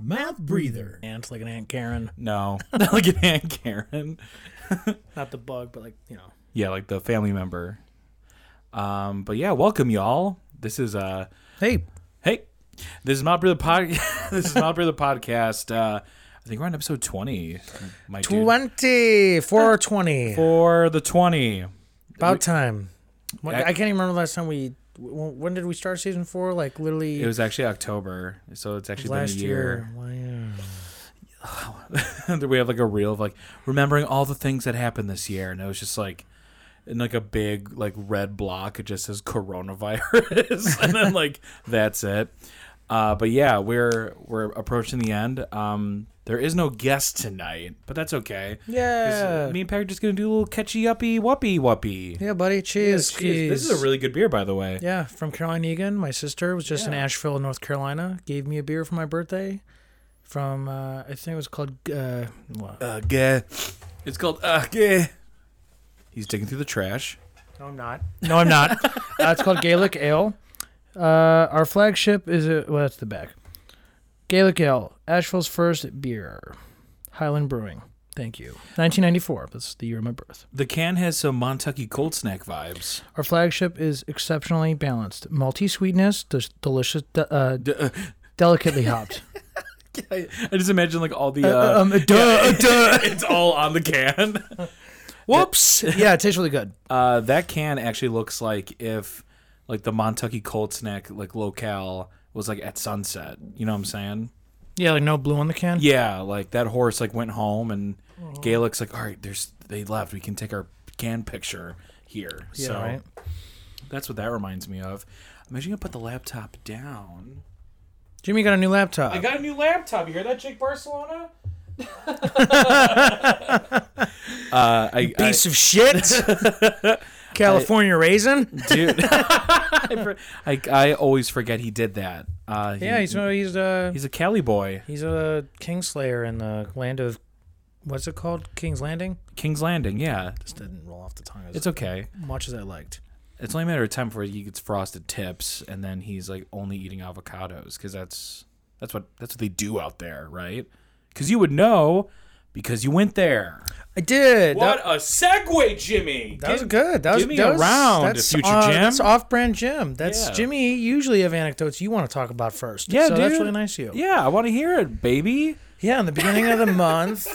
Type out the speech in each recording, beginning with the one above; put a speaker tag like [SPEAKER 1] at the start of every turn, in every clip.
[SPEAKER 1] mouth breather.
[SPEAKER 2] Ant, like an Aunt Karen.
[SPEAKER 3] No, not like an Aunt Karen.
[SPEAKER 2] Not the bug, but like, you know.
[SPEAKER 3] Yeah, like the family member. Um, but yeah, welcome y'all. This is uh,
[SPEAKER 1] Hey,
[SPEAKER 3] hey, this is Mouth Breather pod. this is Mouth Breather podcast. Uh, I think we're on episode twenty. My dude.
[SPEAKER 1] 20, 420.
[SPEAKER 3] for the twenty.
[SPEAKER 1] About time. When-
[SPEAKER 3] I-
[SPEAKER 1] I can't even remember the last time we. When when did we start season four? Like literally
[SPEAKER 3] It was actually October, so it's actually
[SPEAKER 1] last
[SPEAKER 3] been a year.
[SPEAKER 1] year. Wow.
[SPEAKER 3] we have like a reel of like remembering all the things that happened this year, and it was just like in like a big like red block. It just says coronavirus, and then like that's it. Uh, but yeah, we're we're approaching the end. Um, there is no guest tonight, but that's okay. 'Cause
[SPEAKER 1] Yeah.
[SPEAKER 3] me and Perry are just gonna do a little catchy uppy whoopy whoopy.
[SPEAKER 1] Yeah, buddy. Cheers.
[SPEAKER 3] Jeez, this is
[SPEAKER 1] cheers.
[SPEAKER 3] a really good beer, by the way.
[SPEAKER 1] Yeah, from Caroline Egan. My sister was just in Asheville, North Carolina. Gave me a beer for my birthday. From uh, I think it was called. Uh, what?
[SPEAKER 3] Uh, gay. It's called uh, gay. He's digging through the trash.
[SPEAKER 1] No, I'm not. No, I'm not. uh, it's called Gaelic Ale. Uh, our flagship is a, well, that's the back. Gaelic Ale, Asheville's first beer, Highland Brewing. Thank you. 1994. That's the year of my birth.
[SPEAKER 3] The can has some Montucky cold snack vibes.
[SPEAKER 1] Our flagship is exceptionally balanced, malty sweetness, des- delicious, de- uh,
[SPEAKER 3] D- uh,
[SPEAKER 1] delicately hopped.
[SPEAKER 3] I, I just imagine like all the uh,
[SPEAKER 1] Uh, um, uh, duh, uh, duh.
[SPEAKER 3] it's all on the can. Whoops.
[SPEAKER 1] yeah, it tastes really good.
[SPEAKER 3] Uh, that can actually looks like if like the Montucky cold snack like locale was like at sunset. You know what I'm saying?
[SPEAKER 1] Yeah, like no blue on the can.
[SPEAKER 3] Yeah, like that horse like went home and
[SPEAKER 1] Mm-hmm.
[SPEAKER 3] Gaelic's like, all right, there's they left. We can take our can picture here.
[SPEAKER 1] Yeah,
[SPEAKER 3] so
[SPEAKER 1] right.
[SPEAKER 3] that's what that reminds me of. I'm actually gonna put the laptop down.
[SPEAKER 1] Jimmy got a new laptop.
[SPEAKER 3] I got a new laptop. You hear that, Jake Barcelona? uh, I, I,
[SPEAKER 1] Piece of shit. California raisin.
[SPEAKER 3] dude, I, for- I, I always forget he did that. Uh, he-
[SPEAKER 1] Yeah, he's he's uh
[SPEAKER 3] he's a Cali boy,
[SPEAKER 1] He's a Kingslayer in the land of what's it called? King's Landing?
[SPEAKER 3] King's Landing. Yeah,
[SPEAKER 1] This didn't roll off the tongue as
[SPEAKER 3] it's okay.
[SPEAKER 1] much as I liked.
[SPEAKER 3] It's only a matter of time before he gets frosted tips, and then he's like only eating avocados because that's that's what that's what they do out there, right? Because you would know because you went there.
[SPEAKER 1] I did.
[SPEAKER 3] What
[SPEAKER 1] That,
[SPEAKER 3] a segue, Jimmy!
[SPEAKER 1] that was good. That was
[SPEAKER 3] give me
[SPEAKER 1] that
[SPEAKER 3] a
[SPEAKER 1] was,
[SPEAKER 3] round,
[SPEAKER 1] that's,
[SPEAKER 3] future
[SPEAKER 1] uh,
[SPEAKER 3] Jim.
[SPEAKER 1] That's off-brand Jim. That's
[SPEAKER 3] Yeah.
[SPEAKER 1] Jimmy. Usually have anecdotes you want to talk about first.
[SPEAKER 3] Yeah,
[SPEAKER 1] so that's
[SPEAKER 3] dude.
[SPEAKER 1] really nice of you.
[SPEAKER 3] Yeah, I want to hear it, baby.
[SPEAKER 1] Yeah, in the beginning of the month,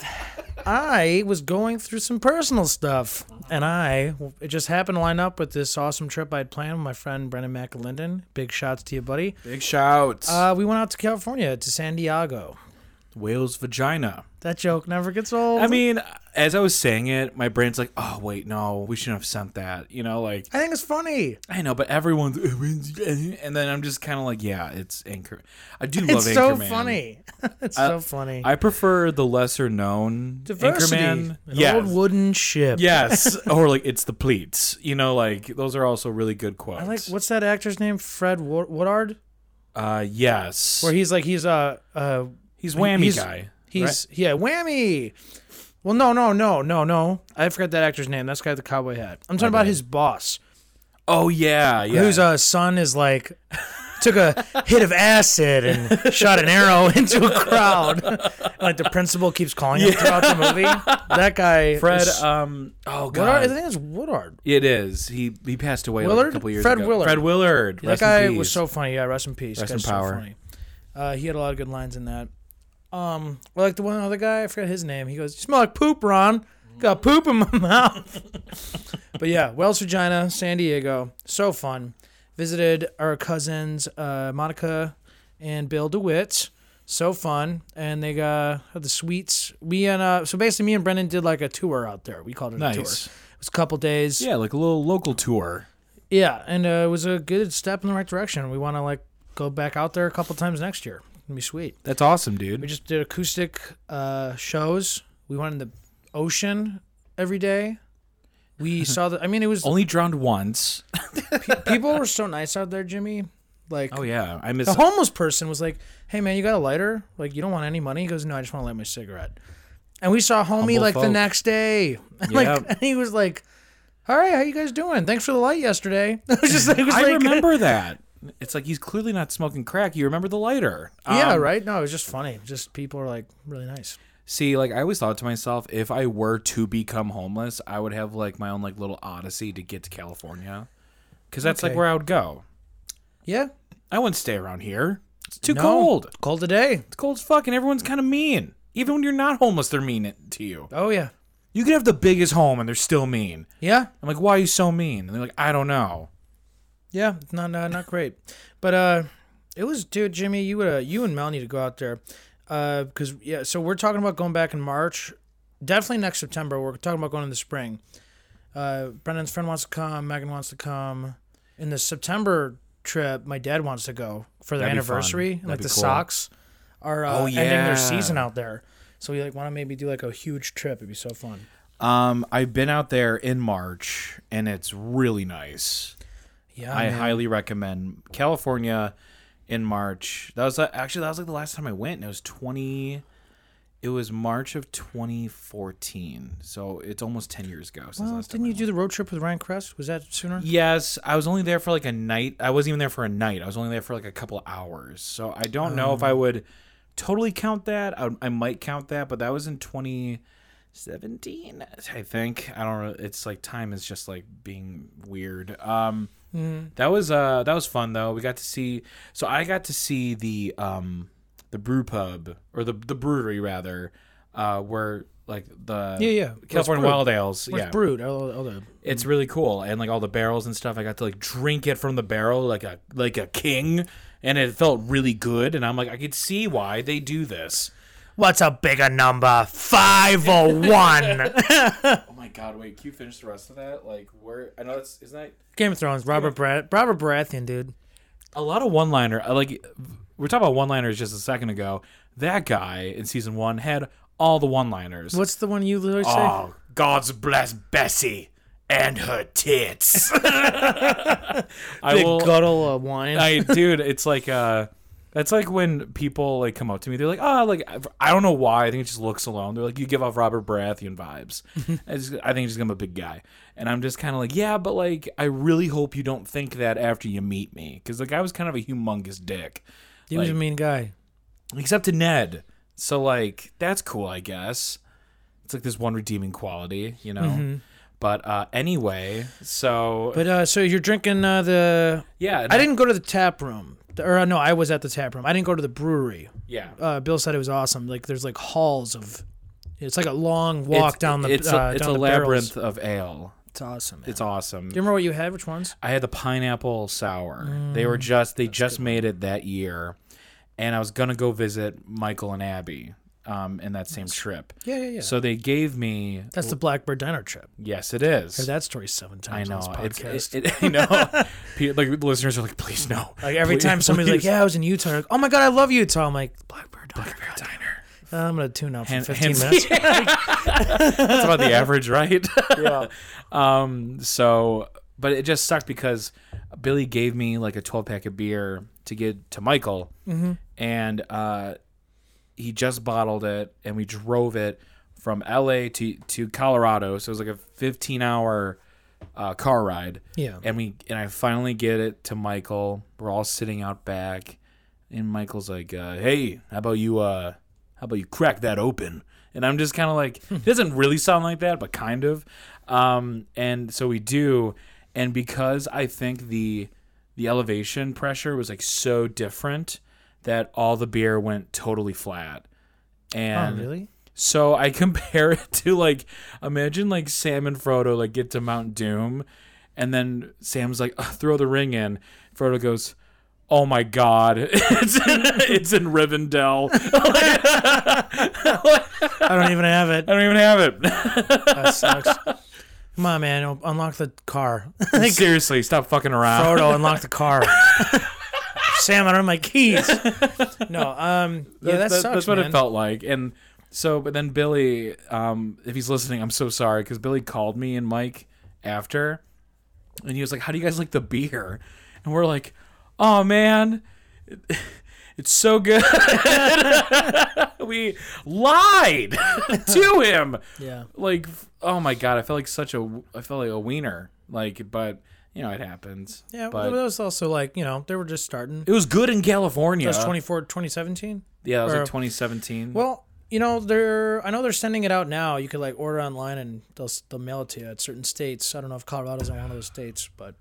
[SPEAKER 1] I was going through some personal stuff, and I it just happened to line up with this awesome trip I had planned with my friend Brendan McAlinden. Big shots to you, buddy.
[SPEAKER 3] Big shouts.
[SPEAKER 1] Uh, we went out to California to San Diego.
[SPEAKER 3] Whale's vagina.
[SPEAKER 1] That joke never gets old.
[SPEAKER 3] I mean, as I was saying it, my brain's like, oh, wait, no, we shouldn't have sent that. You know, like,
[SPEAKER 1] I think it's funny.
[SPEAKER 3] I know, but everyone's. And then I'm just kind of like, yeah, it's Anchor. I do love
[SPEAKER 1] It's so
[SPEAKER 3] Anchorman.
[SPEAKER 1] funny. it's so funny.
[SPEAKER 3] Uh, I prefer the lesser known
[SPEAKER 1] Diversity.
[SPEAKER 3] Anchorman.
[SPEAKER 1] An
[SPEAKER 3] yes.
[SPEAKER 1] old wooden ship.
[SPEAKER 3] yes. or like, it's the pleats. You know, like, those are also really good quotes.
[SPEAKER 1] I like what's that actor's name? Fred Wo- Woodard,
[SPEAKER 3] Uh, yes.
[SPEAKER 1] where he's like he's a uh, uh,
[SPEAKER 3] he's whammy
[SPEAKER 1] he's-
[SPEAKER 3] guy.
[SPEAKER 1] he's yeah whammy. Well, no, no, no, no, no. I forgot that actor's name. That's the guy with the cowboy hat. I'm talking about his boss,
[SPEAKER 3] Oh, yeah. Yeah.
[SPEAKER 1] whose uh, son is like took a hit of acid and shot an arrow into a crowd. like the principal keeps calling him throughout the movie. That guy,
[SPEAKER 3] Fred,
[SPEAKER 1] is-
[SPEAKER 3] um, oh, God.
[SPEAKER 1] Woodard, I think it's Woodard.
[SPEAKER 3] It is. He he passed away like, a
[SPEAKER 1] Willard?
[SPEAKER 3] couple years
[SPEAKER 1] Fred
[SPEAKER 3] ago.
[SPEAKER 1] Willard.
[SPEAKER 3] Fred Willard.
[SPEAKER 1] That
[SPEAKER 3] Rest in
[SPEAKER 1] guy was
[SPEAKER 3] peace.
[SPEAKER 1] so funny. Yeah, rest in peace.
[SPEAKER 3] Rest
[SPEAKER 1] That
[SPEAKER 3] in
[SPEAKER 1] guy's so
[SPEAKER 3] power.
[SPEAKER 1] funny. Uh, he had a lot of good lines in that. Um, well, like the one other guy, I forgot his name. He goes, "You smell like poop, Ron. Got poop in my mouth." but yeah, Wells, Regina, San Diego, so fun. Visited our cousins uh, Monica and Bill DeWitt. So fun, and they got had the suites. We and uh, so basically, me and Brendan did like a tour out there. We called it a tour.
[SPEAKER 3] nice.
[SPEAKER 1] It was a couple days.
[SPEAKER 3] Yeah, like a little local tour.
[SPEAKER 1] Yeah, and uh, it was a good step in the right direction. We want to like go back out there a couple times next year. It'd be sweet.
[SPEAKER 3] That's awesome,
[SPEAKER 1] We
[SPEAKER 3] dude.
[SPEAKER 1] just did acoustic uh, shows. We went in the ocean every day. We saw the. I mean, it was
[SPEAKER 3] Only drowned once.
[SPEAKER 1] people were so nice out there, Jimmy. Like
[SPEAKER 3] Oh yeah, I miss.
[SPEAKER 1] the homeless person was like, "Hey man, you got a lighter? Like you don't want any money?" He goes, "No, I just want to light my cigarette." And we saw homie
[SPEAKER 3] Humble
[SPEAKER 1] like the
[SPEAKER 3] folk.
[SPEAKER 1] next day.
[SPEAKER 3] Yep.
[SPEAKER 1] like and he was like, "All right, how you guys doing? Thanks for the light yesterday." it was just it was
[SPEAKER 3] I
[SPEAKER 1] like,
[SPEAKER 3] remember that. it's like he's clearly not smoking crack. You remember the lighter?
[SPEAKER 1] yeah,
[SPEAKER 3] Um,
[SPEAKER 1] right. No, it was just funny. Just people are like really nice.
[SPEAKER 3] See, like I always thought to myself, if I were to become homeless, I would have like my own like little odyssey to get to California, because that's like
[SPEAKER 1] Okay.
[SPEAKER 3] where I would go.
[SPEAKER 1] Yeah,
[SPEAKER 3] I wouldn't stay around here. It's too
[SPEAKER 1] No.
[SPEAKER 3] cold.
[SPEAKER 1] cold today.
[SPEAKER 3] It's cold as fuck, and everyone's kind of mean. Even when you're not homeless, they're mean to you.
[SPEAKER 1] Oh yeah,
[SPEAKER 3] You could have the biggest home, and they're still mean.
[SPEAKER 1] yeah,
[SPEAKER 3] I'm like, why are you so mean? And they're like, I don't know.
[SPEAKER 1] yeah. Not not, not great, but uh, it was dude, Jimmy. You would uh, you and Mel need to go out there, uh, because yeah. So we're talking about going back in March, definitely next September. We're talking about going in the spring. Uh, Brendan's friend wants to come. Megan wants to come. In the September trip, my dad wants to go for their
[SPEAKER 3] That'd be fun.
[SPEAKER 1] anniversary.
[SPEAKER 3] That'd
[SPEAKER 1] Like
[SPEAKER 3] be
[SPEAKER 1] the
[SPEAKER 3] cool.
[SPEAKER 1] Sox are uh,
[SPEAKER 3] Oh,
[SPEAKER 1] ending
[SPEAKER 3] yeah.
[SPEAKER 1] their season out there, so we like want to maybe do like a huge trip. It'd be so fun.
[SPEAKER 3] Um, I've been out there in March, and it's really nice.
[SPEAKER 1] Yeah,
[SPEAKER 3] I
[SPEAKER 1] man.
[SPEAKER 3] highly recommend California in March. That was uh, actually that was like the last time I went. And it was twenty. It was March of 2014, so it's almost 10 years ago. Since
[SPEAKER 1] Well,
[SPEAKER 3] last time
[SPEAKER 1] didn't
[SPEAKER 3] I
[SPEAKER 1] you do the road trip with Ryan Kress? Was that sooner?
[SPEAKER 3] Yes, I was only there for like a night. I wasn't even there for a night. I was only there for like a couple of hours. So I don't know if
[SPEAKER 1] Oh.
[SPEAKER 3] I would totally count that. I, I might count that, but that was in 2017, I think. I don't know. It's like time is just like being weird. Um
[SPEAKER 1] Mm-hmm.
[SPEAKER 3] that was uh that was fun though. We got to see so I got to see the um the brew pub or the the brewery rather uh where like the
[SPEAKER 1] Yeah, yeah. Where it's
[SPEAKER 3] California
[SPEAKER 1] brewed.
[SPEAKER 3] Wild Ales
[SPEAKER 1] Where's
[SPEAKER 3] yeah
[SPEAKER 1] Brood? All, all the
[SPEAKER 3] it's really cool and like all the barrels and stuff i got to like drink it from the barrel like a like a king and it felt really good and i'm like i could see why they do this
[SPEAKER 1] What's a bigger number? 501.
[SPEAKER 3] oh my god wait can you finish the rest of that like where i know that's isn't that
[SPEAKER 1] Game of Thrones, Robert Brad Robert Baratheon, dude.
[SPEAKER 3] a lot of one liner like we're talking about one liners just a second ago that guy in season one had all the one liners
[SPEAKER 1] What's the one you literally say?
[SPEAKER 3] oh god's bless bessie and her tits i
[SPEAKER 1] Big
[SPEAKER 3] will
[SPEAKER 1] guddle of uh, wine.
[SPEAKER 3] I dude, it's like uh that's like when people like come up to me, they're like, oh, like I- I don't know why. I think it just looks alone. They're like, you give off Robert Baratheon vibes. I, just, I think just 'cause I'm a big guy, and I'm just kind of like, yeah, but like I really hope you don't think that after you meet me, because like I was kind of a humongous dick,
[SPEAKER 1] he was a
[SPEAKER 3] like-
[SPEAKER 1] mean guy.
[SPEAKER 3] except to Ned. So like that's cool, I guess. It's like this one redeeming quality, you know. But uh anyway, so
[SPEAKER 1] Mm-hmm. But uh, so you're drinking uh, the.
[SPEAKER 3] yeah,
[SPEAKER 1] I didn't go to the tap room. Or uh, no, I was at the tap room. I didn't go to the brewery.
[SPEAKER 3] yeah.
[SPEAKER 1] Uh, Bill said it was awesome. Like there's like halls of. It's like a long walk
[SPEAKER 3] It's-
[SPEAKER 1] down the.
[SPEAKER 3] it's
[SPEAKER 1] uh,
[SPEAKER 3] a, it's
[SPEAKER 1] down
[SPEAKER 3] a
[SPEAKER 1] the barrels.
[SPEAKER 3] labyrinth of ale.
[SPEAKER 1] It's awesome. Man.
[SPEAKER 3] It's awesome.
[SPEAKER 1] Do you remember what you had? Which ones?
[SPEAKER 3] I had the pineapple sour. they
[SPEAKER 1] Mm,
[SPEAKER 3] were just they just made it that year, and I was gonna go visit Michael and Abby um, in that same trip.
[SPEAKER 1] Yeah, yeah, yeah.
[SPEAKER 3] So they gave me
[SPEAKER 1] That's the Blackbird Diner trip.
[SPEAKER 3] yes, it is.
[SPEAKER 1] Heard that story seven
[SPEAKER 3] I
[SPEAKER 1] times.
[SPEAKER 3] know.
[SPEAKER 1] On this
[SPEAKER 3] It's,
[SPEAKER 1] podcast.
[SPEAKER 3] it, it, I know. Pe- like the listeners are like, please no.
[SPEAKER 1] like every
[SPEAKER 3] Please-
[SPEAKER 1] time somebody's like,
[SPEAKER 3] please."
[SPEAKER 1] "Yeah, I was in Utah," like, "Oh my god, I love Utah." I'm like, "Blackbird, Diner.
[SPEAKER 3] Blackberry Diner.
[SPEAKER 1] Uh, I'm gonna tune out for
[SPEAKER 3] Hand-
[SPEAKER 1] 15
[SPEAKER 3] hands-
[SPEAKER 1] minutes."
[SPEAKER 3] That's about the average, right? yeah. Um. So, but it just sucked because Billy gave me like a 12 pack of beer to get to Michael, and uh, he just bottled it, and we drove it from L.A. to to Colorado. So it was like a 15 hour uh, car ride.
[SPEAKER 1] Yeah.
[SPEAKER 3] And we and I finally get it to Michael. We're all sitting out back, and Michael's like, uh, "Hey, how about you? Uh, how about you crack that open?" And I'm just kind of like,
[SPEAKER 1] Hmm.
[SPEAKER 3] it doesn't really sound like that, but kind of. Um, and so we do, and because I think the the elevation pressure was like so different that all the beer went totally flat.
[SPEAKER 1] oh,
[SPEAKER 3] And
[SPEAKER 1] really?
[SPEAKER 3] so I compare it to like imagine like Sam and Frodo like get to Mount Doom and then Sam's like throw the ring in. Frodo goes, "Oh my god. It's it's in Rivendell.
[SPEAKER 1] I don't even have
[SPEAKER 3] I
[SPEAKER 1] it.
[SPEAKER 3] don't even have it."
[SPEAKER 1] That sucks. Come on, man. un- Unlock the car.
[SPEAKER 3] Seriously, stop fucking around.
[SPEAKER 1] Frodo, unlock the car. Sam, I don't have my keys. No. Um. Yeah, that,
[SPEAKER 3] That's-
[SPEAKER 1] sucks.
[SPEAKER 3] That's what
[SPEAKER 1] man.
[SPEAKER 3] it felt like. And so, but then Billy, um, if he's listening, I'm so sorry because Billy called me and Mike after, and he was like, "How do you guys like the beer?" And we're like, "Oh man." it- It's so good. we lied to him.
[SPEAKER 1] Yeah.
[SPEAKER 3] Like, oh my god, I felt like such a, I felt like a wiener. Like, but you know, it happens.
[SPEAKER 1] Yeah,
[SPEAKER 3] but
[SPEAKER 1] but that was also like, you know, they were just starting.
[SPEAKER 3] it was good in
[SPEAKER 1] That
[SPEAKER 3] California.
[SPEAKER 1] was 24, 2017.
[SPEAKER 3] yeah, that was
[SPEAKER 1] or-
[SPEAKER 3] like 2017.
[SPEAKER 1] Well, you know, they're I know they're sending it out now. You could like order online and they'll s- they'll mail it to you at certain states. I don't know if Colorado's in one of those states, but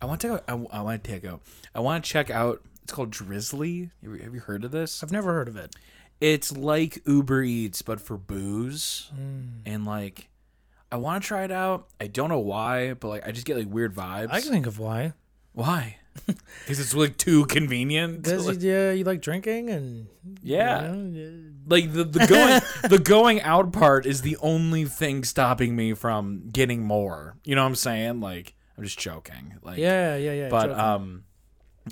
[SPEAKER 3] I want to go. I, I want to take out. I want to check out. It's called Drizzly. Have you- have you heard of this?
[SPEAKER 1] I've never heard of it.
[SPEAKER 3] It's like Uber Eats, but for booze. And like, I want to try it out. I don't know why, but like, I just get like weird vibes.
[SPEAKER 1] I can think of why.
[SPEAKER 3] why? Because it's like too convenient. to,
[SPEAKER 1] Because
[SPEAKER 3] like-
[SPEAKER 1] yeah, you like drinking and
[SPEAKER 3] yeah.
[SPEAKER 1] you know,
[SPEAKER 3] Like the, the going the going out part is the only thing stopping me from getting more. You know what I'm saying? Like I'm just joking. Like
[SPEAKER 1] yeah, yeah, yeah.
[SPEAKER 3] but
[SPEAKER 1] joking.
[SPEAKER 3] um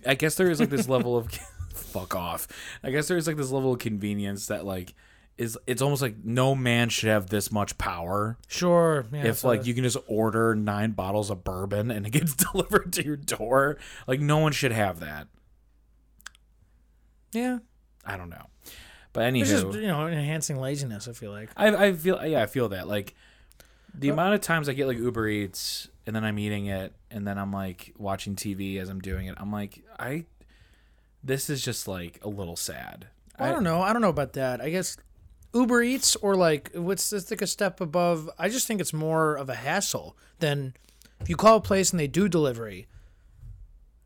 [SPEAKER 3] i guess there is like this level of fuck off i guess there is like this level of convenience that like is it's almost like no man should have this much power
[SPEAKER 1] sure. Yeah,
[SPEAKER 3] if like you can just order nine bottles of bourbon and it gets delivered to your door like no one should have that
[SPEAKER 1] yeah,
[SPEAKER 3] i don't know but
[SPEAKER 1] it's just
[SPEAKER 3] anywho
[SPEAKER 1] you know enhancing laziness. I feel like
[SPEAKER 3] I, I feel yeah i feel that like the amount of times i get like uber eats and then i'm eating it and then i'm like watching tv as i'm doing it i'm like i this is just like a little sad
[SPEAKER 1] I, don't know. I don't know about that. I guess Uber Eats or like what's this like a step above? I just think it's more of a hassle than if you call a place and they do delivery.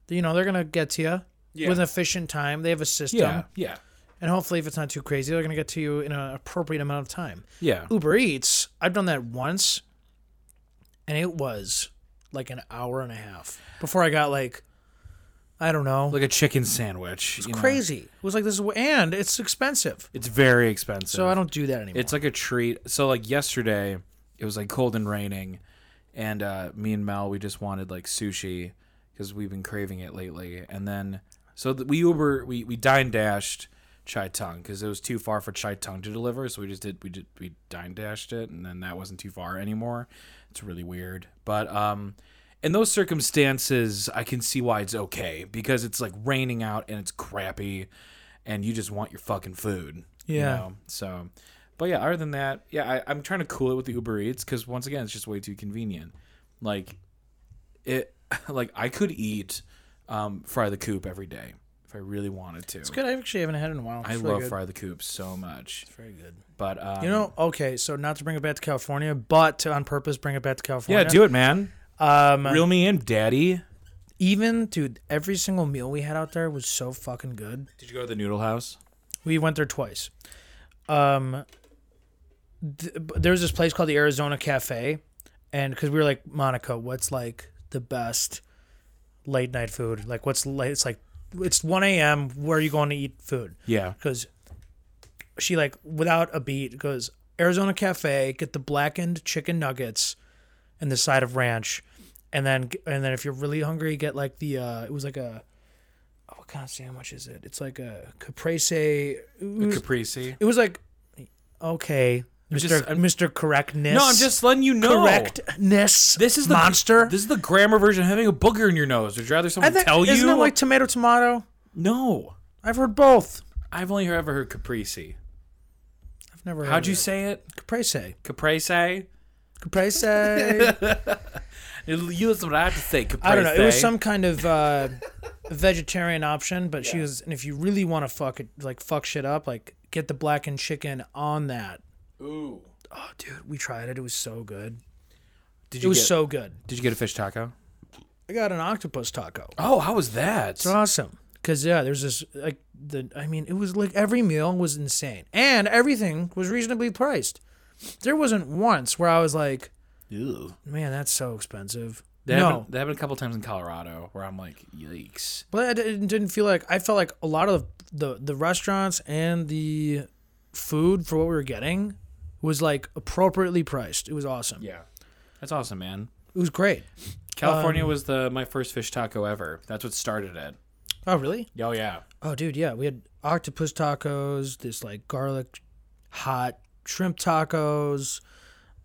[SPEAKER 1] You know they're gonna get to you with an efficient time. They have a system,
[SPEAKER 3] Yeah, yeah,
[SPEAKER 1] and hopefully, if it's not too crazy, they're gonna get to you in an appropriate amount of time.
[SPEAKER 3] yeah.
[SPEAKER 1] Uber Eats, I've done that once, and it was like an hour and a half before I got like, I don't know,
[SPEAKER 3] Like a chicken sandwich. you know?
[SPEAKER 1] crazy. It was like this, is wh- and it's expensive.
[SPEAKER 3] It's very expensive.
[SPEAKER 1] So I don't do that anymore.
[SPEAKER 3] It's like a treat. So like yesterday, it was like cold and raining, and uh, me and Mel we just wanted like sushi because we've been craving it lately. And then so th- we Uber we we dine dashed chai tung because it was too far for chai tung to deliver. So we just did we did we dine dashed it, and then that wasn't too far anymore. It's really weird, but um. In those circumstances, I can see why it's okay because it's like raining out and it's crappy, and you just want your fucking food. you
[SPEAKER 1] Yeah.
[SPEAKER 3] know? So, but yeah, other than that, yeah, I, I'm trying to cool it with the Uber Eats because once again, it's just way too convenient. Like, it, like I could eat um, fry the coop every day if I really wanted to.
[SPEAKER 1] It's good. I actually haven't had it in a while. It's
[SPEAKER 3] I
[SPEAKER 1] really
[SPEAKER 3] love
[SPEAKER 1] good.
[SPEAKER 3] fry the coop so much,
[SPEAKER 1] It's very good.
[SPEAKER 3] but um,
[SPEAKER 1] You know, okay, so not to bring it back to California, but to on purpose bring it back to
[SPEAKER 3] yeah,
[SPEAKER 1] California.
[SPEAKER 3] do it, man.
[SPEAKER 1] Um,
[SPEAKER 3] Reel me in, Daddy.
[SPEAKER 1] even dude, every single meal we had out there was so fucking good.
[SPEAKER 3] Did you go to the noodle house?
[SPEAKER 1] We went there twice. Um, th- b- there was this place called the Arizona Cafe, and because we were like Monica, what's like the best late night food? Like, what's late? It's like it's one a.m. Where are you going to eat food?
[SPEAKER 3] Yeah,
[SPEAKER 1] because she like without a beat goes Arizona Cafe, get the blackened chicken nuggets and the side of ranch, and then and then if you're really hungry, get like the uh it was like a oh, what kind of sandwich is it? It's like a caprese.
[SPEAKER 3] the
[SPEAKER 1] It was,
[SPEAKER 3] caprisi.
[SPEAKER 1] it was like okay,
[SPEAKER 3] just-
[SPEAKER 1] Mister
[SPEAKER 3] I'm-
[SPEAKER 1] Mister Correctness.
[SPEAKER 3] No, I'm just letting you know.
[SPEAKER 1] correctness.
[SPEAKER 3] This is the
[SPEAKER 1] monster.
[SPEAKER 3] This is the grammar version of having a booger in your nose. Would you rather
[SPEAKER 1] I
[SPEAKER 3] someone
[SPEAKER 1] think,
[SPEAKER 3] tell you?
[SPEAKER 1] isn't it like tomato tomato?
[SPEAKER 3] no,
[SPEAKER 1] I've heard both.
[SPEAKER 3] I've only ever heard caprese.
[SPEAKER 1] I've never. heard
[SPEAKER 3] How'd you
[SPEAKER 1] of it.
[SPEAKER 3] say it?
[SPEAKER 1] caprese?
[SPEAKER 3] Caprese.
[SPEAKER 1] Caprese.
[SPEAKER 3] You was what I have to say. Caprese.
[SPEAKER 1] I don't know. It was some kind of uh, vegetarian option, but she was. And if you really want to fuck it, like fuck shit up, like get the blackened chicken on that.
[SPEAKER 3] Ooh.
[SPEAKER 1] Oh, dude, we tried it. It was so good.
[SPEAKER 3] Did
[SPEAKER 1] It
[SPEAKER 3] you
[SPEAKER 1] was
[SPEAKER 3] get,
[SPEAKER 1] so good.
[SPEAKER 3] Did you get a fish taco?
[SPEAKER 1] I got an octopus taco.
[SPEAKER 3] Oh, how was that?
[SPEAKER 1] Awesome. Cause yeah, there's this like the. I mean, it was like every meal was insane, and everything was reasonably priced. There wasn't once where I was like,
[SPEAKER 3] Ew.
[SPEAKER 1] man, that's so expensive.
[SPEAKER 3] That,
[SPEAKER 1] no,
[SPEAKER 3] happened, that happened a couple times in Colorado where I'm like, yikes.
[SPEAKER 1] But I didn't didn't feel like I felt like a lot of the the restaurants and the food for what we were getting was like appropriately priced. It was awesome.
[SPEAKER 3] Yeah. That's awesome, man.
[SPEAKER 1] It was great.
[SPEAKER 3] California was the my first fish taco ever. That's what started it.
[SPEAKER 1] Oh really?
[SPEAKER 3] Oh yeah.
[SPEAKER 1] Oh dude, yeah. We had octopus tacos, this like garlic hot shrimp tacos.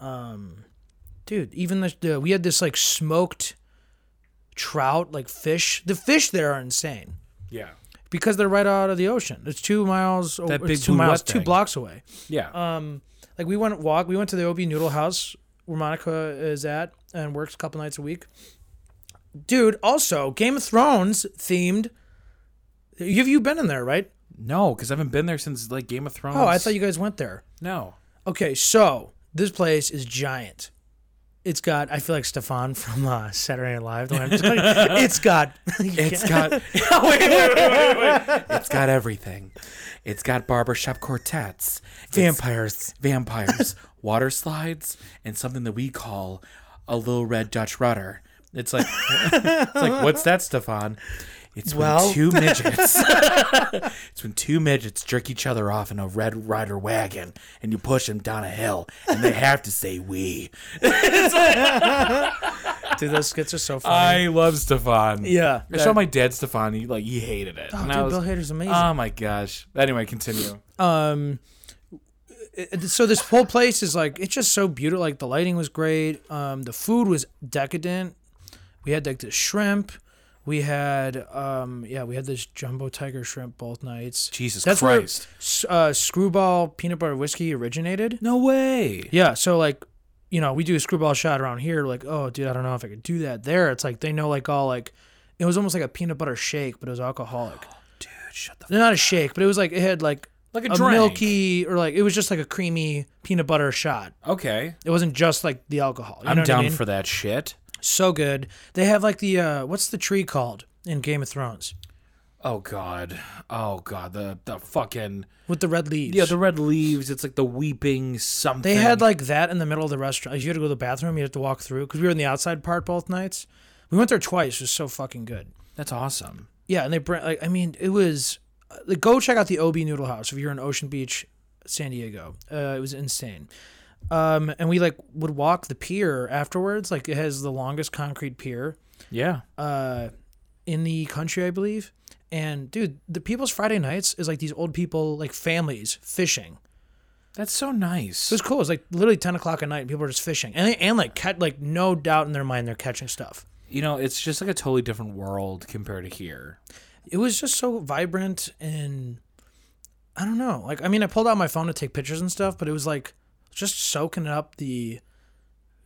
[SPEAKER 1] Um, dude, even the, the we had this like smoked trout, like fish. The fish there are insane.
[SPEAKER 3] Yeah.
[SPEAKER 1] because they're right out of the ocean. It's two miles.
[SPEAKER 3] That
[SPEAKER 1] it's
[SPEAKER 3] big
[SPEAKER 1] two
[SPEAKER 3] blue
[SPEAKER 1] miles,
[SPEAKER 3] wet
[SPEAKER 1] two
[SPEAKER 3] thing.
[SPEAKER 1] blocks away.
[SPEAKER 3] Yeah.
[SPEAKER 1] Um, like we went walk. We went to the Obi Noodle House where Monica is at and works a couple nights a week. dude. Also, Game of Thrones themed. Have you been in there, right?
[SPEAKER 3] No, because I haven't been there since like Game of Thrones.
[SPEAKER 1] Oh, I thought you guys went there.
[SPEAKER 3] No.
[SPEAKER 1] Okay, so this place is giant. It's got. I feel like Stefan from uh, Saturday Night Live. the one I'm talking- it's got.
[SPEAKER 3] It's got. wait, wait, wait, wait. It's got everything. It's got barbershop quartets, it's
[SPEAKER 1] vampires.
[SPEAKER 3] vampires, water slides, and something that we call a little red Dutch rudder. It's like, it's like, what's that, Stefan? It's when
[SPEAKER 1] Well-
[SPEAKER 3] two midgets. it's when two midgets jerk each other off in a red rider wagon, and you push them down a hill, and they have to say "we."
[SPEAKER 1] Dude, those skits are so funny.
[SPEAKER 3] I love Stefan.
[SPEAKER 1] yeah.
[SPEAKER 3] I saw my dad Stefan. He like he hated it.
[SPEAKER 1] oh,
[SPEAKER 3] And
[SPEAKER 1] dude,
[SPEAKER 3] I was-
[SPEAKER 1] Bill Hader's amazing.
[SPEAKER 3] Oh my gosh. Anyway, continue.
[SPEAKER 1] um it- it- so this whole place is like it's just so beautiful like the lighting was great um the food was decadent we had like the shrimp we had um yeah we had this jumbo tiger shrimp both nights
[SPEAKER 3] Jesus
[SPEAKER 1] that's
[SPEAKER 3] Christ.
[SPEAKER 1] where s- uh, screwball peanut butter whiskey originated
[SPEAKER 3] No way.
[SPEAKER 1] yeah so like you know we do a screwball shot around here like oh dude i don't know if i could do that there it's like they know like all like it was almost like a peanut butter shake but it was alcoholic
[SPEAKER 3] Dude, shut the.
[SPEAKER 1] not a shake but it was like it had like
[SPEAKER 3] Like
[SPEAKER 1] a milky or like it was just like a creamy peanut butter shot.
[SPEAKER 3] Okay.
[SPEAKER 1] It wasn't just like the alcohol. You know
[SPEAKER 3] I'm
[SPEAKER 1] what I
[SPEAKER 3] down
[SPEAKER 1] mean?
[SPEAKER 3] for that shit.
[SPEAKER 1] so good. They have like the uh what's the tree called in Game of Thrones
[SPEAKER 3] Oh god. Oh god. The the fucking
[SPEAKER 1] with the red leaves.
[SPEAKER 3] yeah. The red leaves. It's like the weeping something.
[SPEAKER 1] they had like that in the middle of the restaurant. If you had to go to the bathroom, you had to walk through because we were in the outside part both nights. We went there twice. It was so fucking good.
[SPEAKER 3] that's awesome.
[SPEAKER 1] Yeah, and they bring like I mean it was uh, like go check out the OB Noodle House if you're in Ocean Beach, San Diego. Uh, it was insane. Um, and we like would walk the pier afterwards. Like it has the longest concrete pier
[SPEAKER 3] Yeah.
[SPEAKER 1] uh, in the country, I believe. And dude, the people's Friday nights is like these old people, like families fishing.
[SPEAKER 3] That's so nice.
[SPEAKER 1] It was cool. It's like literally ten o'clock at night, and people are just fishing, and they, and like cat, like no doubt in their mind they're catching stuff.
[SPEAKER 3] You know, it's just like a totally different world compared to here.
[SPEAKER 1] it was just so vibrant and I don't know. Like I mean, I pulled out my phone to take pictures and stuff, but it was like just soaking up the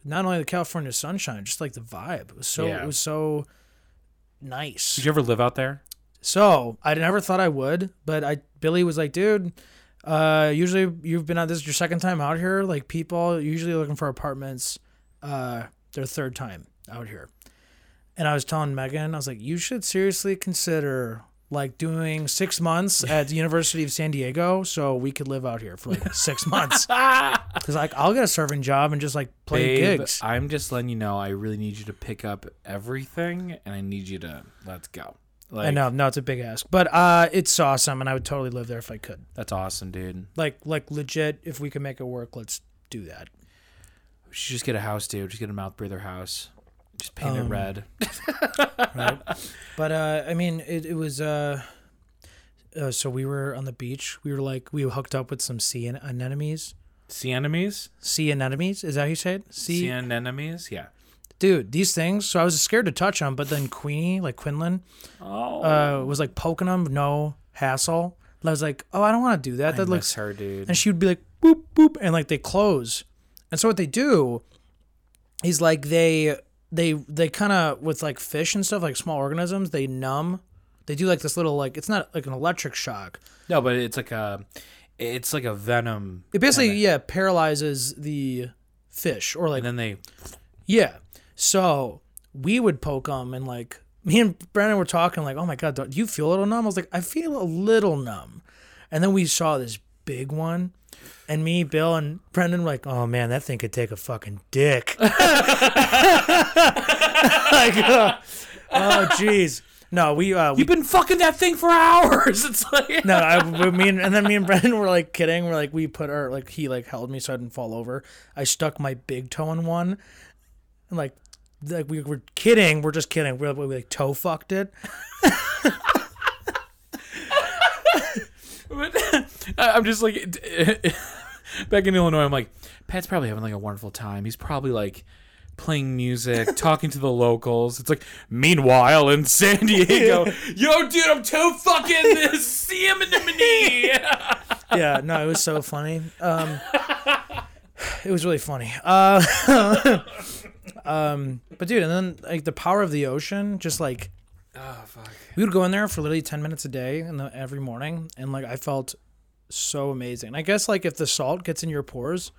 [SPEAKER 1] not only the California sunshine, just like the vibe. It was so
[SPEAKER 3] Yeah.
[SPEAKER 1] it was so nice.
[SPEAKER 3] Did you ever live out there?
[SPEAKER 1] So I never thought I would, but I Billy was like, dude. Uh, usually you've been on this is your second time out here. Like people usually looking for apartments, uh, their third time out here. And I was telling Megan, I was like, you should seriously consider like doing six months at the University of San Diego, so we could live out here for like six months. Because like I'll get a serving job and just like play
[SPEAKER 3] Babe,
[SPEAKER 1] gigs.
[SPEAKER 3] I'm just letting you know. I really need you to pick up everything, and I need you to let's go. Like,
[SPEAKER 1] I know, no, it's a big ask, but uh, it's awesome, and I would totally live there if I could.
[SPEAKER 3] That's awesome, dude.
[SPEAKER 1] like like legit if we can make it work let's do that
[SPEAKER 3] We should just get a house, dude. Just get a mouth breather house. Just paint it
[SPEAKER 1] Um,
[SPEAKER 3] red.
[SPEAKER 1] but uh i mean it, it was uh, uh so we were on the beach we were like we hooked up with some sea an- anemones
[SPEAKER 3] Sea enemies?
[SPEAKER 1] sea anemones is that how you say it sea,
[SPEAKER 3] Sea anemones? Yeah.
[SPEAKER 1] dude these things so i was scared to touch them but then queenie like quinlan
[SPEAKER 3] Oh,
[SPEAKER 1] uh was like poking them no hassle And i was like oh i don't want to do that
[SPEAKER 3] I
[SPEAKER 1] that
[SPEAKER 3] miss
[SPEAKER 1] looks
[SPEAKER 3] her, dude.
[SPEAKER 1] and she would be like boop boop and like they close and so what they do is like they they they kind of with like fish and stuff like small organisms they numb they do like this little like it's not like an electric shock
[SPEAKER 3] No, but it's like a, it's like a venom,
[SPEAKER 1] it basically yeah paralyzes the fish or like
[SPEAKER 3] and then they.
[SPEAKER 1] yeah so we would poke them and like me and brandon were talking like oh my god do you feel a little numb i was like i feel a little numb and then we saw this big one and me, Bill, and Brendan were like, "Oh man, that thing could take a fucking dick." like, uh, oh jeez. No, we uh, we
[SPEAKER 3] You've been fucking that thing for hours. It's like
[SPEAKER 1] no, I, we- me and, and then me and Brendan were like kidding. We're like, we put our like he like held me so I didn't fall over. I stuck my big toe in one, and like like we were kidding. We're just kidding. We're, we like toe fucked it.
[SPEAKER 3] I- I'm just like back in Illinois. I'm like Pat's probably having like a wonderful time. He's probably like playing music, talking to the locals. It's like meanwhile in San Diego, yo, dude, I'm too fucking this salmon.
[SPEAKER 1] yeah, no, it was so funny. Um, it was really funny. Uh, Um, but dude, and then like the power of the ocean, just like
[SPEAKER 3] Oh fuck.
[SPEAKER 1] we would go in there for literally 10 minutes a day and the, every morning and like i felt so amazing and i guess like if the salt gets in your pores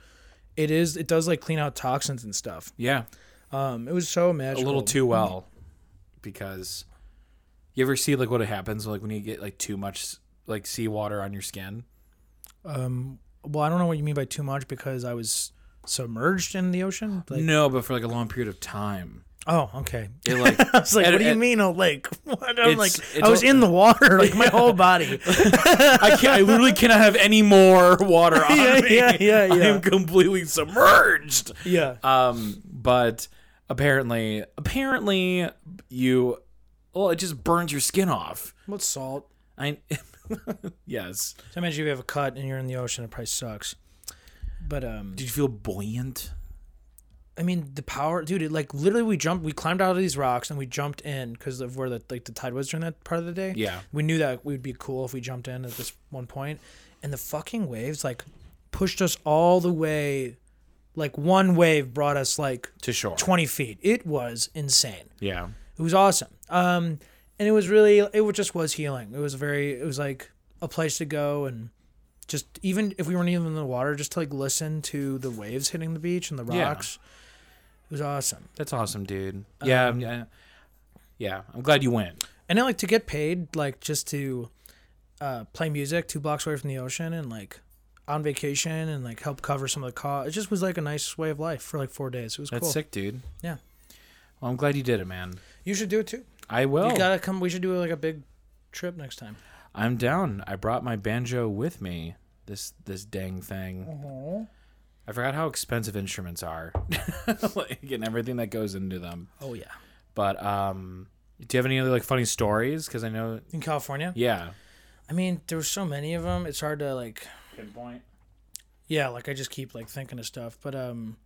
[SPEAKER 1] it is it does like clean out toxins and stuff
[SPEAKER 3] Yeah,
[SPEAKER 1] um it was so magical
[SPEAKER 3] a little too well, because you ever see like what happens like when you get like too much like seawater on your skin.
[SPEAKER 1] um well i don't know what you mean by too much because i was submerged in the ocean like
[SPEAKER 3] no, but for like a long period of time,
[SPEAKER 1] oh okay
[SPEAKER 3] it like
[SPEAKER 1] i was like
[SPEAKER 3] And-
[SPEAKER 1] what do you
[SPEAKER 3] and-
[SPEAKER 1] mean a lake What? i'm
[SPEAKER 3] It's-
[SPEAKER 1] like
[SPEAKER 3] it's
[SPEAKER 1] i was
[SPEAKER 3] all-
[SPEAKER 1] in the water like my whole body
[SPEAKER 3] I can't. I literally cannot have any more water on
[SPEAKER 1] Yeah,
[SPEAKER 3] me.
[SPEAKER 1] yeah, yeah,
[SPEAKER 3] I
[SPEAKER 1] yeah.
[SPEAKER 3] am completely submerged.
[SPEAKER 1] yeah
[SPEAKER 3] Um, but apparently, apparently, you well, it just burns your skin off.
[SPEAKER 1] what's salt
[SPEAKER 3] I yes.
[SPEAKER 1] so imagine if you have a cut and you're in the ocean it probably sucks but um
[SPEAKER 3] Did you feel buoyant?
[SPEAKER 1] I mean, the power, dude. It, like literally, we jumped, we climbed out of these rocks, and we jumped in because of where the like the tide was during that part of the day.
[SPEAKER 3] Yeah.
[SPEAKER 1] we knew that we'd be cool if we jumped in at this one point, and the fucking waves like pushed us all the way. Like one wave brought us like
[SPEAKER 3] To shore.
[SPEAKER 1] twenty feet. It was insane.
[SPEAKER 3] yeah.
[SPEAKER 1] It was awesome. Um, and it was really, it was- just was healing. It was very, it was like a place to go and just even if we weren't even in the water, just to like listen to the waves hitting the beach and the
[SPEAKER 3] Yeah.
[SPEAKER 1] rocks. It was awesome.
[SPEAKER 3] That's awesome, dude. Yeah, I'm- Um, yeah, yeah. I'm glad you went.
[SPEAKER 1] And then like to get paid, like just to uh, play music two blocks away from the ocean and like on vacation and like help cover some of the cost. It just was like a nice way of life for like four days. It was
[SPEAKER 3] That's
[SPEAKER 1] cool.
[SPEAKER 3] sick, dude.
[SPEAKER 1] Yeah.
[SPEAKER 3] Well, I'm glad you did it, man.
[SPEAKER 1] You should do it too.
[SPEAKER 3] I will.
[SPEAKER 1] You gotta come. We should do like a big trip next time.
[SPEAKER 3] I'm down. I brought my banjo with me. This this dang thing. I forgot how expensive instruments are, like, and everything that goes into them.
[SPEAKER 1] Oh yeah,
[SPEAKER 3] But um, do you have any other like funny stories? Because I know,
[SPEAKER 1] in California.
[SPEAKER 3] yeah.
[SPEAKER 1] I mean, there were so many of them. It's hard to like.
[SPEAKER 3] Pinpoint.
[SPEAKER 1] Yeah, like I just keep like thinking of stuff, but um,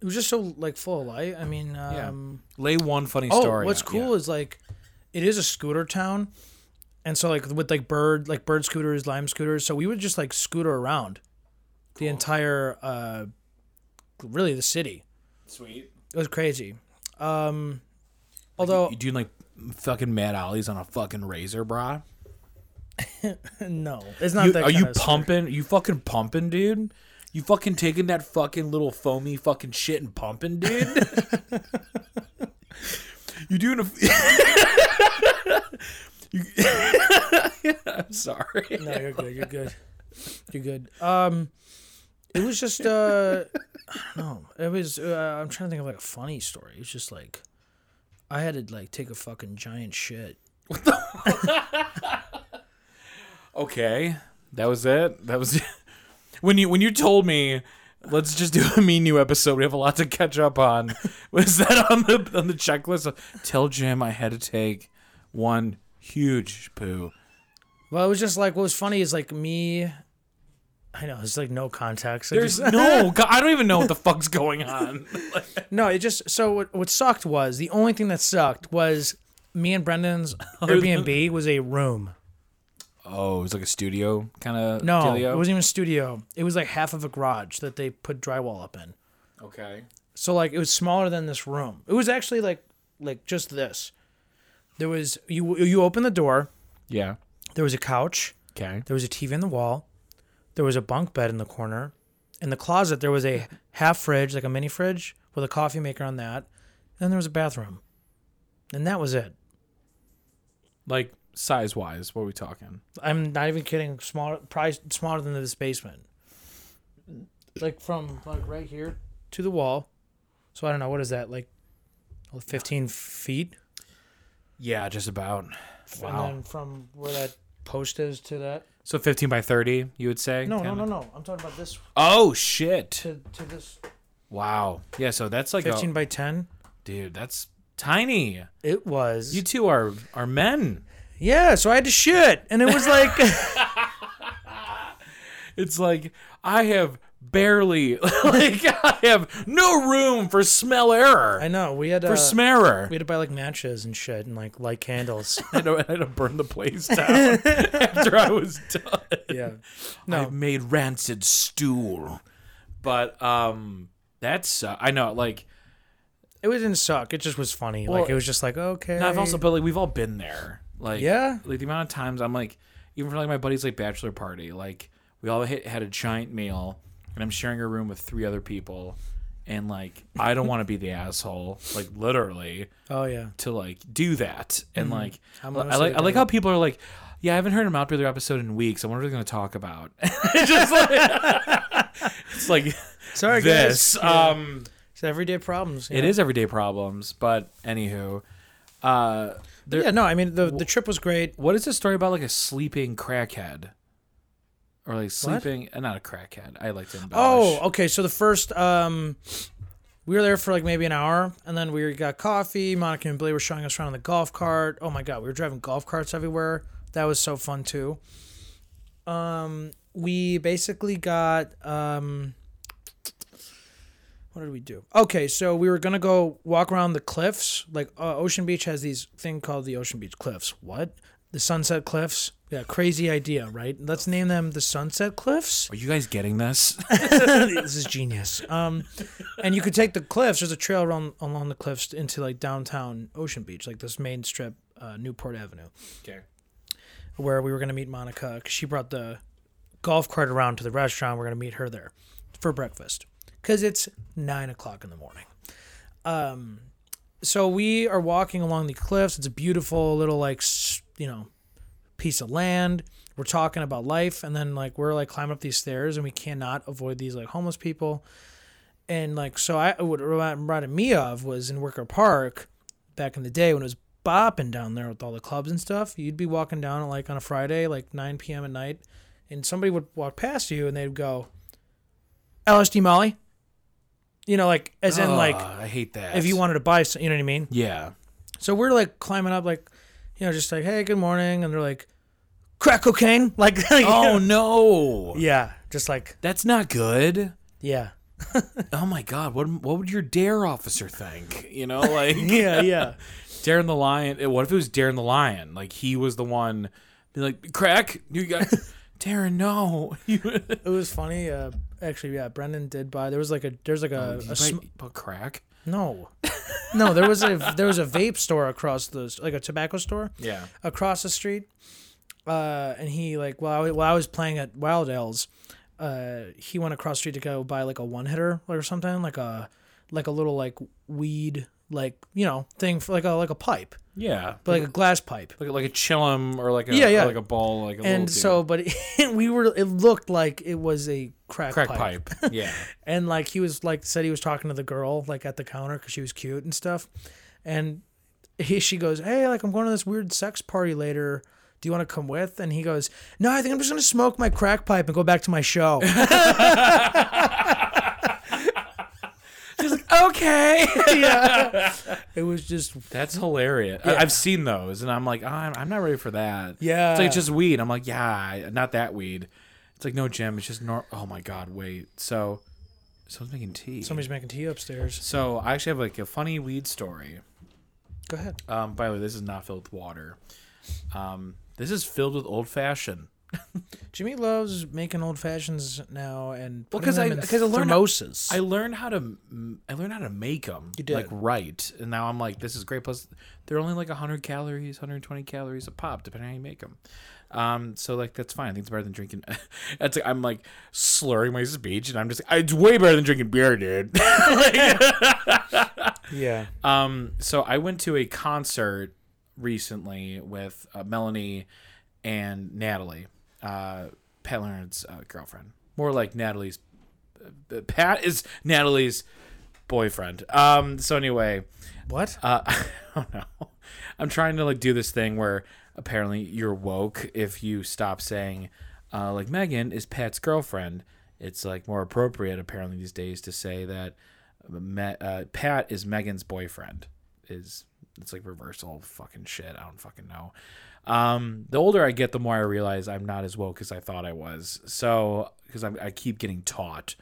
[SPEAKER 1] it was just so like full of light. I mean, um,
[SPEAKER 3] Lay one funny
[SPEAKER 1] oh,
[SPEAKER 3] story.
[SPEAKER 1] what's
[SPEAKER 3] out,
[SPEAKER 1] cool is like, it is a scooter town, and so like with like bird like bird scooters, lime scooters. So we would just like scooter around the entire uh, really the city.
[SPEAKER 3] Yeah. Sweet.
[SPEAKER 1] It was crazy. Um, although
[SPEAKER 3] You doing like fucking mad ollies on a fucking razor, brah?
[SPEAKER 1] no, it's not
[SPEAKER 3] You-
[SPEAKER 1] that.
[SPEAKER 3] are you
[SPEAKER 1] kinda scooter.
[SPEAKER 3] pumping? You fucking pumping, dude? You fucking taking that fucking little foamy fucking shit and pumping, dude? you doing a? You- I'm sorry.
[SPEAKER 1] No, you're good. You're good. You're good. Um, it was just uh, I don't know. It was. Uh, I'm trying to think of like a funny story. It was just like, I had to like take a fucking giant shit.
[SPEAKER 3] Okay, that was it. That was when you when you told me. Let's just do a me new episode. We have a lot to catch up on. Was that on the on the checklist? Tell Jim I had to take one huge poo.
[SPEAKER 1] Well, it was just like what was funny is like me. I know it's like no context. I
[SPEAKER 3] There's
[SPEAKER 1] just-
[SPEAKER 3] no. God, I don't even know what the fuck's going on.
[SPEAKER 1] no. It just so what, what sucked was the only thing that sucked was me and Brendan's Airbnb was a room.
[SPEAKER 3] Oh, it was like a studio kind of.
[SPEAKER 1] No, it wasn't even a studio. It was like half of a garage that they put drywall up in.
[SPEAKER 3] okay.
[SPEAKER 1] So like it was smaller than this room. It was actually like like just this. There was you you open the door.
[SPEAKER 3] Yeah.
[SPEAKER 1] There was a couch.
[SPEAKER 3] Okay.
[SPEAKER 1] There was a TV in the wall. There was a bunk bed in the corner. In the closet there was a half fridge, like a mini fridge with a coffee maker on that. And there was a bathroom. And that was it.
[SPEAKER 3] Like size wise, what are we talking?
[SPEAKER 1] I'm not even kidding. Smaller, probably smaller than this basement. Like from like right here to the wall. So I don't know what is that like, fifteen feet.
[SPEAKER 3] Yeah, just about. Wow.
[SPEAKER 1] And then from where that post is to that.
[SPEAKER 3] so 15 by 30, you would say?
[SPEAKER 1] No, no,
[SPEAKER 3] Kinda?
[SPEAKER 1] no, no. I'm talking about this
[SPEAKER 3] Oh shit!
[SPEAKER 1] to, to this
[SPEAKER 3] Wow. Yeah. So that's like
[SPEAKER 1] 15
[SPEAKER 3] a
[SPEAKER 1] by 10.
[SPEAKER 3] dude. That's tiny.
[SPEAKER 1] It was.
[SPEAKER 3] You two are are men.
[SPEAKER 1] yeah, so I had to shit. And it was like,
[SPEAKER 3] It's like I have barely like I have no room for smell error
[SPEAKER 1] I know. We had, uh,
[SPEAKER 3] for smearer.
[SPEAKER 1] we had to buy like matches and shit and like light candles.
[SPEAKER 3] I had, to, I had to burn the place down after I was done.
[SPEAKER 1] yeah.
[SPEAKER 3] I made rancid stool, but um, that's uh, I know like
[SPEAKER 1] It was- didn't suck. It just was funny.
[SPEAKER 3] Well,
[SPEAKER 1] like it was just like okay.
[SPEAKER 3] No, I've also, but like we've all been there. Like
[SPEAKER 1] Yeah.
[SPEAKER 3] like the amount of times I'm like, even for like my buddy's like bachelor party, like we all hit, had a giant meal, and I'm sharing a room with three other people, and like I don't want to be the asshole, like literally
[SPEAKER 1] oh yeah.
[SPEAKER 3] to like do that, and like
[SPEAKER 1] Mm-hmm. I'm
[SPEAKER 3] I
[SPEAKER 1] honestly
[SPEAKER 3] like I like
[SPEAKER 1] gonna-
[SPEAKER 3] how people are like. Yeah, I haven't heard him out their episode in weeks. I wonder what they're going to talk about. it's just like, it's like
[SPEAKER 1] Sorry
[SPEAKER 3] this.
[SPEAKER 1] guys.
[SPEAKER 3] Um,
[SPEAKER 1] It's everyday problems.
[SPEAKER 3] It is everyday problems, but anywho, uh, there,
[SPEAKER 1] Yeah. No, I mean the the trip was great.
[SPEAKER 3] What is the story about like a sleeping crackhead? Or like sleeping, uh, not a crackhead. I like to embellish.
[SPEAKER 1] Oh, okay. So the first, um, we were there for like maybe an hour, and then we got coffee. Monica and Billy were showing us around on the golf cart. Oh my god, we were driving golf carts everywhere. That was so fun too. Um, we basically got um, what did we do? Okay, so we were gonna go walk around the cliffs. Like uh, Ocean Beach has these thing called the Ocean Beach Cliffs. What? The Sunset Cliffs. Yeah, crazy idea, right? Let's name them the Sunset Cliffs
[SPEAKER 3] are you guys getting this?
[SPEAKER 1] this is genius. Um, and you could take the cliffs. There's a trail around along the cliffs into like downtown Ocean Beach, like this main strip, uh, Newport Avenue,
[SPEAKER 3] okay.
[SPEAKER 1] where we were gonna meet Monica. 'cause she brought the golf cart around to the restaurant. We're gonna meet her there for breakfast because it's nine o'clock in the morning. Um, so we are walking along the cliffs. It's a beautiful little like s- you know piece of land. We're talking about life, and then like we're like climbing up these stairs, and we cannot avoid these like homeless people. And like so, I what it reminded me of was in Wicker Park back in the day when it was bopping down there with all the clubs and stuff. You'd be walking down like on a Friday, like 9 p.m. at night, and somebody would walk past you, and they'd go, "LSD Molly," you know, like as in like
[SPEAKER 3] I hate that.
[SPEAKER 1] if you wanted to buy, some- you know what I mean.
[SPEAKER 3] yeah,
[SPEAKER 1] So we're like climbing up, like, you know, just like, hey, good morning. And they're like, crack cocaine? Like,
[SPEAKER 3] Oh no,
[SPEAKER 1] yeah. Just like,
[SPEAKER 3] that's not good.
[SPEAKER 1] yeah.
[SPEAKER 3] Oh my god, what what would your dare officer think? You know, like
[SPEAKER 1] Yeah, yeah.
[SPEAKER 3] Darren the Lion. eh, What if it was Darren the Lion? Like he was the one, be like crack. You got Darren. No, you.
[SPEAKER 1] it was funny. Uh, actually, yeah, Brendan did buy. There was like a, there's like a, a sm-
[SPEAKER 3] but crack.
[SPEAKER 1] no. No, there was a, there was a vape store across the, like a tobacco store
[SPEAKER 3] Yeah.
[SPEAKER 1] across the street. Uh, and he, like, while I, wa- while I was playing at Wild Elves, uh, he went across the street to go buy like a one hitter or something, like a, like a little like weed, like, you know, thing for like a, like a pipe.
[SPEAKER 3] Yeah.
[SPEAKER 1] but like a glass pipe.
[SPEAKER 3] like like a chillum or like a
[SPEAKER 1] Yeah, yeah.
[SPEAKER 3] or like a ball like a little
[SPEAKER 1] And
[SPEAKER 3] dude.
[SPEAKER 1] so, but we were. It looked like it was a crack,
[SPEAKER 3] crack
[SPEAKER 1] pipe.
[SPEAKER 3] pipe. Yeah.
[SPEAKER 1] and like he was like said he was talking to the girl like at the counter because she was cute and stuff, and he she goes, hey, like I'm going to this weird sex party later. Do you want to come with? And he goes, no, I think I'm just gonna smoke my crack pipe and go back to my show.
[SPEAKER 3] okay.
[SPEAKER 1] yeah, it was just
[SPEAKER 3] That's hilarious. I, I've seen those and I'm like, "Ah, I'm, I'm not ready for that.
[SPEAKER 1] Yeah.
[SPEAKER 3] It's like just weed. I'm like, yeah, I- not that weed. It's like no Jim, it's just nor oh my god, wait. So someone's making tea.
[SPEAKER 1] somebody's making tea upstairs.
[SPEAKER 3] so I actually have like a funny weed story.
[SPEAKER 1] Go ahead.
[SPEAKER 3] Um by the way, this is not filled with water. Um this is filled with old fashioned.
[SPEAKER 1] Jimmy loves making old fashions now and well,
[SPEAKER 3] 'cause I- 'cause I learned-
[SPEAKER 1] thermoses.
[SPEAKER 3] I learned how to m- I learned how to make them
[SPEAKER 1] You did.
[SPEAKER 3] like right, and now I'm like this is great. Plus, they're only like 100 calories, 120 calories a pop, depending on how you make them. Um, so like that's fine. I think it's better than drinking. That's like I'm like slurring my speech, and I'm just it's way better than drinking beer, dude.
[SPEAKER 1] yeah,
[SPEAKER 3] Um, so I went to a concert recently with uh, Melanie and Natalie, uh, Pat Leonard's uh, girlfriend. More like Natalie's. Uh, Pat is Natalie's boyfriend. Um, so anyway,
[SPEAKER 1] what?
[SPEAKER 3] uh, I don't know. I'm trying to like do this thing where apparently you're woke if you stop saying uh, like Megan is Pat's girlfriend. It's like more appropriate apparently these days to say that Me- uh, Pat is Megan's boyfriend. Is it's like reversal fucking shit. I don't fucking know. Um, the older I get, the more I realize I'm not as woke as I thought I was. So because I keep getting taught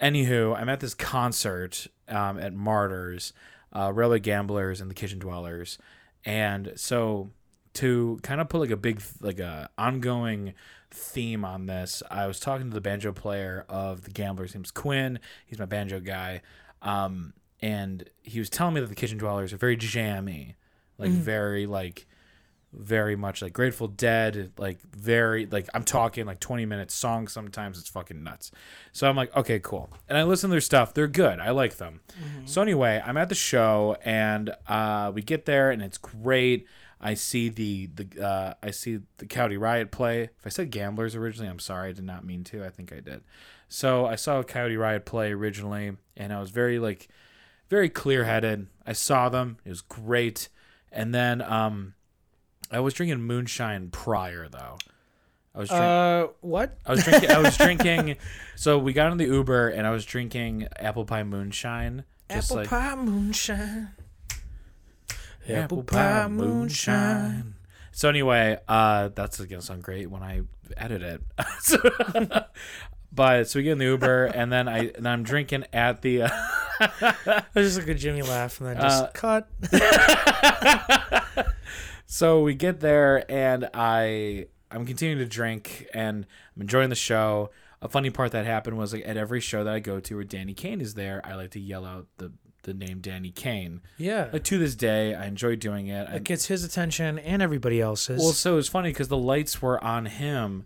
[SPEAKER 3] anywho, I'm at this concert um, at Martyrs, uh, Railway Gamblers, and the Kitchen Dwellers, and so to kind of put like a big like a ongoing theme on this, I was talking to the banjo player of the Gamblers. His name's Quinn. He's my banjo guy. Um, and he was telling me that the kitchen dwellers are very jammy, like very like very much like Grateful Dead, like very like I'm talking like 20 minute songs sometimes it's fucking nuts. So I'm like, okay, cool. And I listen to their stuff. They're good. I like them. So anyway, I'm at the show and uh, we get there and it's great. I see the the uh, I see the County Riot play. If I said Gamblers originally, I'm sorry, I did not mean to. I think I did. So I saw Coyote Riot play originally, and I was very like very clear headed. I saw them. It was great. And then um, I was drinking moonshine prior though. I was drinking.
[SPEAKER 1] Uh, what?
[SPEAKER 3] I was drinking. I was drinking. So we got in the Uber, and I was drinking apple pie moonshine. Just
[SPEAKER 1] Apple
[SPEAKER 3] like,
[SPEAKER 1] pie moonshine.
[SPEAKER 3] Apple pie moonshine. So anyway, uh, that's gonna sound great when I edit it. So- but so we get in the Uber, and then I and I'm drinking at the. Uh,
[SPEAKER 1] That was just like a Jimmy laugh, and then just
[SPEAKER 3] Uh,
[SPEAKER 1] cut.
[SPEAKER 3] so we get there, and I I'm continuing to drink, and I'm enjoying the show. A funny part that happened was like at every show that I go to where Danny Kane is there, I like to yell out the the name Danny Kane.
[SPEAKER 1] Yeah,
[SPEAKER 3] Like to this day, I enjoy doing it. I-
[SPEAKER 1] it gets his attention and everybody else's.
[SPEAKER 3] Well, so it was funny because the lights were on him,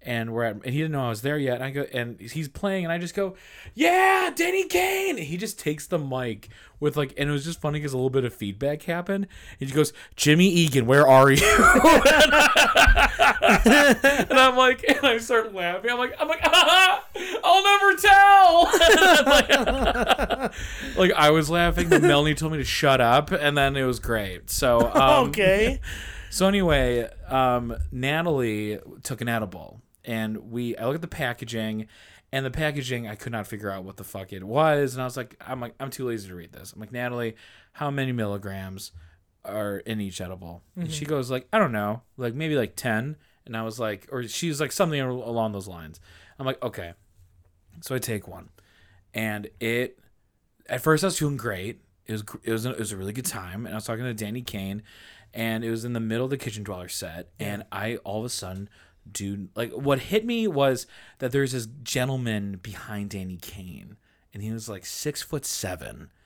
[SPEAKER 3] and we're at, and he didn't know I was there yet. And I go, and he's playing, and I just go, "Yeah, Danny Kane." And he just takes the mic with like, and it was just funny because a little bit of feedback happened. And he goes, "Jimmy Egan, where are you?" and I'm like, and I start laughing. I'm like, I'm like, I'll never tell. like, I was laughing. but Melanie told me to shut up, and then it was great. So
[SPEAKER 1] Oh,
[SPEAKER 3] um,
[SPEAKER 1] okay.
[SPEAKER 3] so anyway, um, Natalie took an edible, and we I looked at the packaging, and the packaging I could not figure out what the fuck it was, and I was like, I'm like I'm too lazy to read this. I'm like Natalie, how many milligrams are in each edible? And she goes like I don't know, like maybe like ten, and I was like, or she's like something al- along those lines. I'm like okay, so I take one, and it at first I was feeling great. It was gr- it was a, it was a really good time, and I was talking to Danny Kane, and it was in the middle of the Kitchen Dweller set, and I all of a sudden do like what hit me was that there's this gentleman behind Danny Kane, and he was like six foot seven.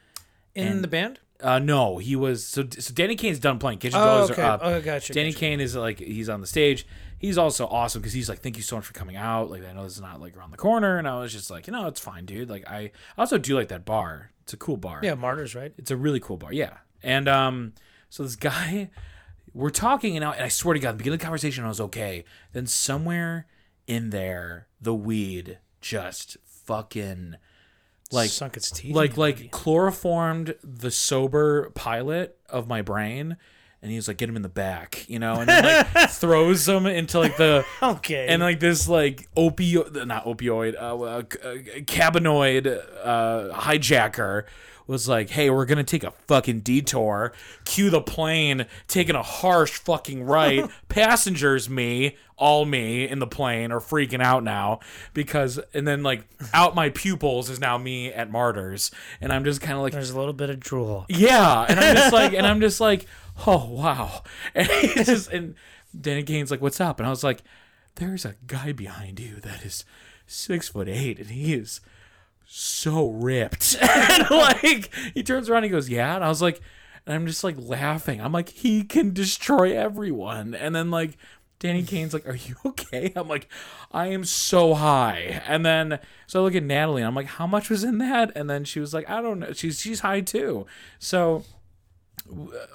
[SPEAKER 1] In
[SPEAKER 3] And-
[SPEAKER 1] the band?
[SPEAKER 3] Uh, no, he was so so Danny Kane's done playing. Kitchen
[SPEAKER 1] Oh,
[SPEAKER 3] Dwellers
[SPEAKER 1] okay.
[SPEAKER 3] are up.
[SPEAKER 1] Oh, gotcha.
[SPEAKER 3] Danny
[SPEAKER 1] gotcha.
[SPEAKER 3] Kane is like he's on the stage. He's also awesome because he's like, "Thank you so much for coming out." Like I know this is not like around the corner, and I was just like, you know, it's fine, dude. Like I I also do like that bar. It's a cool bar.
[SPEAKER 1] Yeah, martyrs, right?
[SPEAKER 3] It's a really cool bar. Yeah. And um, so this guy, we're talking, and I, and I swear to God, at the beginning of the conversation, I was okay. Then somewhere in there, the weed just fucking like
[SPEAKER 1] sunk its teeth.
[SPEAKER 3] like like chloroformed the sober pilot of my brain and he's like get him in the back you know and then like throws him into like the
[SPEAKER 1] okay.
[SPEAKER 3] and like this like opioid not opioid uh, uh, c- uh cannabinoid uh hijacker was like hey we're gonna take a fucking detour cue the plane taking a harsh fucking right passengers me all me in the plane are freaking out now because and then like out my pupils is now me at martyrs and i'm just kind of like
[SPEAKER 1] there's a little bit of drool.
[SPEAKER 3] yeah, and I'm just like, and I'm just like, oh wow, and he's just, and Danny Kane's like, what's up? And I was like, there's a guy behind you that is six foot eight, and he is so ripped, and like he turns around, and he goes, yeah, and I was like, and I'm just like laughing. I'm like, he can destroy everyone, and then like. Danny Kane's like, "Are you okay?" I'm like, "I am so high." And then so I look at Natalie, and I'm like, "How much was in that?" And then she was like, "I don't know." She's she's high too. So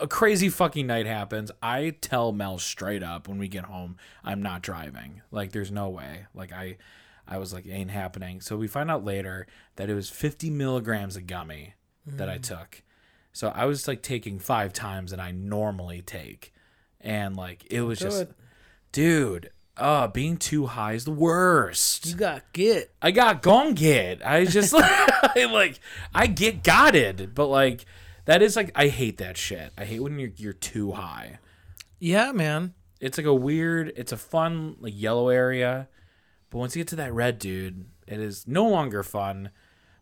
[SPEAKER 3] a crazy fucking night happens. I tell Mel straight up when we get home, I'm not driving. Like there's no way. Like I I was like, ain't happening. So we find out later that it was 50 milligrams of gummy that I took. So I was like taking five times that I normally take. And like it was just
[SPEAKER 1] it.
[SPEAKER 3] dude, uh being too high is the worst.
[SPEAKER 1] You got get.
[SPEAKER 3] I got gone get. I just I, like I get gotted, but like that is like I hate that shit. I hate when you're you're too high.
[SPEAKER 1] Yeah, man.
[SPEAKER 3] It's like a weird. It's a fun like yellow area, but once you get to that red, dude, it is no longer fun.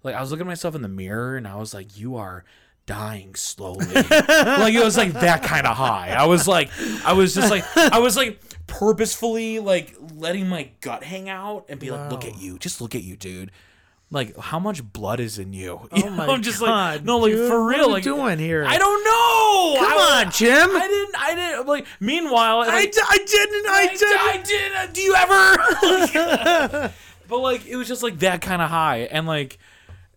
[SPEAKER 3] Like I was looking at myself in the mirror and I was like, "You are." dying slowly like it was like that kind of high i was like i was just like i was like purposefully like letting my gut hang out and be like look at you just look at you dude like how much blood is in you?
[SPEAKER 1] Oh my
[SPEAKER 3] I'm just like
[SPEAKER 1] God,
[SPEAKER 3] no, like
[SPEAKER 1] dude,
[SPEAKER 3] for
[SPEAKER 1] what
[SPEAKER 3] real,
[SPEAKER 1] are we
[SPEAKER 3] like
[SPEAKER 1] doing here?
[SPEAKER 3] I don't know.
[SPEAKER 1] Come
[SPEAKER 3] I,
[SPEAKER 1] on, Jim.
[SPEAKER 3] I didn't. I didn't. Like meanwhile,
[SPEAKER 1] I,
[SPEAKER 3] like,
[SPEAKER 1] d- I didn't. I,
[SPEAKER 3] I,
[SPEAKER 1] didn't.
[SPEAKER 3] did. uh, Do you ever? but like, it was just like that kind of high, and like,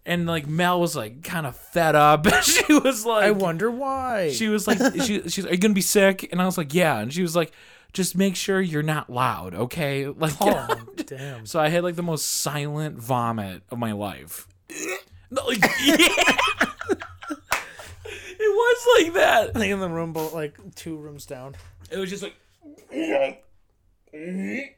[SPEAKER 3] and like Mel was like kind of fed up. she was like,
[SPEAKER 1] I, wonder why.
[SPEAKER 3] she was like, she, she's, are you gonna be sick? And I was like, yeah. And she was like, just make sure you're not loud, okay? Like,
[SPEAKER 1] oh, damn.
[SPEAKER 3] so I had like the most silent vomit of my life. No, like, yeah. it was like that.
[SPEAKER 1] Like in the room, but like two rooms down.
[SPEAKER 3] It was just like, you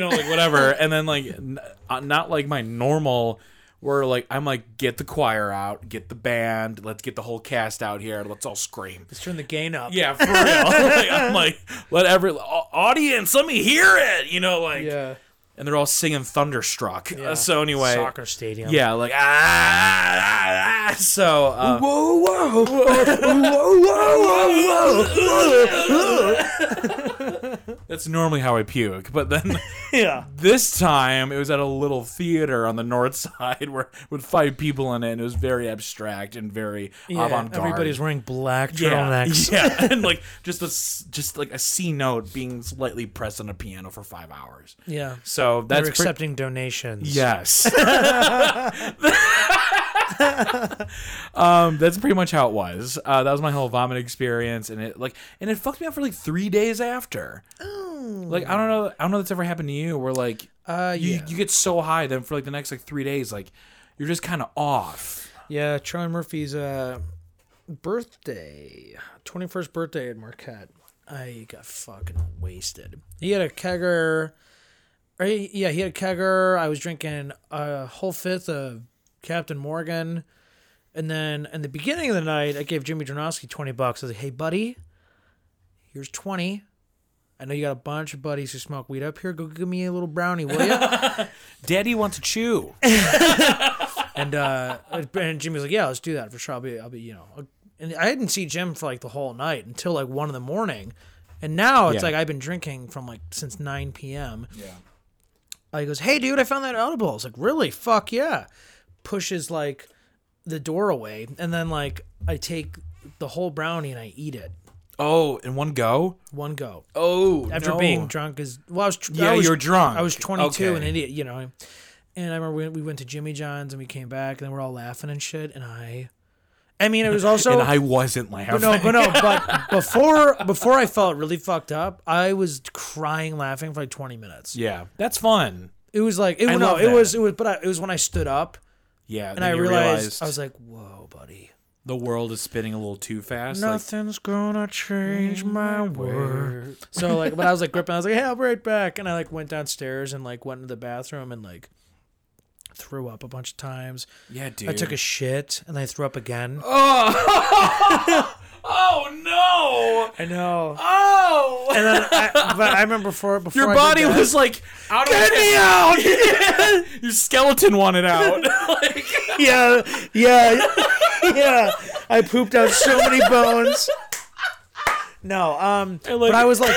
[SPEAKER 3] know, like whatever. And then like, n- uh, not like my normal. Where like I'm like get the choir out, get the band, let's get the whole cast out here, let's all scream.
[SPEAKER 1] Let's turn the gain up.
[SPEAKER 3] Yeah, for real. like, I'm like, let every au- audience, let me hear it. You know, like,
[SPEAKER 1] Yeah.
[SPEAKER 3] and they're all singing "Thunderstruck." Uh, so anyway,
[SPEAKER 1] Soccer stadium.
[SPEAKER 3] yeah, like ah, ah, ah. so. Uh,
[SPEAKER 1] Whoa, whoa, whoa, whoa, whoa, whoa, whoa.
[SPEAKER 3] That's normally how I puke, but then
[SPEAKER 1] Yeah.
[SPEAKER 3] this time it was at a little theater on the north side where with five people in it, and it was very abstract and very avant-garde.
[SPEAKER 1] Everybody's wearing black
[SPEAKER 3] yeah,
[SPEAKER 1] turtlenecks.
[SPEAKER 3] yeah, and like just a s- just like a C note being slightly pressed on a piano for five hours.
[SPEAKER 1] Yeah.
[SPEAKER 3] So
[SPEAKER 1] They're
[SPEAKER 3] that's pre-
[SPEAKER 1] accepting donations.
[SPEAKER 3] Yes. um, that's pretty much how it was. Uh, that was my whole vomit experience, and it like and it fucked me up for like three days after. Like I don't know, I don't know if that's ever happened to you. Where like
[SPEAKER 1] Uh,
[SPEAKER 3] you
[SPEAKER 1] yeah.
[SPEAKER 3] you get so high, then for like the next like three days, like you're just kind of off.
[SPEAKER 1] Yeah, Charlie Murphy's uh, birthday, 21st birthday at Marquette. I got fucking wasted. He had a kegger. Or he, yeah, he had a kegger. I was drinking a whole fifth of Captain Morgan. And then in the beginning of the night, I gave Jimmy Janowski 20 bucks. I was like, hey, buddy, here's 20. I know you got a bunch of buddies who smoke weed up here. Go give me a little brownie, will you?
[SPEAKER 3] Daddy wants to chew.
[SPEAKER 1] and uh and Jimmy was like, "Yeah, let's do that for sure. I'll be, I'll be, you know." And I didn't see Jim for like the whole night until like one in the morning, and now it's
[SPEAKER 3] Yeah.
[SPEAKER 1] like I've been drinking from like since nine p.m. Yeah. he goes, "Hey, dude, I found that edible." It's like, "Really? Fuck yeah!" Pushes like the door away, and then like I take the whole brownie and I eat it
[SPEAKER 3] Oh, in one go.
[SPEAKER 1] one go
[SPEAKER 3] Oh,
[SPEAKER 1] after
[SPEAKER 3] no.
[SPEAKER 1] being drunk as well. I was tr-
[SPEAKER 3] Yeah,
[SPEAKER 1] I was,
[SPEAKER 3] you were drunk.
[SPEAKER 1] I was 22,
[SPEAKER 3] Okay.
[SPEAKER 1] an idiot, you know. And I remember we, we went to Jimmy John's and we came back and then we're all laughing and shit. And I, I mean, it was also
[SPEAKER 3] and I wasn't laughing.
[SPEAKER 1] but no, but no, but before before I felt really fucked up, I was crying laughing for like 20 minutes.
[SPEAKER 3] yeah, that's fun.
[SPEAKER 1] It was like it,
[SPEAKER 3] I
[SPEAKER 1] no,
[SPEAKER 3] love
[SPEAKER 1] it was
[SPEAKER 3] that.
[SPEAKER 1] it was, but I, it was when I stood up
[SPEAKER 3] Yeah,
[SPEAKER 1] and I realized, I was like, whoa, buddy,
[SPEAKER 3] the world is spinning a little too fast. like- Mm,
[SPEAKER 1] nothing's gonna change my world. So like, but I was like gripping. I was like, "Hey, I'll be right back." And I like went downstairs and like went into the bathroom and like threw up a bunch of times.
[SPEAKER 3] yeah, dude.
[SPEAKER 1] I took a shit and I threw up again.
[SPEAKER 3] Oh, oh no!
[SPEAKER 1] I know.
[SPEAKER 3] Oh,
[SPEAKER 1] And then I, but I remember before before
[SPEAKER 3] your
[SPEAKER 1] I did
[SPEAKER 3] body
[SPEAKER 1] that-
[SPEAKER 3] was like, out get me out! your skeleton wanted out. like,
[SPEAKER 1] yeah yeah yeah. I pooped out so many bones. No, um,
[SPEAKER 3] like-
[SPEAKER 1] but I was like,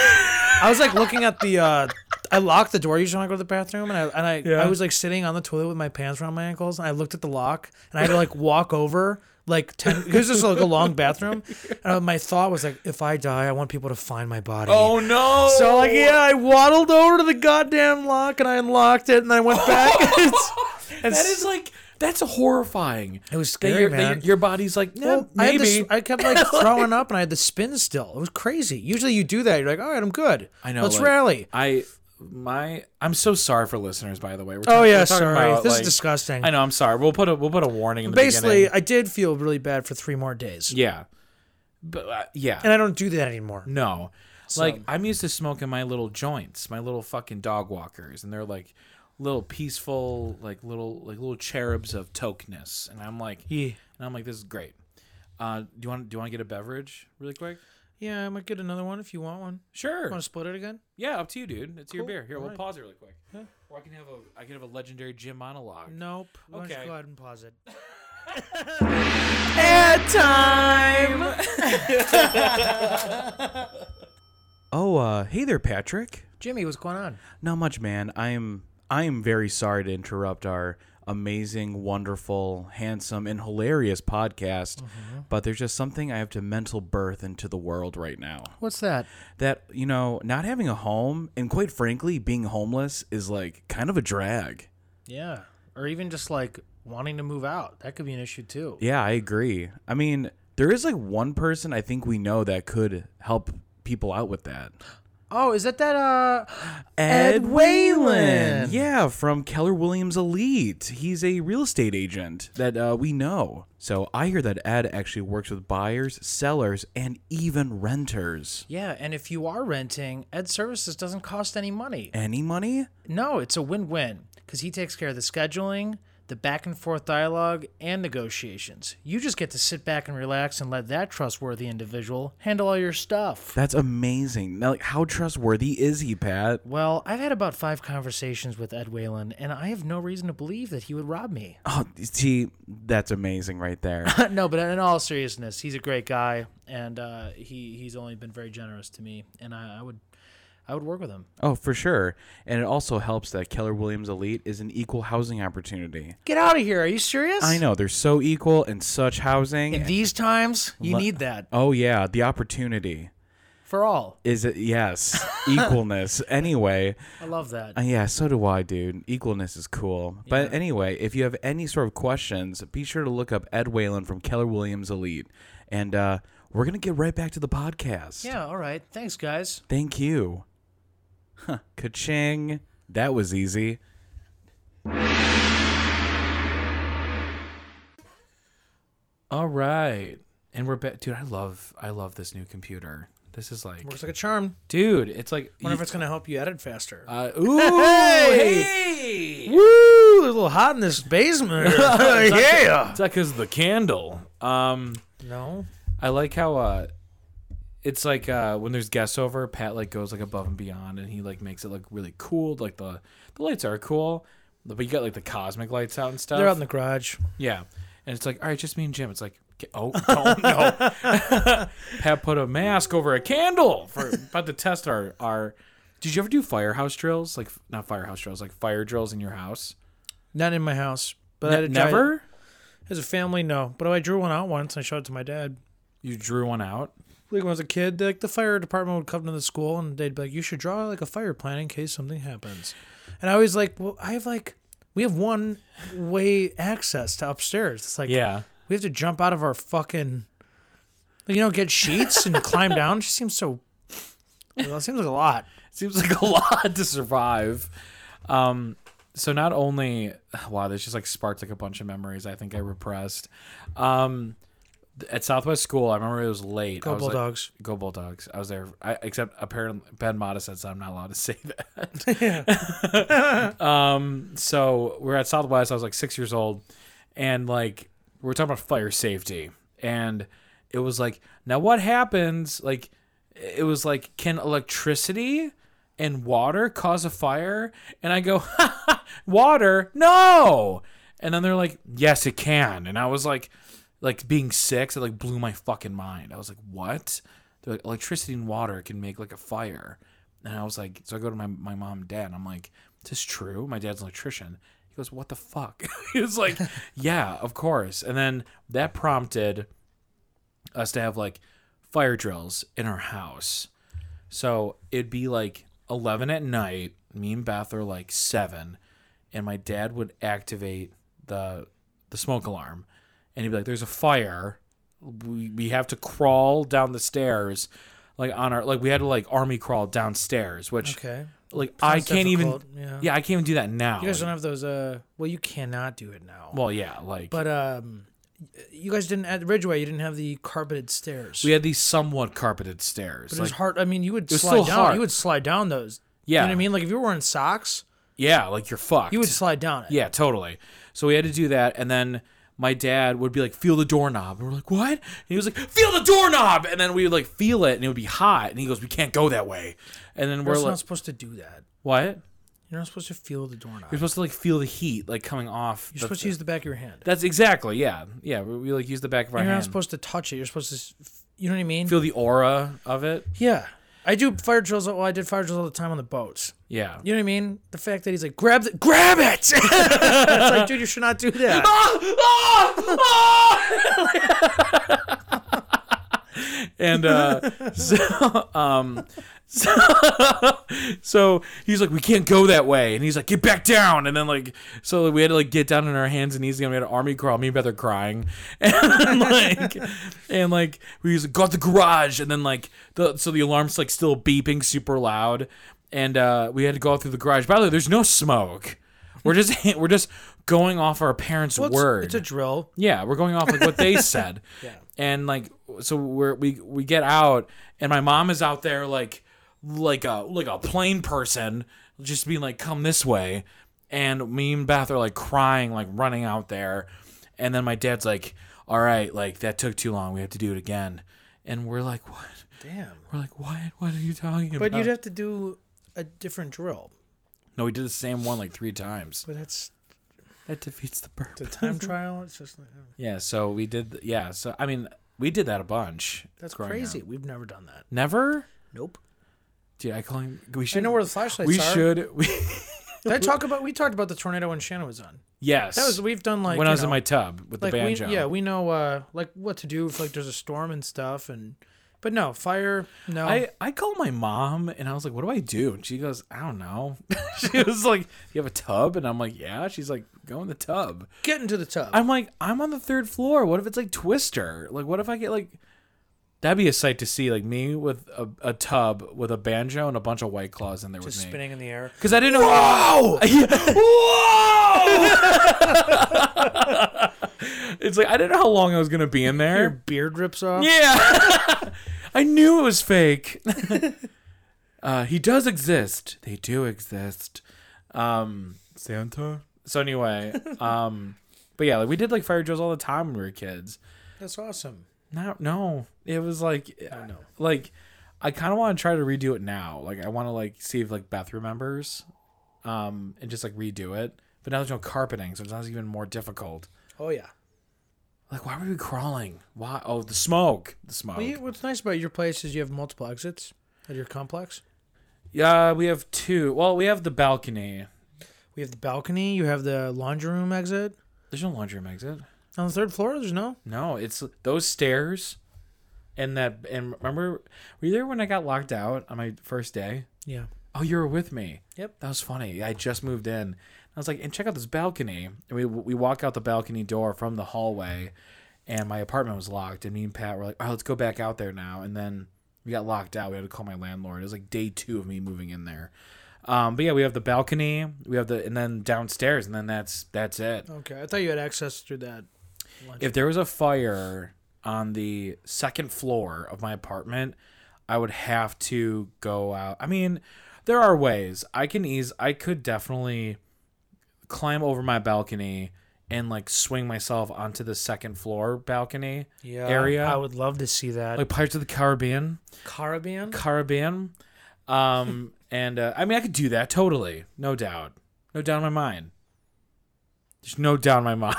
[SPEAKER 1] I was like looking at the. uh I locked the door usually when I go to the bathroom, and I and I, I was like sitting on the toilet with my pants around my ankles, and I looked at the lock, and I had to like walk over like ten because this is like a long bathroom, and uh, my thought was like, if I die, I want people to find my body.
[SPEAKER 3] oh no!
[SPEAKER 1] So like yeah, I waddled over to the goddamn lock and I unlocked it and I went back. and, and
[SPEAKER 3] that is like that's horrifying.
[SPEAKER 1] it was
[SPEAKER 3] That
[SPEAKER 1] scary,
[SPEAKER 3] your, that
[SPEAKER 1] man.
[SPEAKER 3] your- your body's like, no,
[SPEAKER 1] Well, I, had
[SPEAKER 3] maybe.
[SPEAKER 1] this- I kept like throwing up and I had the spin still. It was crazy. Usually you do that. You're like, all right, I'm good.
[SPEAKER 3] I know.
[SPEAKER 1] Let's
[SPEAKER 3] like,
[SPEAKER 1] rally.
[SPEAKER 3] I my I'm so sorry for listeners. By the way, We're
[SPEAKER 1] Oh
[SPEAKER 3] talking-
[SPEAKER 1] yeah,
[SPEAKER 3] we're talking
[SPEAKER 1] sorry.
[SPEAKER 3] about,
[SPEAKER 1] this
[SPEAKER 3] like-
[SPEAKER 1] is disgusting.
[SPEAKER 3] I know. I'm sorry. We'll put a we'll put a warning in the
[SPEAKER 1] Basically,
[SPEAKER 3] beginning.
[SPEAKER 1] I did feel really bad for three more days,
[SPEAKER 3] yeah, but uh, yeah.
[SPEAKER 1] and I don't do that anymore.
[SPEAKER 3] No. Like I'm used to smoking my little joints, my little fucking dog walkers, and they're like little peaceful, like little like little cherubs of tokeness. And I'm like
[SPEAKER 1] Yeah,
[SPEAKER 3] and I'm like, this is great. Uh do you want do you want to get a beverage really quick?
[SPEAKER 1] yeah. I might get another one if you want one.
[SPEAKER 3] Sure.
[SPEAKER 1] Want to split it again?
[SPEAKER 3] Yeah, up to you, dude. It's your beer. Here, we'll
[SPEAKER 1] Alright.
[SPEAKER 3] pause it really quick. Or I can have a I can have a legendary Jim monologue.
[SPEAKER 1] Nope. Why don't you
[SPEAKER 3] Okay.
[SPEAKER 1] go ahead and pause it.
[SPEAKER 3] Ad time Oh uh hey there, Patrick.
[SPEAKER 1] Jimmy, what's going on?
[SPEAKER 4] Not much, man. I'm
[SPEAKER 3] I am very sorry to interrupt our amazing, wonderful, handsome, and hilarious podcast, but there's just something I have to mental birth into the world right now.
[SPEAKER 1] What's that?
[SPEAKER 3] That, you know, not having a home, and quite frankly, being homeless is like kind of a drag.
[SPEAKER 2] Yeah. Or even just like wanting to move out. That could be an issue too.
[SPEAKER 3] Yeah, I agree. I mean, there is like one person I think we know that could help people out with that.
[SPEAKER 2] Oh, is that that uh
[SPEAKER 3] Ed
[SPEAKER 2] Whalen.
[SPEAKER 3] Yeah, from Keller Williams Elite. He's a real estate agent that uh, we know. So I hear that Ed actually works with buyers, sellers, and even renters.
[SPEAKER 2] Yeah, and if you are renting, Ed Services doesn't cost any money.
[SPEAKER 3] Any money?
[SPEAKER 2] No, it's a win-win cuz he takes care of the scheduling, the back and forth dialogue, and negotiations. You just get to sit back and relax and let that trustworthy individual handle all your stuff.
[SPEAKER 3] That's amazing. Now, like, how trustworthy is he, Pat?
[SPEAKER 2] Well, I've had about 5 conversations with Ed Whalen, and I have no reason to believe that he would rob me.
[SPEAKER 3] Oh, see, that's amazing right there.
[SPEAKER 2] no, but in all seriousness, he's a great guy, and uh, he he's only been very generous to me, and I, I would I would work with him.
[SPEAKER 3] Oh, for sure. And it also helps that Keller Williams Elite is an equal housing opportunity.
[SPEAKER 2] Get out of here! Are you serious?
[SPEAKER 3] I know, they're so equal and such housing.
[SPEAKER 2] In these times, you
[SPEAKER 3] Le-
[SPEAKER 2] need that
[SPEAKER 3] oh, yeah, the opportunity.
[SPEAKER 2] for all.
[SPEAKER 3] Is it yes, equalness. anyway,
[SPEAKER 2] I love that.
[SPEAKER 3] uh, yeah, so do I, dude. Equalness is cool. But anyway, if you have any sort of questions, be sure to look up Ed Whalen from Keller Williams Elite, and uh, we're gonna get right back to the podcast.
[SPEAKER 2] yeah. All right. Thanks, guys.
[SPEAKER 3] Thank you. Huh, ka-ching. That was easy.
[SPEAKER 5] All right, and we're back, dude. I love, I love this new computer. This is like,
[SPEAKER 1] Works like a charm.
[SPEAKER 5] dude, it's like,
[SPEAKER 1] Wonder if it's gonna help you edit faster.
[SPEAKER 5] uh, ooh, hey,
[SPEAKER 1] Woo! A little hot in this basement. yeah.
[SPEAKER 5] it's like cause of the candle. Um,
[SPEAKER 1] No.
[SPEAKER 5] I like how uh it's like uh when there's guests over, Pat like goes like above and beyond and he like makes it look really cool. Like the the lights are cool. But you got like the cosmic lights out and stuff.
[SPEAKER 1] They're out in the garage.
[SPEAKER 5] yeah. And it's like, all right, just me and Jim. It's like "K- oh, oh no. Pat put a mask over a candle for about to test our our did you ever do firehouse drills? Like not firehouse drills, like fire drills in your house?
[SPEAKER 1] Not in my house. But I had
[SPEAKER 5] Ne-
[SPEAKER 1] to try it.
[SPEAKER 5] never?
[SPEAKER 1] As a family, no. But I drew one out once. And I showed it to my dad.
[SPEAKER 5] You drew one out?
[SPEAKER 1] Like when I was a kid, like the fire department would come to the school and they'd be like, "You should draw like a fire plan in case something happens." And I was like, "Well, I have like, we have one way access to upstairs. It's like,
[SPEAKER 5] Yeah.
[SPEAKER 1] we have to jump out of our fucking, you know, get sheets and climb down. It just seems so. Well, it seems like a lot.
[SPEAKER 5] seems like a lot to survive. Um, so not only wow, this just like sparked like a bunch of memories I think I repressed. Um, th- at Southwest School, I remember it was late. I
[SPEAKER 1] Go
[SPEAKER 5] was like-
[SPEAKER 1] Bulldogs.
[SPEAKER 5] go Bulldogs! I was there. I, except apparently Ben Mata said so I'm not allowed to say that. um, so we're at Southwest. I was like six years old, and like we we're talking about fire safety, and it was like, now what happens? Like, it was like, can electricity and water cause a fire? And I go, water, no. And then they're like, yes, it can. And I was like, like being six, it like blew my fucking mind. I was like, what? They're like, electricity and water can make like a fire. And I was like, so I go to my, my mom and dad, and I'm like, is this true? My dad's an electrician. He goes, what the fuck? he was like, yeah, of course. And then that prompted us to have like fire drills in our house. So it'd be like 11 at night. Me and Beth are like seven, and my dad would activate the the smoke alarm, and he'd be like, "There's a fire. We we have to crawl down the stairs." Like on our like we had to like army crawl downstairs, which
[SPEAKER 1] Okay.
[SPEAKER 5] like I
[SPEAKER 1] Sounds
[SPEAKER 5] can't even
[SPEAKER 1] difficult, yeah.
[SPEAKER 5] yeah I can't even do that now.
[SPEAKER 1] You guys don't have those. Uh, well, you cannot do it now.
[SPEAKER 5] well yeah like
[SPEAKER 1] but um, you guys didn't at Ridgeway. You didn't have the carpeted stairs.
[SPEAKER 5] we had these somewhat carpeted stairs.
[SPEAKER 1] But
[SPEAKER 5] like,
[SPEAKER 1] it was hard. I mean, you would
[SPEAKER 5] was
[SPEAKER 1] slide
[SPEAKER 5] still
[SPEAKER 1] down.
[SPEAKER 5] hard.
[SPEAKER 1] You would slide down those. You know
[SPEAKER 5] yeah,
[SPEAKER 1] what I mean? Like if you were wearing socks,
[SPEAKER 5] yeah, like you're fucked.
[SPEAKER 1] you would slide down it.
[SPEAKER 5] Yeah, totally. So we had to do that, and then my dad would be like, "Feel the doorknob," and we're like, "What?" And he was like, "Feel the doorknob," and then we would like feel it, and it would be hot, and he goes, "We can't go that way," and then
[SPEAKER 1] You're
[SPEAKER 5] we're
[SPEAKER 1] also
[SPEAKER 5] like,
[SPEAKER 1] not supposed to do that.
[SPEAKER 5] "What?"
[SPEAKER 1] You're not supposed to feel the doorknob.
[SPEAKER 5] You're
[SPEAKER 1] You're
[SPEAKER 5] supposed to like feel the heat like coming off. the-
[SPEAKER 1] supposed to use the back of your hand.
[SPEAKER 5] That's exactly yeah, yeah. We, we like use the back of our
[SPEAKER 1] You're not
[SPEAKER 5] hand.
[SPEAKER 1] supposed to touch it. You're supposed to. s- You know what I mean?
[SPEAKER 5] feel the aura of it.
[SPEAKER 1] yeah. I do fire drills. Well, I did fire drills all the time on the boats.
[SPEAKER 5] Yeah.
[SPEAKER 1] You know what I mean? The fact that he's like, grab, the, grab it. it's like, dude, you should not do that.
[SPEAKER 5] Ah! And uh, so, um, so, so he's like, we can't go that way. And he's like, get back down. And then like, so we had to like get down on our hands and knees again. We had an army crawl. Me and Beth are crying. And like, and like, we was like, got the garage. And then like, the so the alarm's like still beeping super loud. And uh, we had to go out through the garage. By the way, there's no smoke. We're just we're just going off our parents'
[SPEAKER 1] Well, it's-
[SPEAKER 5] word.
[SPEAKER 1] It's a drill.
[SPEAKER 5] Yeah, we're going off like what they said. And like so we're we we get out and my mom is out there like like a like a plain person just being like come this way and me and Beth are like crying like running out there and then my dad's like all right like that took too long we have to do it again and we're like what
[SPEAKER 1] Damn.
[SPEAKER 5] we're like what what are you talking about
[SPEAKER 1] But you'd have to do a different drill.
[SPEAKER 5] no we did the same one like three times
[SPEAKER 1] But that's
[SPEAKER 5] that defeats the purpose
[SPEAKER 1] the time trial. It's just like, oh,
[SPEAKER 5] yeah so we did yeah so I mean we did that a bunch
[SPEAKER 1] that's
[SPEAKER 5] growing up.
[SPEAKER 1] crazy. We've never done that.
[SPEAKER 5] never
[SPEAKER 1] Nope.
[SPEAKER 5] Dude, I call him. We
[SPEAKER 1] I
[SPEAKER 5] should
[SPEAKER 1] know where the flashlights
[SPEAKER 5] we
[SPEAKER 1] are.
[SPEAKER 5] should. We,
[SPEAKER 1] Did I talk about? We talked about the tornado when Shannon was on.
[SPEAKER 5] yes,
[SPEAKER 1] That was we've done like
[SPEAKER 5] when I
[SPEAKER 1] you
[SPEAKER 5] was in
[SPEAKER 1] know,
[SPEAKER 5] my tub with
[SPEAKER 1] like
[SPEAKER 5] the
[SPEAKER 1] we,
[SPEAKER 5] banjo.
[SPEAKER 1] yeah we know uh like what to do if like there's a storm and stuff and but no fire no
[SPEAKER 5] I I called my mom and I was like, "What do I do?" And she goes, "I don't know." she was like, "You have a tub?" And I'm like, "Yeah." She's like, "Go in the tub."
[SPEAKER 1] get into the tub.
[SPEAKER 5] I'm like, "I'm on the third floor. What if it's like Twister? Like, what if I get like." That'd be a sight to see, like me with a, a tub with a banjo and a bunch of white claws in there
[SPEAKER 1] just
[SPEAKER 5] with me.
[SPEAKER 1] spinning in the air.
[SPEAKER 5] Because I didn't know. Whoa! Whoa! it's like I didn't know how long I was gonna be in
[SPEAKER 1] Your
[SPEAKER 5] there.
[SPEAKER 1] beard rips off.
[SPEAKER 5] Yeah, I knew it was fake. uh, he does exist. They do exist. Um, Santa. So anyway, um, but yeah, like we did like fire drills all the time when we were kids.
[SPEAKER 1] That's awesome.
[SPEAKER 5] No, no, it was like uh,
[SPEAKER 1] I know.
[SPEAKER 5] like I kind of want to try to redo it now. Like I want to like see if like Beth remembers, um, and just like redo it. But now there's no carpeting, so it's not even more difficult.
[SPEAKER 1] Oh yeah.
[SPEAKER 5] Like why were we crawling? Why? Oh, the smoke, the smoke.
[SPEAKER 1] Well, you, what's nice about your place is you have multiple exits at your complex.
[SPEAKER 5] yeah, we have two. Well, we have the balcony.
[SPEAKER 1] We have the balcony. You have the laundry room exit
[SPEAKER 5] There's no laundry room exit.
[SPEAKER 1] on the third floor. There's no.
[SPEAKER 5] No, it's those stairs, and that. And remember, were you there when I got locked out on my first day?
[SPEAKER 1] Yeah.
[SPEAKER 5] Oh, you were with me.
[SPEAKER 1] Yep.
[SPEAKER 5] That was funny. I just moved in. I was like, and check out this balcony. And we we walk out the balcony door from the hallway, and my apartment was locked. And me and Pat were like, oh, let's go back out there now. And then we got locked out. We had to call my landlord. It was like day two of me moving in there. Um, but yeah, we have the balcony. We have the and then downstairs, and then that's that's it.
[SPEAKER 1] Okay. I thought you had access through that.
[SPEAKER 5] If there was a fire on the second floor of my apartment, I would have to go out. I mean, there are ways. I can ease I could definitely climb over my balcony and like swing myself onto the second floor balcony area.
[SPEAKER 2] I
[SPEAKER 1] I would love to see that.
[SPEAKER 5] like Pirates of the Caribbean.
[SPEAKER 1] Caribbean.
[SPEAKER 5] Caribbean. Um and uh, I mean I could do that totally. No doubt. No doubt in my mind. There's no doubt in my mind.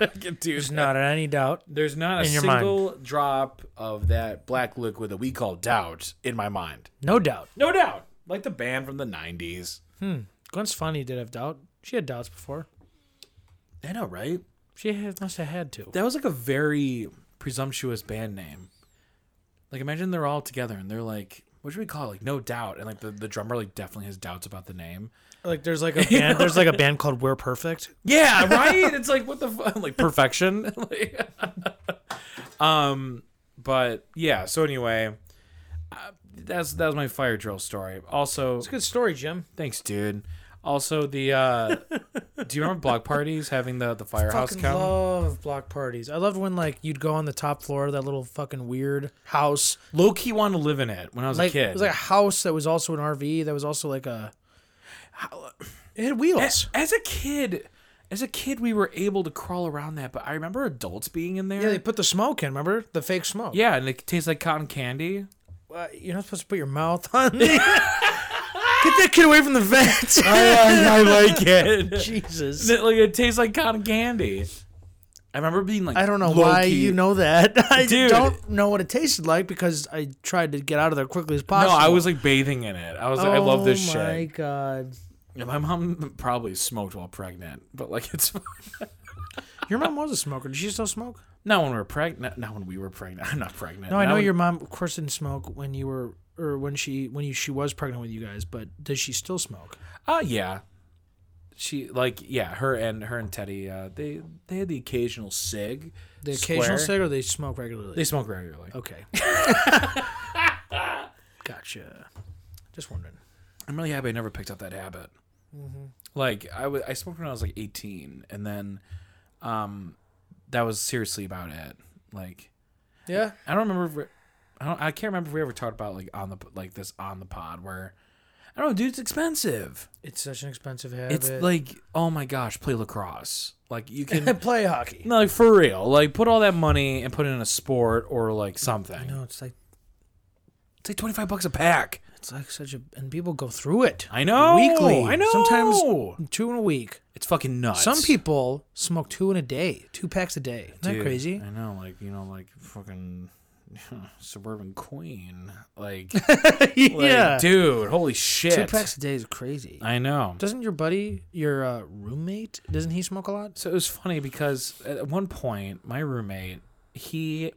[SPEAKER 5] I could do
[SPEAKER 1] There's
[SPEAKER 5] that.
[SPEAKER 1] not any doubt.
[SPEAKER 5] There's not a
[SPEAKER 2] In your mind.
[SPEAKER 5] single drop of that black liquid that we call doubt in my mind.
[SPEAKER 1] No doubt.
[SPEAKER 5] No doubt. Like the band from the 90s.
[SPEAKER 1] Hmm. Gwen Stefani did have doubt. She had doubts before.
[SPEAKER 5] I know, right?
[SPEAKER 1] She had, must have had to.
[SPEAKER 5] That was like a very presumptuous band name. Like, imagine they're all together and they're like, what should we call it? Like, no doubt. And like the, the drummer, like, definitely has doubts about the name.
[SPEAKER 1] Like there's like a band. there's like a band called We're Perfect.
[SPEAKER 5] Yeah, right. it's like what the fu- like perfection. Like, um, but yeah. So anyway, uh, that's that was my fire drill story. Also,
[SPEAKER 1] It's a good story, Jim.
[SPEAKER 5] Thanks, dude. Also, the uh, do you remember block parties having the the firehouse
[SPEAKER 1] fucking
[SPEAKER 5] come?
[SPEAKER 1] love block parties. I loved when like you'd go on the top floor of that little fucking weird house.
[SPEAKER 5] Low key wanted to live in it when I was
[SPEAKER 1] Like
[SPEAKER 5] a kid.
[SPEAKER 1] it was like a house that was also an RV. That was also like a. It had
[SPEAKER 5] as,
[SPEAKER 1] wheels.
[SPEAKER 5] as a kid, as a kid, we were able to crawl around that, but I remember adults being in there.
[SPEAKER 1] Yeah, they put the smoke in. Remember the fake smoke?
[SPEAKER 5] Yeah, and it tastes like cotton candy.
[SPEAKER 1] Uh, you're not supposed to put your mouth on. it. Get that kid away from the vents.
[SPEAKER 5] Oh, I, like it.
[SPEAKER 1] Jesus.
[SPEAKER 5] like it tastes like cotton candy. I remember being like,
[SPEAKER 1] I don't know
[SPEAKER 5] low
[SPEAKER 1] why
[SPEAKER 5] key-
[SPEAKER 1] you know that. I
[SPEAKER 5] Dude.
[SPEAKER 1] don't know what it tasted like because I tried to get out of there quickly as
[SPEAKER 5] No,
[SPEAKER 1] possible.
[SPEAKER 5] I was like bathing in it. I was like, I love this
[SPEAKER 1] Oh my
[SPEAKER 5] shit.
[SPEAKER 1] god.
[SPEAKER 5] Yeah, My mom probably smoked while pregnant, but like it's
[SPEAKER 1] Your mom was a smoker. Did she still smoke?
[SPEAKER 5] not when we were pregnant. Not when we were pregnant. I'm not pregnant.
[SPEAKER 1] No, I
[SPEAKER 5] And
[SPEAKER 1] know
[SPEAKER 5] was-
[SPEAKER 1] your mom, of course, didn't smoke when you were or when she when you, she was pregnant with you guys. But does she still smoke?
[SPEAKER 5] Uh yeah. She like yeah, her and her and Teddy, uh, they they had the occasional sig.
[SPEAKER 1] The occasional
[SPEAKER 5] Swear.
[SPEAKER 1] cig, or they smoke regularly?
[SPEAKER 5] They smoke regularly.
[SPEAKER 1] okay. gotcha. Just wondering.
[SPEAKER 5] I'm really happy I never picked up that habit.
[SPEAKER 1] Mm-hmm.
[SPEAKER 5] Like I wa- I smoked when I was like 18, and then, um, that was seriously about it. Like
[SPEAKER 1] Yeah.
[SPEAKER 5] I don't remember. If we I don't. I can't remember if we ever talked about like on the like this on the pod where. I don't know, dude. It's expensive.
[SPEAKER 1] It's such an expensive habit.
[SPEAKER 5] It's like, oh my gosh, play lacrosse. Like you can
[SPEAKER 1] play hockey.
[SPEAKER 5] No, like for real. Like put all that money and put it in a sport or like something.
[SPEAKER 1] No, it's like
[SPEAKER 5] It's like twenty five bucks a pack.
[SPEAKER 1] it's like such a and people go through it.
[SPEAKER 5] I know.
[SPEAKER 1] Weekly.
[SPEAKER 5] I know.
[SPEAKER 1] Sometimes two in a week.
[SPEAKER 5] it's fucking nuts.
[SPEAKER 1] Some people smoke two in a day, two packs a day. Isn't that
[SPEAKER 5] Dude,
[SPEAKER 1] crazy?
[SPEAKER 5] I know, like you know, like fucking suburban queen. Like, like, dude, holy shit.
[SPEAKER 1] two packs a day is crazy.
[SPEAKER 5] I know.
[SPEAKER 1] Doesn't your buddy, your uh, roommate, doesn't he smoke a lot?
[SPEAKER 5] So it was funny because at one point, my roommate, he,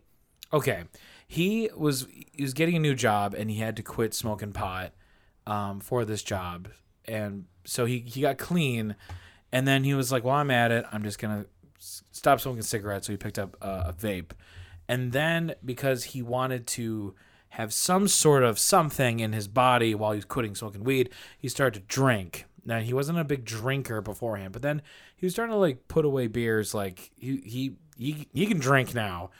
[SPEAKER 5] okay, he was he was getting a new job and he had to quit smoking pot um, for this job, and so he he got clean, and then he was like, "Well, I'm at it. I'm just gonna s- stop smoking cigarettes." So he picked up uh, a vape, and then because he wanted to have some sort of something in his body while he was quitting smoking weed, he started to drink. Now he wasn't a big drinker beforehand, but then he was starting to like put away beers. Like he he he, he can drink now.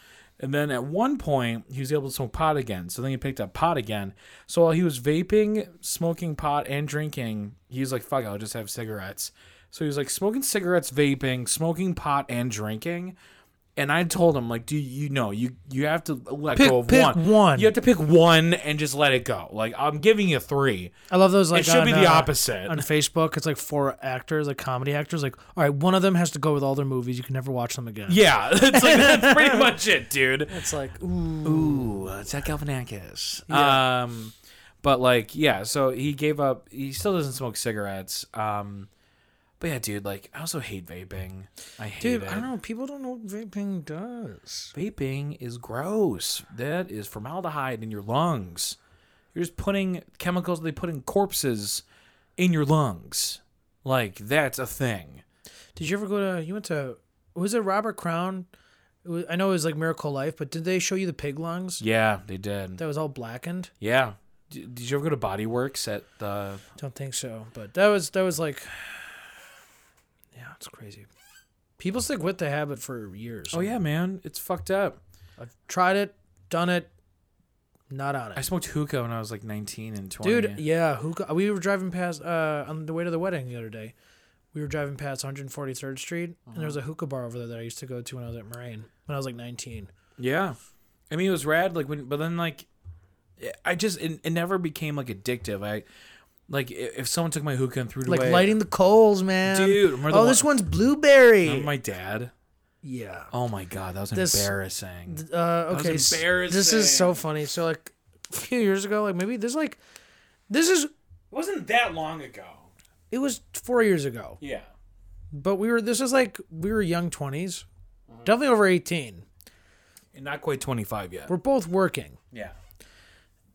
[SPEAKER 5] And then at one point he was able to smoke pot again. So then he picked up pot again. So while he was vaping, smoking pot, and drinking, he was like, "Fuck, I'll just have cigarettes." So he was like smoking cigarettes, vaping, smoking pot, and drinking. And I told him like, "Do you know you you have to let
[SPEAKER 1] Pick-
[SPEAKER 5] go of
[SPEAKER 1] pick
[SPEAKER 5] one.
[SPEAKER 1] one.
[SPEAKER 5] You have to pick one and just let it go. Like I'm giving you three.
[SPEAKER 1] I love those. Like
[SPEAKER 5] it should be
[SPEAKER 1] on,
[SPEAKER 5] the
[SPEAKER 1] uh,
[SPEAKER 5] opposite.
[SPEAKER 1] On Facebook, it's like four actors, like comedy actors. Like, all right, one of them has to go with all their movies. You can never watch them again.
[SPEAKER 5] yeah, it's like that's pretty much it, dude.
[SPEAKER 1] It's like, ooh.
[SPEAKER 5] Ooh, uh, Zach Galifianakis. Um, but like, yeah. So he gave up. He still doesn't smoke cigarettes. Um, but yeah, dude. Like, I also hate vaping. I hate
[SPEAKER 1] Dude,
[SPEAKER 5] it.
[SPEAKER 1] I don't know. People don't know what vaping does.
[SPEAKER 5] Vaping is gross. That is formaldehyde in your lungs. You're just putting chemicals. They put in corpses in your lungs. Like that's a thing.
[SPEAKER 1] Did you ever go to? You went to? Was it Robert Crown? It was, I know it was like Miracle Life, but did they show you the pig lungs
[SPEAKER 5] Yeah, they did.
[SPEAKER 1] that was all blackened?
[SPEAKER 5] Yeah. D- Did you ever go to Body Works at the?
[SPEAKER 1] Don't think so. But that was that was like, yeah, it's crazy. People stick with the habit for years.
[SPEAKER 5] Oh yeah, man, it's fucked up.
[SPEAKER 1] I've tried it, done it, not on
[SPEAKER 5] I
[SPEAKER 1] it.
[SPEAKER 5] smoked hookah when I was like 19 and 20.
[SPEAKER 1] Dude, yeah, who co- we were driving past uh on the way to the wedding the other day. We were driving past 143rd Street, and there was
[SPEAKER 5] Uh-huh.
[SPEAKER 1] a hookah bar over there that I used to go to when I was at Moraine when I was like 19.
[SPEAKER 5] Yeah. I mean, it was rad. Like when, but then like, eh, I just it, it never became like addictive. I like i- if someone took my hookah and threw it
[SPEAKER 1] Like
[SPEAKER 5] away.
[SPEAKER 1] lighting the coals, man.
[SPEAKER 5] Dude, remember the
[SPEAKER 1] oh, this
[SPEAKER 5] one-
[SPEAKER 1] one's blueberry.
[SPEAKER 5] Remember my dad.
[SPEAKER 1] yeah.
[SPEAKER 5] Oh my god, that was
[SPEAKER 1] This-
[SPEAKER 5] embarrassing.
[SPEAKER 1] Uh, okay.
[SPEAKER 5] was
[SPEAKER 1] s- This is so
[SPEAKER 5] embarrassing.
[SPEAKER 1] funny. So like a few years ago, like maybe there's like this is
[SPEAKER 5] wasn't that long ago.
[SPEAKER 1] it was four years ago,
[SPEAKER 5] Yeah.
[SPEAKER 1] but we were this is like we were young 20s
[SPEAKER 5] Uh-huh.
[SPEAKER 1] definitely over eighteen.
[SPEAKER 5] And not quite 25 yet.
[SPEAKER 1] We're both working.
[SPEAKER 5] yeah.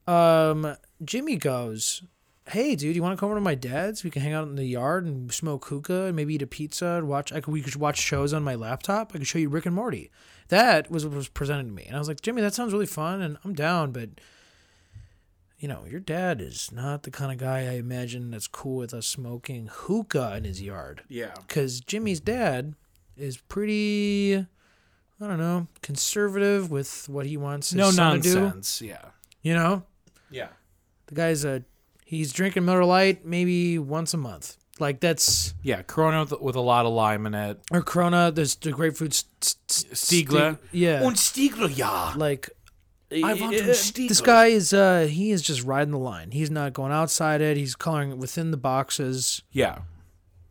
[SPEAKER 1] Um, Jimmy goes, "Hey, dude, you want to come over to my dad's? We can hang out in the yard and smoke hookah and maybe eat a pizza and watch. I could, we could watch shows on my laptop. I could show you Rick and Morty. That was what was presented to me, and I was like, Jimmy, that sounds really fun, and I'm down, but." You know, your dad is not the kind of guy I imagine that's cool with us smoking hookah in his yard
[SPEAKER 5] Yeah.
[SPEAKER 1] because Jimmy's dad is pretty, I don't know, conservative with what he wants his
[SPEAKER 5] No
[SPEAKER 1] son to
[SPEAKER 5] nonsense. Yeah.
[SPEAKER 1] do. You know,
[SPEAKER 5] Yeah.
[SPEAKER 1] the guy's a he's drinking Miller Lite maybe once a month. Like that's
[SPEAKER 5] Yeah. Corona with, with a lot of lime in it.
[SPEAKER 1] or Corona. There's the grapefruit st- st-
[SPEAKER 5] Stiegler.
[SPEAKER 1] Sti- yeah,
[SPEAKER 5] Stiegler, yeah.
[SPEAKER 1] like
[SPEAKER 5] I want
[SPEAKER 1] uh, this guy is uh he is just riding the line. He's not going outside it. He's coloring within the boxes
[SPEAKER 5] Yeah.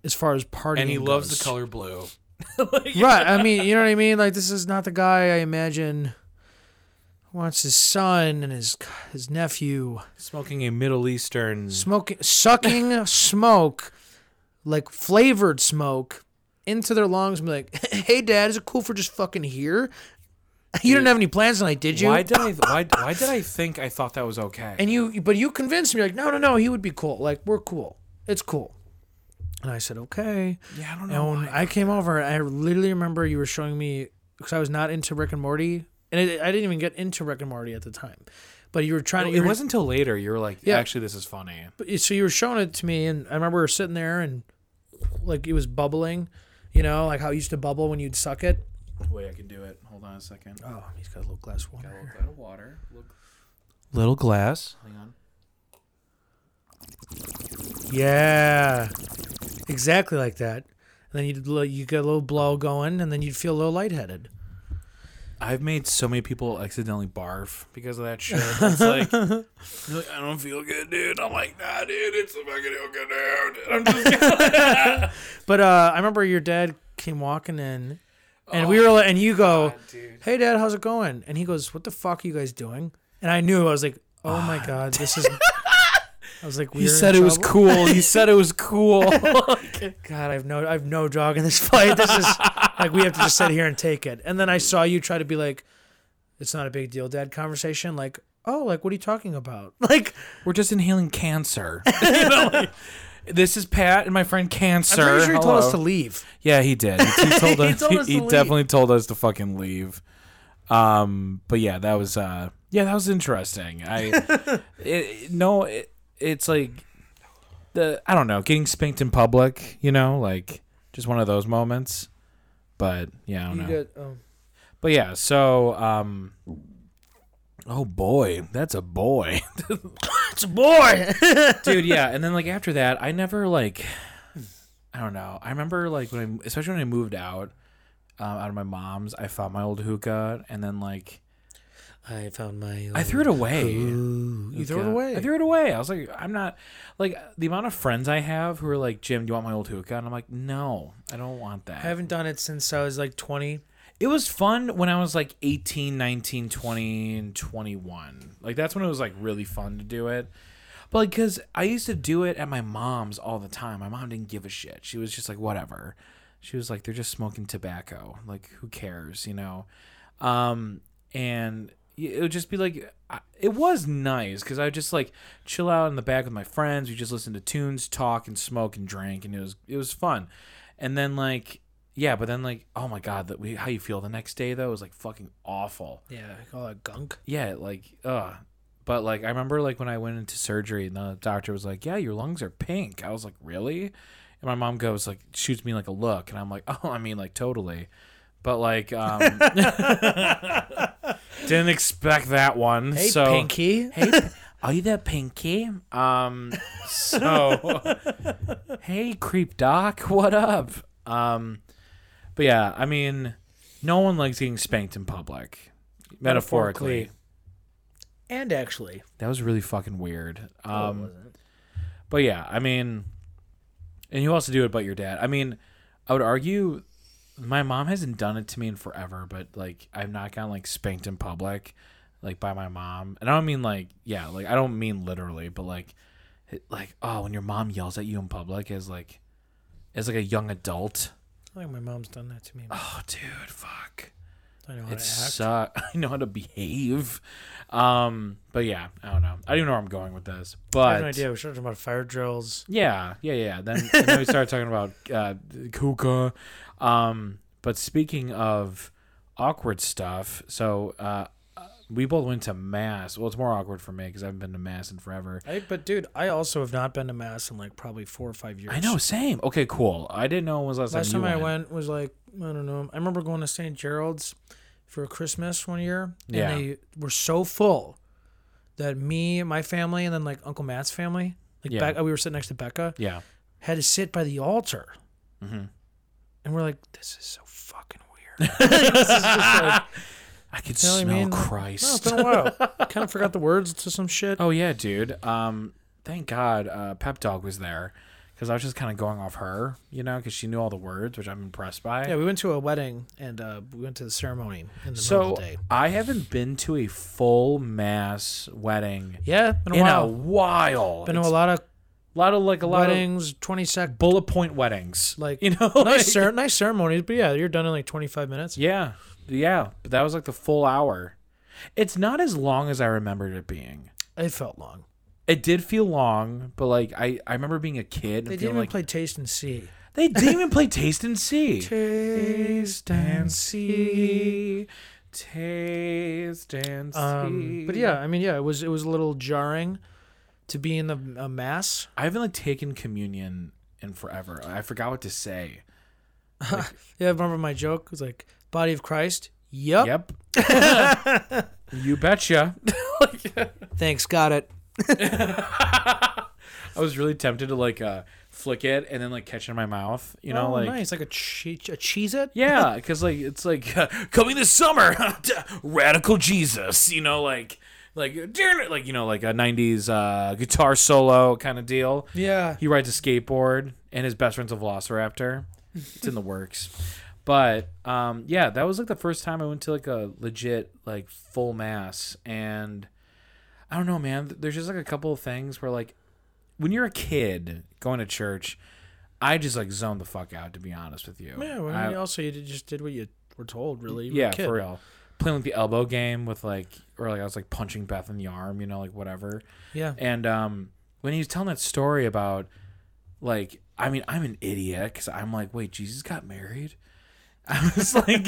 [SPEAKER 1] as far as partying.
[SPEAKER 5] And he loves the
[SPEAKER 1] goes.
[SPEAKER 5] color blue.
[SPEAKER 1] right. I mean, you know what I mean? Like, this is not the guy I imagine wants his son and his his nephew
[SPEAKER 5] Smoking a Middle Eastern.
[SPEAKER 1] smoking, sucking smoke, like flavored smoke, into their lungs and be like, "Hey, Dad, is it cool for just fucking here? You didn't have any plans tonight, did you?"
[SPEAKER 5] Why did I? Why, why did I think I thought that was okay?
[SPEAKER 1] And you, but you convinced me, like, no, no, no, he would be cool. Like, we're cool. It's cool. And I said, okay.
[SPEAKER 5] yeah, I don't know.
[SPEAKER 1] And when I came over, I literally remember you were showing me because I was not into Rick and Morty, and I, I didn't even get into Rick and Morty at the time. But you were trying to.
[SPEAKER 5] it wasn't until later you were like,
[SPEAKER 1] Yeah.
[SPEAKER 5] actually, this is funny.
[SPEAKER 1] But- so you were showing it to me and i remember we were sitting there and like it was bubbling you know like how it used to bubble when you'd suck it
[SPEAKER 5] Wait, I can do it. Hold on a second.
[SPEAKER 1] oh he's got a little glass of water here.
[SPEAKER 5] little water. Little glass. Hang on.
[SPEAKER 1] yeah exactly like that and then you'd li- you get a little blow going and then you'd feel a little lightheaded
[SPEAKER 5] I've made so many people accidentally barf because of that shit. It's like, you're like, I don't feel good, dude. I'm like, nah, dude, it's a fucking feel good, dude. I'm just
[SPEAKER 1] but uh i remember your dad came walking in and we were li- and you
[SPEAKER 5] Oh,
[SPEAKER 1] go hey dad how's it going and he goes what the fuck are you guys doing and i knew i was like oh my god this is i was like we
[SPEAKER 5] He said it was cool. He said it was cool.
[SPEAKER 1] God, I've no, I've no dog in this fight. This is like we have to just sit here and take it. And then I saw you try to be like, "It's not a big deal, Dad." Conversation like, "Oh, like what are you talking about?" Like,
[SPEAKER 5] We're just inhaling cancer. You know, like, this is Pat and my friend Cancer.
[SPEAKER 1] I'm pretty sure he told us to
[SPEAKER 5] Hello.
[SPEAKER 1] leave.
[SPEAKER 5] Yeah, he did. He, he told
[SPEAKER 1] He
[SPEAKER 5] us.
[SPEAKER 1] told
[SPEAKER 5] he
[SPEAKER 1] us
[SPEAKER 5] he
[SPEAKER 1] to leave.
[SPEAKER 5] definitely told us to fucking leave. Um, but yeah, that was uh, yeah, that was interesting. I, it- it, no, it, it's like the I don't know, getting spanked in public. You know, like just one of those moments. But yeah, I don't
[SPEAKER 1] You
[SPEAKER 5] know.
[SPEAKER 1] get, oh.
[SPEAKER 5] But yeah, so um, oh boy, that's a boy.
[SPEAKER 1] It's a boy.
[SPEAKER 5] dude yeah and then like after that i never like i don't know i remember like when i especially when i moved out um, out of my mom's i found my old hookah and then like
[SPEAKER 1] I found my.
[SPEAKER 5] i threw it away
[SPEAKER 1] You threw it
[SPEAKER 5] hookah.
[SPEAKER 1] away.
[SPEAKER 5] i threw it away i was like i'm not like the amount of friends i have who are like jim do you want my old hookah and i'm like no i don't want that
[SPEAKER 1] I haven't done it since I was like 20.
[SPEAKER 5] it was fun when i was like 18 19 20 and 21 like that's when it was like really fun to do it but like because i used to do it at my mom's all the time my mom didn't give a shit she was just like whatever she was like they're just smoking tobacco like who cares you know um and y- it would just be like I- it was nice because i would just like chill out in the back with my friends we just listen to tunes talk and smoke and drink and it was it was fun and then like yeah, but then like, oh my god, that we how you feel the next day though is like fucking awful.
[SPEAKER 1] Yeah, I call it gunk.
[SPEAKER 5] Yeah, like ugh. But like I remember like when I went into surgery and the doctor was like, "Yeah, your lungs are pink." I was like, "Really?" And my mom goes like shoots me like a look and I'm like, "Oh, I mean like totally." But like um didn't expect that one.
[SPEAKER 1] Hey,
[SPEAKER 5] so
[SPEAKER 1] Pinky.
[SPEAKER 5] Hey, are you that pinky? Um, so, hey, creep doc, what up? Um, but yeah, I mean, no one likes getting spanked in public, metaphorically.
[SPEAKER 1] Metaphorically. And actually,
[SPEAKER 5] That was really fucking weird.
[SPEAKER 1] Oh,
[SPEAKER 5] Um,
[SPEAKER 1] wasn't.
[SPEAKER 5] but yeah, I mean, and you also do it, but your dad. I mean, I would argue my mom hasn't done it to me in forever, but like I've not gotten like spanked in public, like by my mom. And I don't mean like yeah, like I don't mean literally, but like it, like oh, when your mom yells at you in public as like as like a young adult.
[SPEAKER 1] I think my mom's done that to me.
[SPEAKER 5] Oh, dude, fuck.
[SPEAKER 1] I know how
[SPEAKER 5] It
[SPEAKER 1] to act.
[SPEAKER 5] sucks. I know how to behave. Um, but yeah, I don't know. I don't even know where I'm going with this. But
[SPEAKER 1] I have no idea. We're talking about fire drills.
[SPEAKER 5] yeah, yeah, yeah. Then, and then we started talking about uh, hookah. Um, but speaking of awkward stuff, so uh, we both went to mass. Well, it's more awkward for me because I haven't been to mass in forever.
[SPEAKER 1] I, but dude, I also have not been to mass in like probably four or five years.
[SPEAKER 5] I know, same. Okay, cool. I didn't know it was last,
[SPEAKER 1] Last
[SPEAKER 5] time,
[SPEAKER 1] time
[SPEAKER 5] you
[SPEAKER 1] I went was like I don't know. I remember going to St. Gerald's for Christmas one year, and
[SPEAKER 5] Yeah.
[SPEAKER 1] they were so full that me, my family, and then like Uncle Matt's family, like
[SPEAKER 5] Yeah.
[SPEAKER 1] Becca, we were sitting next to Becca,
[SPEAKER 5] Yeah,
[SPEAKER 1] had to sit by the altar,
[SPEAKER 5] Mhm.
[SPEAKER 1] and we're like, "This is so fucking weird."
[SPEAKER 5] I could
[SPEAKER 1] You know what I
[SPEAKER 5] smell
[SPEAKER 1] mean? Like, no, it's
[SPEAKER 5] Christ.
[SPEAKER 1] been a while. kind of forgot the words to some shit.
[SPEAKER 5] oh yeah, dude. Um, thank God, uh, Pep Dog was there because I was just kind of going off her, you know, because she knew all the words, which I'm impressed by.
[SPEAKER 1] Yeah, we went to a wedding and uh, we went to the ceremony in the middle
[SPEAKER 5] so
[SPEAKER 1] of the day.
[SPEAKER 5] I haven't been to a full mass wedding
[SPEAKER 1] Yeah, been a
[SPEAKER 5] in
[SPEAKER 1] while.
[SPEAKER 5] a while.
[SPEAKER 1] been to
[SPEAKER 5] It's
[SPEAKER 1] a lot of
[SPEAKER 5] lot of like a lot
[SPEAKER 1] weddings, twenty
[SPEAKER 5] of
[SPEAKER 1] sec,
[SPEAKER 5] bullet point weddings,
[SPEAKER 1] like
[SPEAKER 5] you know, like-
[SPEAKER 1] nice, cer- nice ceremonies. But yeah, you're done in like twenty five minutes.
[SPEAKER 5] Yeah, yeah, but that was like the full hour. It's not as long as I remembered it being.
[SPEAKER 1] It felt long.
[SPEAKER 5] It did feel long, but like I, I remember being a kid and
[SPEAKER 1] They didn't
[SPEAKER 5] feeling
[SPEAKER 1] even
[SPEAKER 5] like
[SPEAKER 1] play Taste and See.
[SPEAKER 5] they didn't even play Taste and See.
[SPEAKER 1] Taste
[SPEAKER 5] taste and see.
[SPEAKER 1] Um, but yeah, I mean, yeah, it was it was a little jarring to be in the a mass.
[SPEAKER 5] I haven't like taken communion in forever. I forgot what to say.
[SPEAKER 1] Yeah, remember my joke? It was like body of Christ. Yup.
[SPEAKER 5] Yep. you betcha.
[SPEAKER 1] Thanks. Got it.
[SPEAKER 5] I was really tempted to like uh, flick it and then like catch it in my mouth. You know,
[SPEAKER 1] oh,
[SPEAKER 5] like
[SPEAKER 1] nice, like a che- a cheese it.
[SPEAKER 5] Yeah, because like it's like uh, coming this summer, radical Jesus. You know, like like dear- like you know like a '90s uh, guitar solo kind of deal.
[SPEAKER 1] Yeah.
[SPEAKER 5] He rides a skateboard, and his best friend's a Velociraptor. It's in the works. But um, yeah, that was like the first time I went to like a legit like full mass, and I don't know, man. There's just like a couple of things where like when you're a kid going to church. I just like zoned the fuck out, to be honest with you.
[SPEAKER 1] Yeah. Well,
[SPEAKER 5] I-
[SPEAKER 1] you also, you did- just did what you were told, really. You were a
[SPEAKER 5] yeah,
[SPEAKER 1] kid.
[SPEAKER 5] for real. Playing like the elbow game with like, or like I was like punching Beth in the arm, you know, like whatever.
[SPEAKER 1] Yeah.
[SPEAKER 5] And um, when he was telling that story about, like, I mean, I'm an idiot because I'm like, wait, Jesus got married. I was like,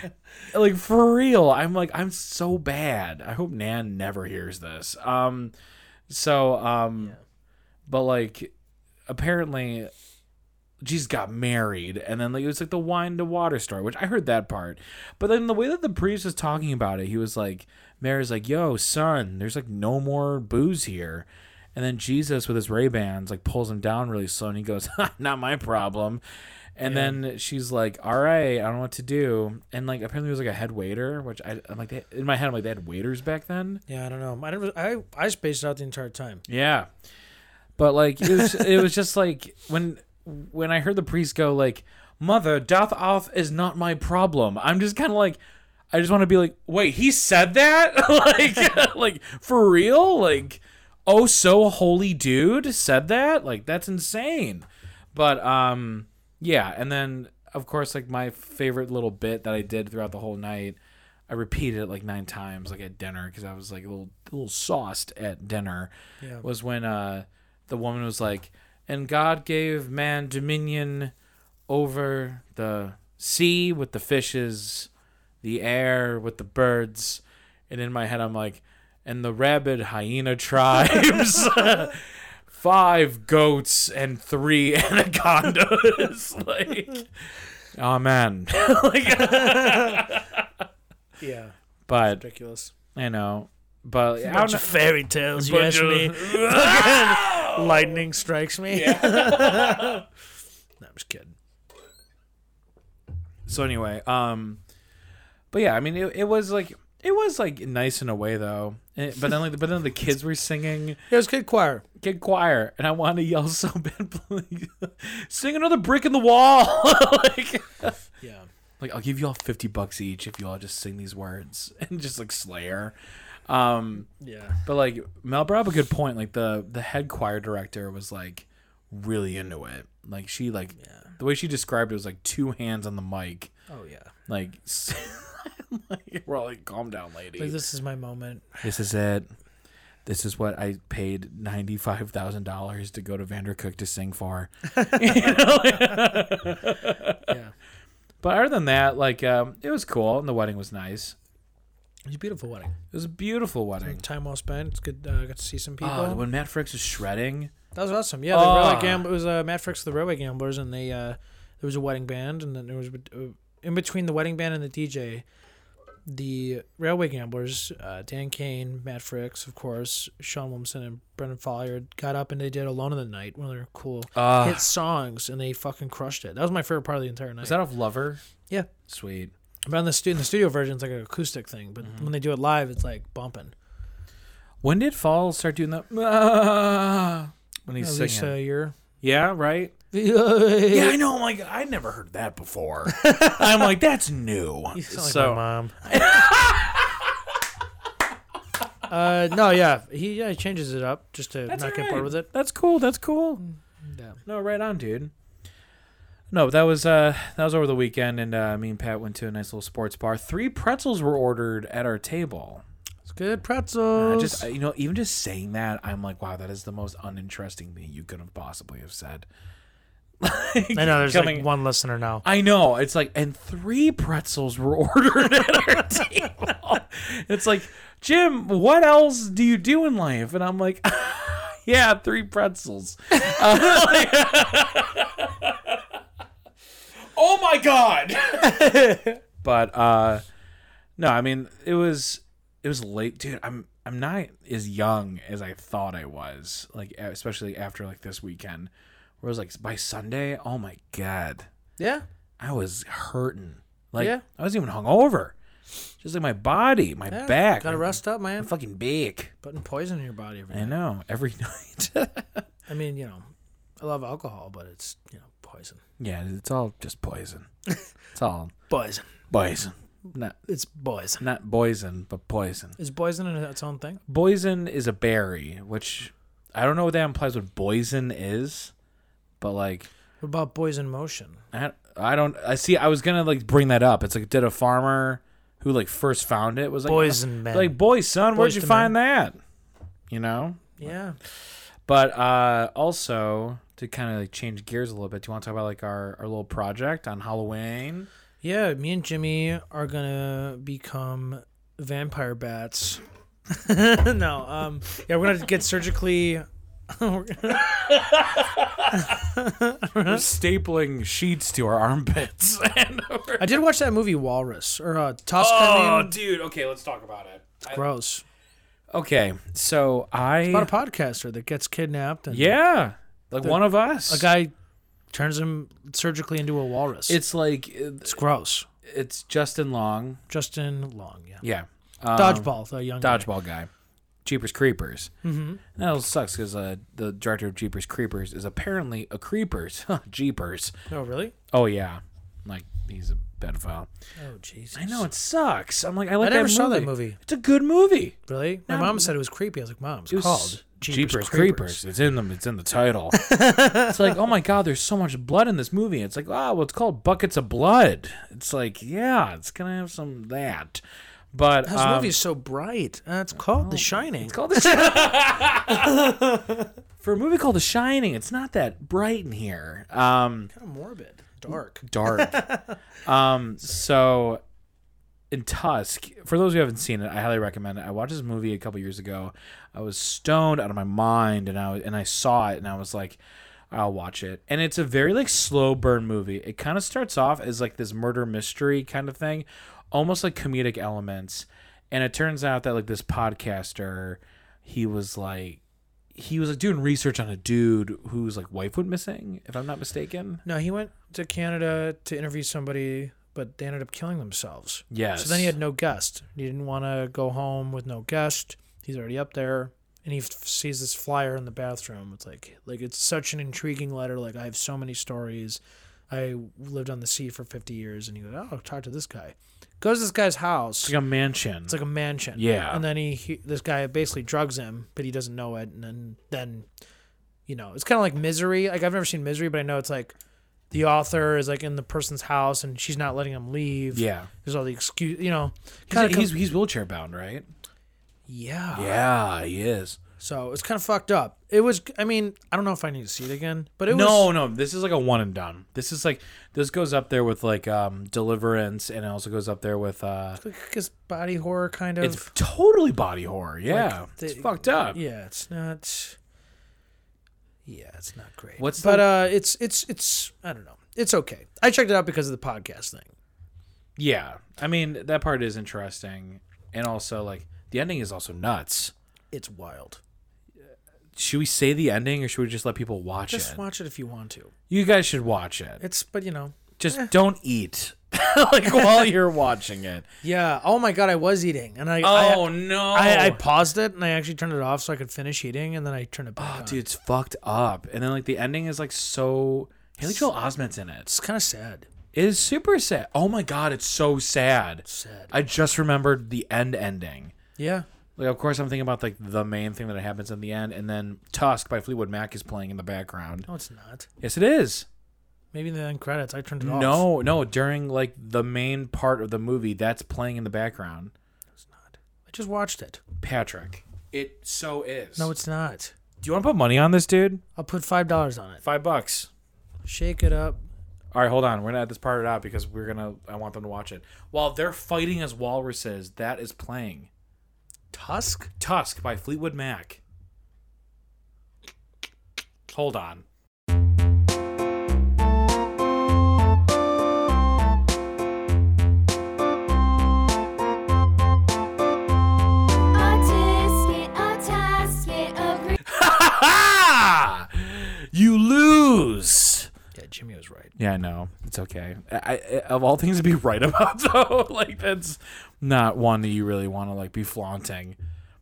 [SPEAKER 5] like for real. I'm like, I'm so bad. I hope Nan never hears this. Um, so um, but like, apparently Jesus got married, and then like it was like the wine to water story, which I heard that part. But then the way that the priest was talking about it, he was like, Mary's like, "Yo, son, there's like no more booze here," and then Jesus with his Ray Bans like pulls him down really slow, and he goes, "Not my problem." And then she's like, "All right, I don't know what to do." And like apparently there was like a head waiter, which I, I'm like, they, in my head I'm like, they had waiters back then.
[SPEAKER 1] Yeah, I don't know. I never, I I spaced out the entire time.
[SPEAKER 5] Yeah. But like it was it was just like when when I heard the priest go like mother doth off is not my problem. I'm just kind of like I just want to be like wait, he said that? like like for real? Like oh so holy dude said that? Like that's insane. But um yeah, and then of course like my favorite little bit that I did throughout the whole night I repeated it like nine times, like at dinner, because I was like a little, a little sauced at dinner.
[SPEAKER 1] Yeah.
[SPEAKER 5] Was when uh, the woman was like, "And God gave man dominion over the sea with the fishes, the air with the birds," and in my head I'm like, "And the rabid hyena tribes." Five goats and three anacondas. like, oh man.
[SPEAKER 1] Yeah.
[SPEAKER 5] But
[SPEAKER 1] Ridiculous.
[SPEAKER 5] I know, but I don't
[SPEAKER 1] bunch
[SPEAKER 5] know.
[SPEAKER 1] of fairy tales, you
[SPEAKER 5] Bunch
[SPEAKER 1] ask
[SPEAKER 5] of-
[SPEAKER 1] me. Lightning strikes me. no, I'm just kidding.
[SPEAKER 5] so anyway, um, but yeah, I mean, it, it was like it was like nice in a way though. And- but then like, but then the kids were singing
[SPEAKER 1] It was kid choir.
[SPEAKER 5] kid choir, and I wanted to yell so bad, please, sing another brick in the wall. like,
[SPEAKER 1] Yeah.
[SPEAKER 5] like I'll give you all fifty bucks each if you all just sing these words and just like Slayer. Um,
[SPEAKER 1] Yeah.
[SPEAKER 5] But like Mel brought up a good point. Like the the head choir director was like really into it. Like she like the way she described it was like two hands on the mic.
[SPEAKER 1] Oh yeah.
[SPEAKER 5] Like, s- like, we're all like, calm down, lady.
[SPEAKER 1] Like
[SPEAKER 5] this,
[SPEAKER 1] this is my moment.
[SPEAKER 5] is it. This is what I paid ninety five thousand dollars to go to Vandercook to sing for.
[SPEAKER 1] Yeah.
[SPEAKER 5] But other than that, like um, it was cool and the wedding was nice.
[SPEAKER 1] It's a beautiful wedding.
[SPEAKER 5] It was a beautiful wedding.
[SPEAKER 1] Time well spent. It's good. Uh, got to see some people.
[SPEAKER 5] Oh, when Matt Fricks was shredding,
[SPEAKER 1] that was awesome. Yeah. The
[SPEAKER 5] Ah.
[SPEAKER 1] railway gamb- It was uh, Matt Frick's the Railway Gamblers, and they uh, there was a wedding band, and then there was uh, in between the wedding band and the DJ, the Railway Gamblers, uh, Dan Kane, Matt Fricks, of course, Sean Wilmson, and Brendan Folliard got up and they did "Alone in the Night," one of their cool
[SPEAKER 5] Ah.
[SPEAKER 1] hit songs, and they fucking crushed it. That was my favorite part of the entire night.
[SPEAKER 5] was that off Lover?
[SPEAKER 1] yeah.
[SPEAKER 5] Sweet.
[SPEAKER 1] But on the stu- in the studio version, it's like an acoustic thing, but
[SPEAKER 5] Mm-hmm.
[SPEAKER 1] when they do it live, it's like bumping.
[SPEAKER 5] When did Fall start doing that? when he's
[SPEAKER 1] At
[SPEAKER 5] singing.
[SPEAKER 1] least a year.
[SPEAKER 5] Yeah, right. Yeah, I know. I'm like, I never heard that before. I'm like, that's new.
[SPEAKER 1] so, mom. uh, no, yeah, he yeah, he changes it up just to
[SPEAKER 5] That's
[SPEAKER 1] not get bored
[SPEAKER 5] alright.
[SPEAKER 1] with it.
[SPEAKER 5] That's cool. That's cool.
[SPEAKER 1] Yeah.
[SPEAKER 5] No, right on, dude. No, that was uh that was over the weekend, and uh, me and Pat went to a nice little sports bar. Three pretzels were ordered at our table.
[SPEAKER 1] It's good
[SPEAKER 5] I
[SPEAKER 1] pretzels.
[SPEAKER 5] just you know, even just saying that, I'm like, wow, that is the most uninteresting thing you could have possibly have said.
[SPEAKER 1] I know there's
[SPEAKER 5] coming-
[SPEAKER 1] like one listener now.
[SPEAKER 5] I know. It's like, and three pretzels were ordered at our table. It's like, Jim, what else do you do in life? And I'm like, yeah, three pretzels. Oh Uh, oh my god. but uh, no, I mean, it was it was late, dude. I'm I'm not as young as I thought I was. Like, especially after like this weekend, where it was like by Sunday. Oh my god.
[SPEAKER 1] Yeah.
[SPEAKER 5] I was hurting. Like
[SPEAKER 1] Yeah.
[SPEAKER 5] I wasn't even hungover. Just like my body, my
[SPEAKER 1] yeah.
[SPEAKER 5] back,
[SPEAKER 1] Gotta
[SPEAKER 5] my
[SPEAKER 1] rest up, man.
[SPEAKER 5] fucking back.
[SPEAKER 1] Putting poison in your body every
[SPEAKER 5] I
[SPEAKER 1] day.
[SPEAKER 5] know every night.
[SPEAKER 1] I mean, you know, I love alcohol, but it's you know poison.
[SPEAKER 5] yeah, it's all just poison. It's all
[SPEAKER 1] Poison.
[SPEAKER 5] poison. Not
[SPEAKER 1] It's poison.
[SPEAKER 5] not poison, but poison.
[SPEAKER 1] Is poison in its own thing?
[SPEAKER 5] Poison is a berry, which I don't know what that implies. What poison is, but like
[SPEAKER 1] What about poison motion?
[SPEAKER 5] I, I don't. I see. I was gonna like bring that up. It's like did a farmer who like first found it was like
[SPEAKER 1] Poison man.
[SPEAKER 5] like boy son, where'd
[SPEAKER 1] Boys
[SPEAKER 5] you
[SPEAKER 1] to
[SPEAKER 5] find that? You know.
[SPEAKER 1] yeah.
[SPEAKER 5] But uh, also to kind of like change gears a little bit, do you want to talk about like our, our little project on Halloween?
[SPEAKER 1] Yeah, me and Jimmy are gonna become vampire bats. no, um, yeah, we're gonna get surgically. we're gonna-
[SPEAKER 5] We're stapling sheets to our armpits. and over-
[SPEAKER 1] I did watch that movie Walrus or uh, Tusk. I
[SPEAKER 5] oh,
[SPEAKER 1] mean.
[SPEAKER 5] dude. Okay, let's talk about it. I-
[SPEAKER 1] gross.
[SPEAKER 5] okay, so
[SPEAKER 1] About
[SPEAKER 5] I
[SPEAKER 1] a podcaster that gets kidnapped and
[SPEAKER 5] yeah, like one of us.
[SPEAKER 1] a guy turns him surgically into a walrus.
[SPEAKER 5] It's like it-
[SPEAKER 1] it's gross.
[SPEAKER 5] it's Justin Long.
[SPEAKER 1] Justin Long, yeah.
[SPEAKER 5] Yeah. Um,
[SPEAKER 1] Dodgeball, the young guy.
[SPEAKER 5] dodgeball guy, Jeepers Creepers. Mm-hmm. That sucks because uh, the director of Jeepers Creepers is apparently a creepers, Jeepers.
[SPEAKER 1] Oh, really?
[SPEAKER 5] Oh yeah, like he's a pedophile.
[SPEAKER 1] Oh, Jesus.
[SPEAKER 5] I know it sucks. I'm like I like.
[SPEAKER 1] I never
[SPEAKER 5] that
[SPEAKER 1] saw
[SPEAKER 5] movie.
[SPEAKER 1] that movie.
[SPEAKER 5] It's a good movie.
[SPEAKER 1] Really? My
[SPEAKER 5] No,
[SPEAKER 1] mom
[SPEAKER 5] but-
[SPEAKER 1] said it was creepy. I was like, Mom, it's
[SPEAKER 5] It was
[SPEAKER 1] called
[SPEAKER 5] Jeepers, Creepers. It's in them. It's in the title. it's like oh my god, there's so much blood in this movie. It's like ah, well, it's called Buckets of Blood. It's like yeah, it's gonna have some of that. But
[SPEAKER 1] This
[SPEAKER 5] um,
[SPEAKER 1] movie is so bright. Uh, it's called The Shining.
[SPEAKER 5] It's called The For a movie called The Shining, it's not that bright in here. Um,
[SPEAKER 1] kind of morbid, dark.
[SPEAKER 5] dark. um, so in Tusk, for those who haven't seen it, I highly recommend it. I watched this movie a couple years ago. I was stoned out of my mind, and I and I saw it, and I was like. I'll watch it. And it's a very like slow burn movie. It kind of starts off as like this murder mystery kind of thing, almost like comedic elements. And it turns out that like this podcaster, he was like he was like doing research on a dude whose like wife went missing, if I'm not mistaken.
[SPEAKER 1] No, he went to Canada to interview somebody, but they ended up killing themselves.
[SPEAKER 5] Yes.
[SPEAKER 1] So then he had no guest. He didn't want to go home with no guest. He's already up there, and he f- sees this flyer in the bathroom. It's like, like it's such an intriguing letter. Like I have so many stories. I lived on the sea for 50 years, and he goes, "Oh, talk to this guy." Goes to this guy's house.
[SPEAKER 5] It's like a mansion.
[SPEAKER 1] It's like a mansion.
[SPEAKER 5] Yeah.
[SPEAKER 1] And then he, he this guy basically drugs him, but he doesn't know it. And then then, you know, it's kind of like Misery. Like I've never seen Misery, but I know it's like the author is like in the person's house and she's not letting him leave.
[SPEAKER 5] yeah.
[SPEAKER 1] There's all the excuse, you know.
[SPEAKER 5] He's,
[SPEAKER 1] Kind of
[SPEAKER 5] he's, he's wheelchair bound, right?
[SPEAKER 1] yeah.
[SPEAKER 5] Yeah, he is.
[SPEAKER 1] So it's kind of fucked up. It was. I mean, I don't know if I need to see it again, but it
[SPEAKER 5] No,
[SPEAKER 1] was.
[SPEAKER 5] no, this is like a one and done. This is like this goes up there with like um Deliverance, and it also goes up there with uh.
[SPEAKER 1] Because body horror kind of.
[SPEAKER 5] It's totally body horror. Yeah, it's
[SPEAKER 1] the-
[SPEAKER 5] fucked up.
[SPEAKER 1] yeah, it's not. Yeah, it's not great.
[SPEAKER 5] What's
[SPEAKER 1] but uh,
[SPEAKER 5] the-
[SPEAKER 1] it's it's it's I don't know. It's okay. I checked it out because of the podcast thing.
[SPEAKER 5] Yeah, I mean that part is interesting, and also like the ending is also nuts.
[SPEAKER 1] It's wild.
[SPEAKER 5] Should we say the ending, or should we just let people watch
[SPEAKER 1] Just
[SPEAKER 5] it?
[SPEAKER 1] watch it if you want to.
[SPEAKER 5] you guys should watch it.
[SPEAKER 1] It's but you know
[SPEAKER 5] Just don't eat.
[SPEAKER 2] like while you're watching it.
[SPEAKER 1] Yeah. Oh my god, I was eating, and I
[SPEAKER 5] Oh
[SPEAKER 1] I,
[SPEAKER 5] no!
[SPEAKER 1] I, I paused it and I actually turned it off so I could finish eating, and then I turned it back.
[SPEAKER 5] oh,
[SPEAKER 1] on.
[SPEAKER 5] dude, it's fucked up. And then like the ending is like so. Haley Joel Osment's in it.
[SPEAKER 1] it's kind of sad.
[SPEAKER 5] It is super sad. Oh my god, it's so sad.
[SPEAKER 1] Sad.
[SPEAKER 5] I just remembered the end ending.
[SPEAKER 1] Yeah.
[SPEAKER 5] Like, of course, I'm thinking about like the main thing that happens in the end, and then Tusk by Fleetwood Mac is playing in the background.
[SPEAKER 1] No, it's not.
[SPEAKER 5] Yes, it is.
[SPEAKER 1] Maybe in the end credits, I turned it off.
[SPEAKER 5] No, no, during like the main part of the movie, that's playing in the background.
[SPEAKER 1] I just watched it.
[SPEAKER 5] Patrick, it so is.
[SPEAKER 1] No, it's not.
[SPEAKER 5] Do you want to put money on this, dude?
[SPEAKER 1] I'll put five dollars on it.
[SPEAKER 5] Five bucks.
[SPEAKER 1] Shake it up.
[SPEAKER 5] All right, hold on. We're gonna add this part out because we're gonna. I want them to watch it while they're fighting as walruses. That is playing
[SPEAKER 1] Tusk.
[SPEAKER 5] Tusk by Fleetwood Mac. Hold on. Ha ha! You lose.
[SPEAKER 1] Yeah, Jimmy was right.
[SPEAKER 5] Yeah, I know. It's okay. I, I, of all things to be right about, though, like that's not one that you really want to like be flaunting.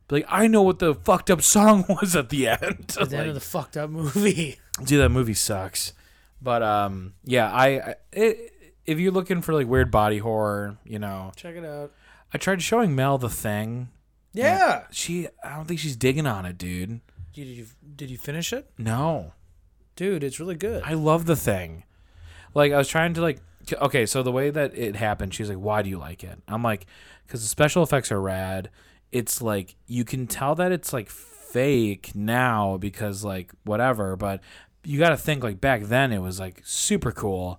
[SPEAKER 5] But, like I know what the fucked up song was at the end.
[SPEAKER 1] At the end of the fucked up movie.
[SPEAKER 5] Like, dude, that movie sucks. But um, yeah, I, I it, if you're looking for like weird body horror, you know,
[SPEAKER 1] Check it out.
[SPEAKER 5] I tried showing Mel the thing.
[SPEAKER 1] Yeah.
[SPEAKER 5] She, I don't think she's digging on it, dude.
[SPEAKER 1] Did you did you finish it,
[SPEAKER 5] No.
[SPEAKER 1] dude? It's really good.
[SPEAKER 5] I love the thing. Like I was trying to like okay, so the way that it happened, she's like, "Why do you like it?" I'm like, "Cause the special effects are rad. It's like you can tell that it's like fake now because like whatever, but you got to think like back then it was like super cool."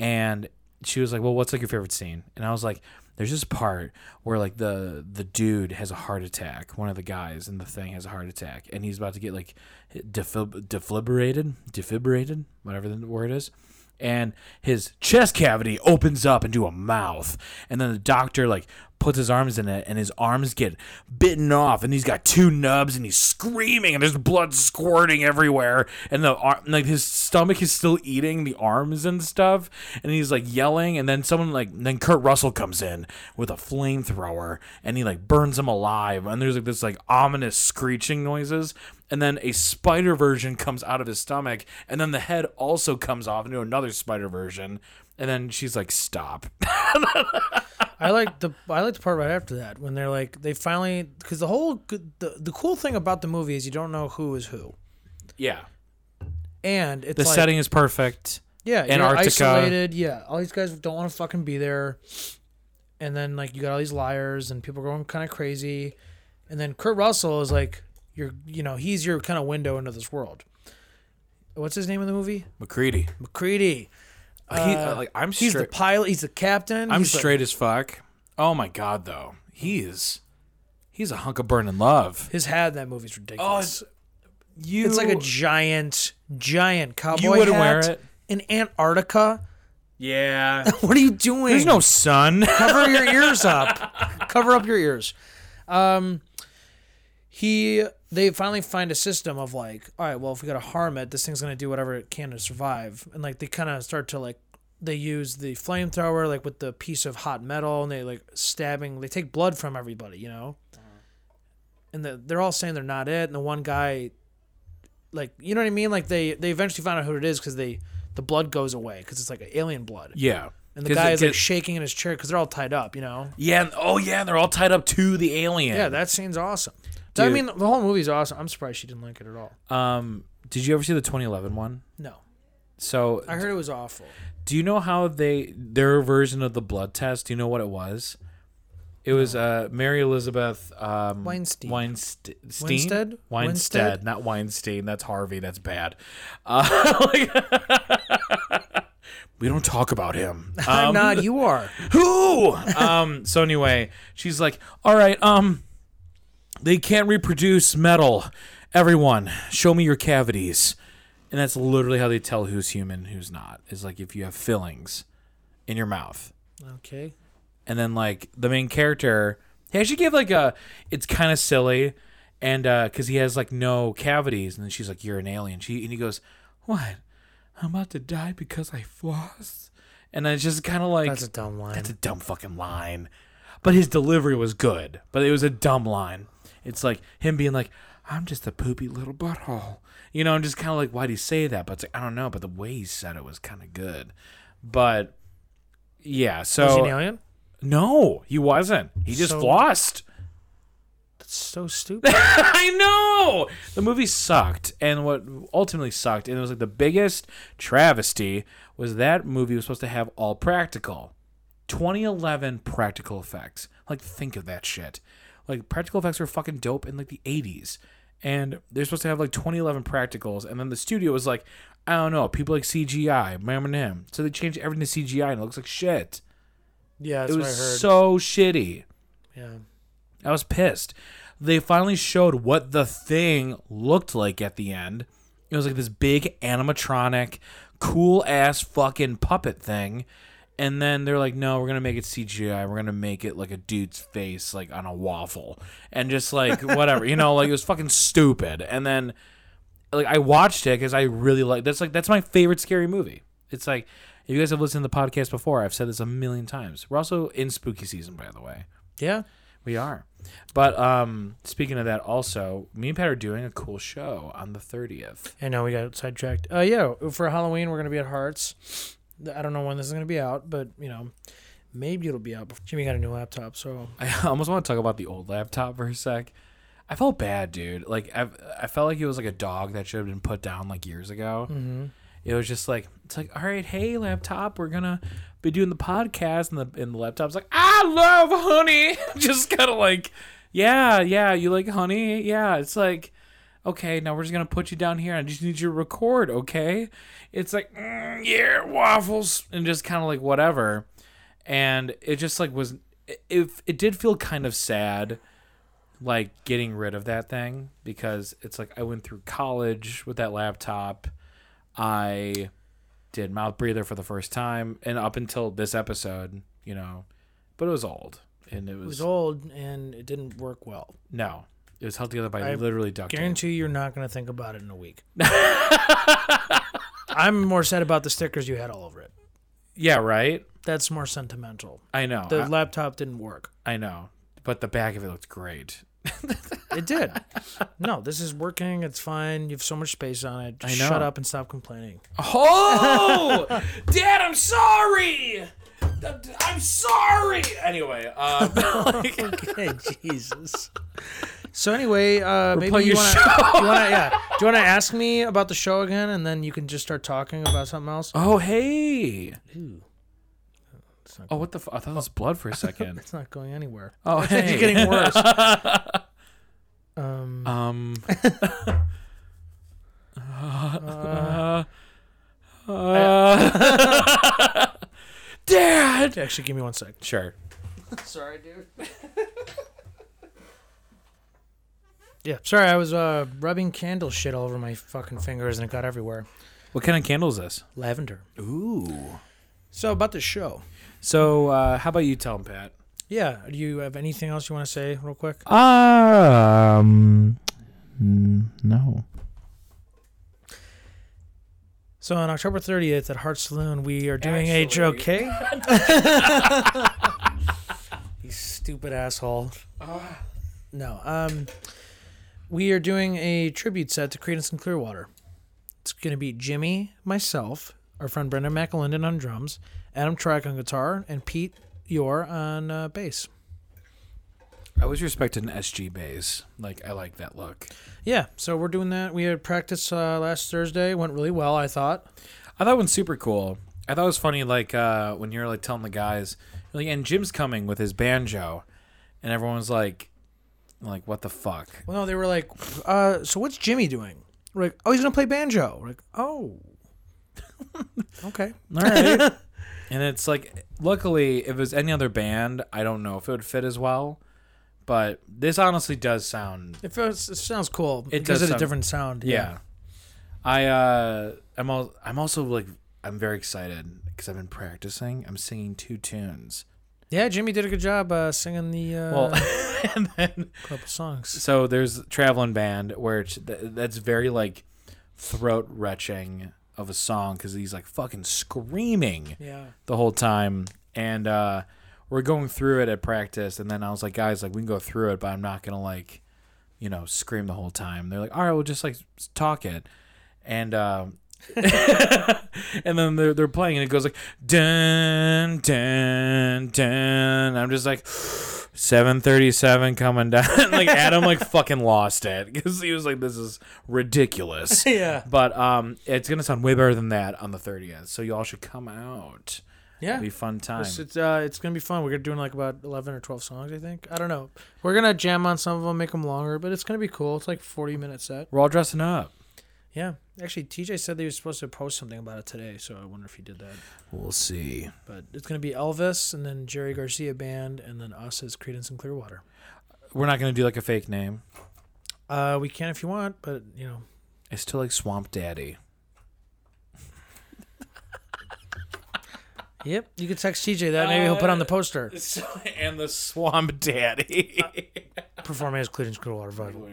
[SPEAKER 5] And she was like, "Well, what's like your favorite scene?" And I was like, "There's this part where like the the dude has a heart attack. One of the guys in the thing has a heart attack, and he's about to get like defib- defibrillated, defibrillated, whatever the word is." And his chest cavity opens up into a mouth, and then the doctor like puts his arms in it, and his arms get bitten off, and he's got two nubs, and he's screaming, and there's blood squirting everywhere, and the arm, like his stomach is still eating the arms and stuff, and he's like yelling, and then someone like then Kurt Russell comes in with a flamethrower, and he like burns him alive, and there's like this like ominous screeching noises, and then a spider version comes out of his stomach, and then the head also comes off into another spider version. And then she's like, "Stop!"
[SPEAKER 1] I like the I like the part right after that when they're like they finally because the whole good- the the cool thing about the movie is you don't know who is who
[SPEAKER 5] Yeah,
[SPEAKER 1] and it's
[SPEAKER 5] the
[SPEAKER 1] like,
[SPEAKER 5] setting is perfect.
[SPEAKER 1] yeah you're
[SPEAKER 5] Antarctica.
[SPEAKER 1] isolated yeah all these guys don't want to fucking be there and then like you got all these liars and people going kind of crazy and then Kurt Russell is like you're you know he's your kind of window into this world what's his name in the movie
[SPEAKER 5] McCready.
[SPEAKER 1] McCready
[SPEAKER 5] he, uh, like I'm
[SPEAKER 1] he's the
[SPEAKER 5] straight.
[SPEAKER 1] pilot he's the captain
[SPEAKER 5] I'm
[SPEAKER 1] he's the-
[SPEAKER 5] straight as fuck. Oh my god, though he is, he's a hunk of burning love.
[SPEAKER 1] his hat in that movie's ridiculous
[SPEAKER 5] you.
[SPEAKER 1] Oh, It's like a giant, giant cowboy
[SPEAKER 5] Oh, wouldn't
[SPEAKER 1] hat
[SPEAKER 5] wear it.
[SPEAKER 1] in Antarctica.
[SPEAKER 5] yeah.
[SPEAKER 1] What are you doing?
[SPEAKER 5] There's no sun.
[SPEAKER 1] cover your ears up. cover up your ears. Um, he they finally find a system of like, all right, well, if we gotta harm it, this thing's gonna do whatever it can to survive. And like they kind of start to like they use the flamethrower like with the piece of hot metal and they like stabbing. They take blood from everybody, you know. And the, they're all saying they're not it. And the one guy, like, you know what I mean? Like they they eventually find out who it is because they the blood goes away because it's like alien blood.
[SPEAKER 5] yeah.
[SPEAKER 1] And the
[SPEAKER 5] 'Cause
[SPEAKER 1] guy
[SPEAKER 5] it
[SPEAKER 1] is like
[SPEAKER 5] gets-
[SPEAKER 1] shaking in his chair because they're all tied up, you know?
[SPEAKER 5] yeah. and- Oh yeah. and They're all tied up to the alien.
[SPEAKER 1] Yeah, that scene's awesome. I
[SPEAKER 5] Dude.
[SPEAKER 1] mean, the whole movie's awesome. I'm surprised she didn't like it at all.
[SPEAKER 5] Um. Did you ever see the 2011 one?
[SPEAKER 1] No.
[SPEAKER 5] So
[SPEAKER 1] I heard it was awful.
[SPEAKER 5] Do you know how they their version of the blood test? Do you know what it was? It was uh, Mary Elizabeth um,
[SPEAKER 1] Weinstein.
[SPEAKER 5] Weinstein.
[SPEAKER 1] Winstead?
[SPEAKER 5] Weinstead.
[SPEAKER 1] Winstead?
[SPEAKER 5] Not Weinstein. That's Harvey. That's bad. Uh, like- we don't talk about him.
[SPEAKER 1] I'm not. You are.
[SPEAKER 5] Who? um. So anyway, she's like, all right. Um, they can't reproduce metal. Everyone, show me your cavities. And that's literally how they tell who's human, who's not. Is like if you have fillings in your mouth
[SPEAKER 1] Okay.
[SPEAKER 5] and then like the main character he actually gave like a it's kind of silly and uh because he has like no cavities and then she's like you're an alien she and he goes what i'm about to die because i floss and it's just kind of like
[SPEAKER 1] That's a dumb line.
[SPEAKER 5] that's a dumb fucking line. But his delivery was good. But it was a dumb line. It's like him being like, I'm just a poopy little butthole. You know, I'm just kind of like, why'd he say that? But it's like, I don't know. But the way he said it was kind of good. But yeah, so.
[SPEAKER 2] Is he an alien?
[SPEAKER 5] No, he wasn't. He just
[SPEAKER 2] So-
[SPEAKER 5] lost.
[SPEAKER 2] That's so stupid.
[SPEAKER 5] I know. The movie sucked, and what ultimately sucked, and it was like the biggest travesty was that movie was supposed to have all practical. 2011 practical effects. Like think of that shit. Like practical effects were fucking dope in like the 80s. And they're supposed to have like 2011 practicals, and then the studio was like, I don't know, people like CGI, M&M. So they changed everything to CGI, and it looks like shit.
[SPEAKER 1] yeah, that's
[SPEAKER 5] it
[SPEAKER 1] what I heard.
[SPEAKER 5] was so shitty.
[SPEAKER 1] yeah.
[SPEAKER 5] I was pissed. They finally showed what the thing looked like at the end. It was like this big animatronic, cool ass fucking puppet thing. And then they're like, no, we're going to make it CGI. We're going to make it like a dude's face, like on a waffle. And just like, whatever, you know, like it was fucking stupid. And then, like, I watched it because I really like that's like, that's my favorite scary movie. It's like, if you guys have listened to the podcast before, I've said this a million times. We're also in spooky season, by the way.
[SPEAKER 1] Yeah.
[SPEAKER 5] We are. But um speaking of that also, me and Pat are doing a cool show on the 30th.
[SPEAKER 1] I know we got sidetracked. Uh, yeah, for Halloween we're gonna be at Hearts. I don't know when this is gonna be out, but you know, maybe it'll be out. Before. Jimmy got a new laptop, so
[SPEAKER 5] I almost want to talk about the old laptop for a sec. I felt bad, dude. Like I I felt like it was like a dog that should have been put down like years ago. Mm-hmm. It was just like it's like, "All right, hey laptop, we're going to be doing the podcast." And the and the laptop's like, "I love honey." just kind of like, "Yeah, yeah, you like honey?" Yeah, it's like okay, now we're just gonna put you down here. I just need you to record, okay? It's like, mm, yeah, waffles, and just kind of like whatever. And it just like was, it, it, it did feel kind of sad, like getting rid of that thing because it's like I went through college with that laptop. I did mouth breather for the first time, and up until this episode, you know, but it was old. And it was,
[SPEAKER 1] it was old and it didn't work well.
[SPEAKER 5] no, it was held together by
[SPEAKER 1] I
[SPEAKER 5] literally duct tape.
[SPEAKER 1] Guarantee you're not gonna think about it in a week. I'm more sad about the stickers you had all over it.
[SPEAKER 5] Yeah, right.
[SPEAKER 1] That's more sentimental.
[SPEAKER 5] I know.
[SPEAKER 1] The
[SPEAKER 5] I-
[SPEAKER 1] laptop didn't work.
[SPEAKER 5] I know, but the back of it looked great.
[SPEAKER 1] It did. no, this is working. It's fine. You have so much space on it. Just
[SPEAKER 5] know.
[SPEAKER 1] shut up and stop complaining.
[SPEAKER 5] Oh, Dad, I'm sorry. I'm sorry. Anyway, uh,
[SPEAKER 1] Okay, Jesus. So anyway, uh, maybe
[SPEAKER 5] playing
[SPEAKER 1] you
[SPEAKER 5] a
[SPEAKER 1] want to, you want to, yeah. Do you want to ask me about the show again, and then you can just start talking about something else?
[SPEAKER 5] oh hey.
[SPEAKER 1] Ooh,
[SPEAKER 5] Oh, what the? F- I thought it was blood for a second.
[SPEAKER 1] it's not going anywhere.
[SPEAKER 5] Oh, hey.
[SPEAKER 1] It's getting worse. um,
[SPEAKER 5] um. uh, uh, Dad.
[SPEAKER 1] actually, give me one sec.
[SPEAKER 5] Sure.
[SPEAKER 1] Sorry, dude. yeah, sorry. I was uh, rubbing candle shit all over my fucking fingers, and it got everywhere.
[SPEAKER 5] What kind of candle is this?
[SPEAKER 1] Lavender.
[SPEAKER 5] Ooh.
[SPEAKER 1] So about the show.
[SPEAKER 5] So, uh, how about you tell him, Pat?
[SPEAKER 1] Yeah. Do you have anything else you want to say, real quick?
[SPEAKER 3] Um, no.
[SPEAKER 1] So on October 30th at Heart Saloon, we are doing a joke.
[SPEAKER 5] Actually-
[SPEAKER 1] you stupid asshole. No. Um, we are doing a tribute set to Creedence and Clearwater. It's going to be Jimmy, myself, our friend Brendan McElinden on drums, Adam Track on guitar, and Pete Yor on uh, bass.
[SPEAKER 5] I was respecting SG Bays. Like I like that look.
[SPEAKER 1] Yeah, so we're doing that. We had practice uh, last Thursday. Went really well, I thought.
[SPEAKER 5] I thought it was super cool. I thought it was funny, like uh, when you're like telling the guys, like, and Jim's coming with his banjo, and everyone's like, like what the fuck?
[SPEAKER 1] Well, no, they were like, uh, so what's Jimmy doing? We're like, oh, he's going to play banjo. We're like, oh. okay.
[SPEAKER 5] All right. and it's like, luckily, if it was any other band, I don't know if it would fit as well. But this honestly does sound
[SPEAKER 1] It, feels, it sounds cool. It,
[SPEAKER 5] It
[SPEAKER 1] gives
[SPEAKER 5] does
[SPEAKER 1] it a
[SPEAKER 5] sound-
[SPEAKER 1] different sound.
[SPEAKER 5] Yeah. I uh I'm all I'm also like I'm very excited because I've been practicing. I'm singing two tunes.
[SPEAKER 1] Yeah, Jimmy did a good job uh, singing the uh,
[SPEAKER 5] Well, and then
[SPEAKER 1] couple songs.
[SPEAKER 5] so there's traveling band where it's th- that's very like throat retching of a song because he's like fucking screaming
[SPEAKER 1] Yeah.
[SPEAKER 5] the whole time. And uh, we're going through it at practice, and then I was like, guys, like we can go through it, but I'm not gonna like, you know, scream the whole time. They're like, all right, we'll just like s- talk it, and. Um, and then they're, they're playing and it goes like dun dun dun. I'm just like 737 coming down. like Adam like fucking lost it because he was like this is ridiculous.
[SPEAKER 1] Yeah.
[SPEAKER 5] But um, it's gonna sound way better than that on the 30th. So y'all should come out.
[SPEAKER 1] Yeah.
[SPEAKER 5] It'll be a fun time.
[SPEAKER 1] It's, it's, uh, it's gonna be fun. We're doing like about eleven or twelve songs, I think. I don't know. We're gonna jam on some of them, make them longer, but it's gonna be cool. It's like forty minute set.
[SPEAKER 5] We're all dressing up.
[SPEAKER 1] Yeah. Actually, TJ said they were supposed to post something about it today, so I wonder if he did that.
[SPEAKER 5] We'll see.
[SPEAKER 1] But it's gonna be Elvis and then Jerry Garcia band and then us as Credence and Clearwater.
[SPEAKER 5] We're not gonna do like a fake name.
[SPEAKER 1] Uh, we can if you want, but you know,
[SPEAKER 5] It's still like Swamp Daddy.
[SPEAKER 1] yep. Uh, You could text TJ that. Maybe he'll put on the poster.
[SPEAKER 5] and the Swamp Daddy.
[SPEAKER 1] Performing as Credence Clearwater Revival.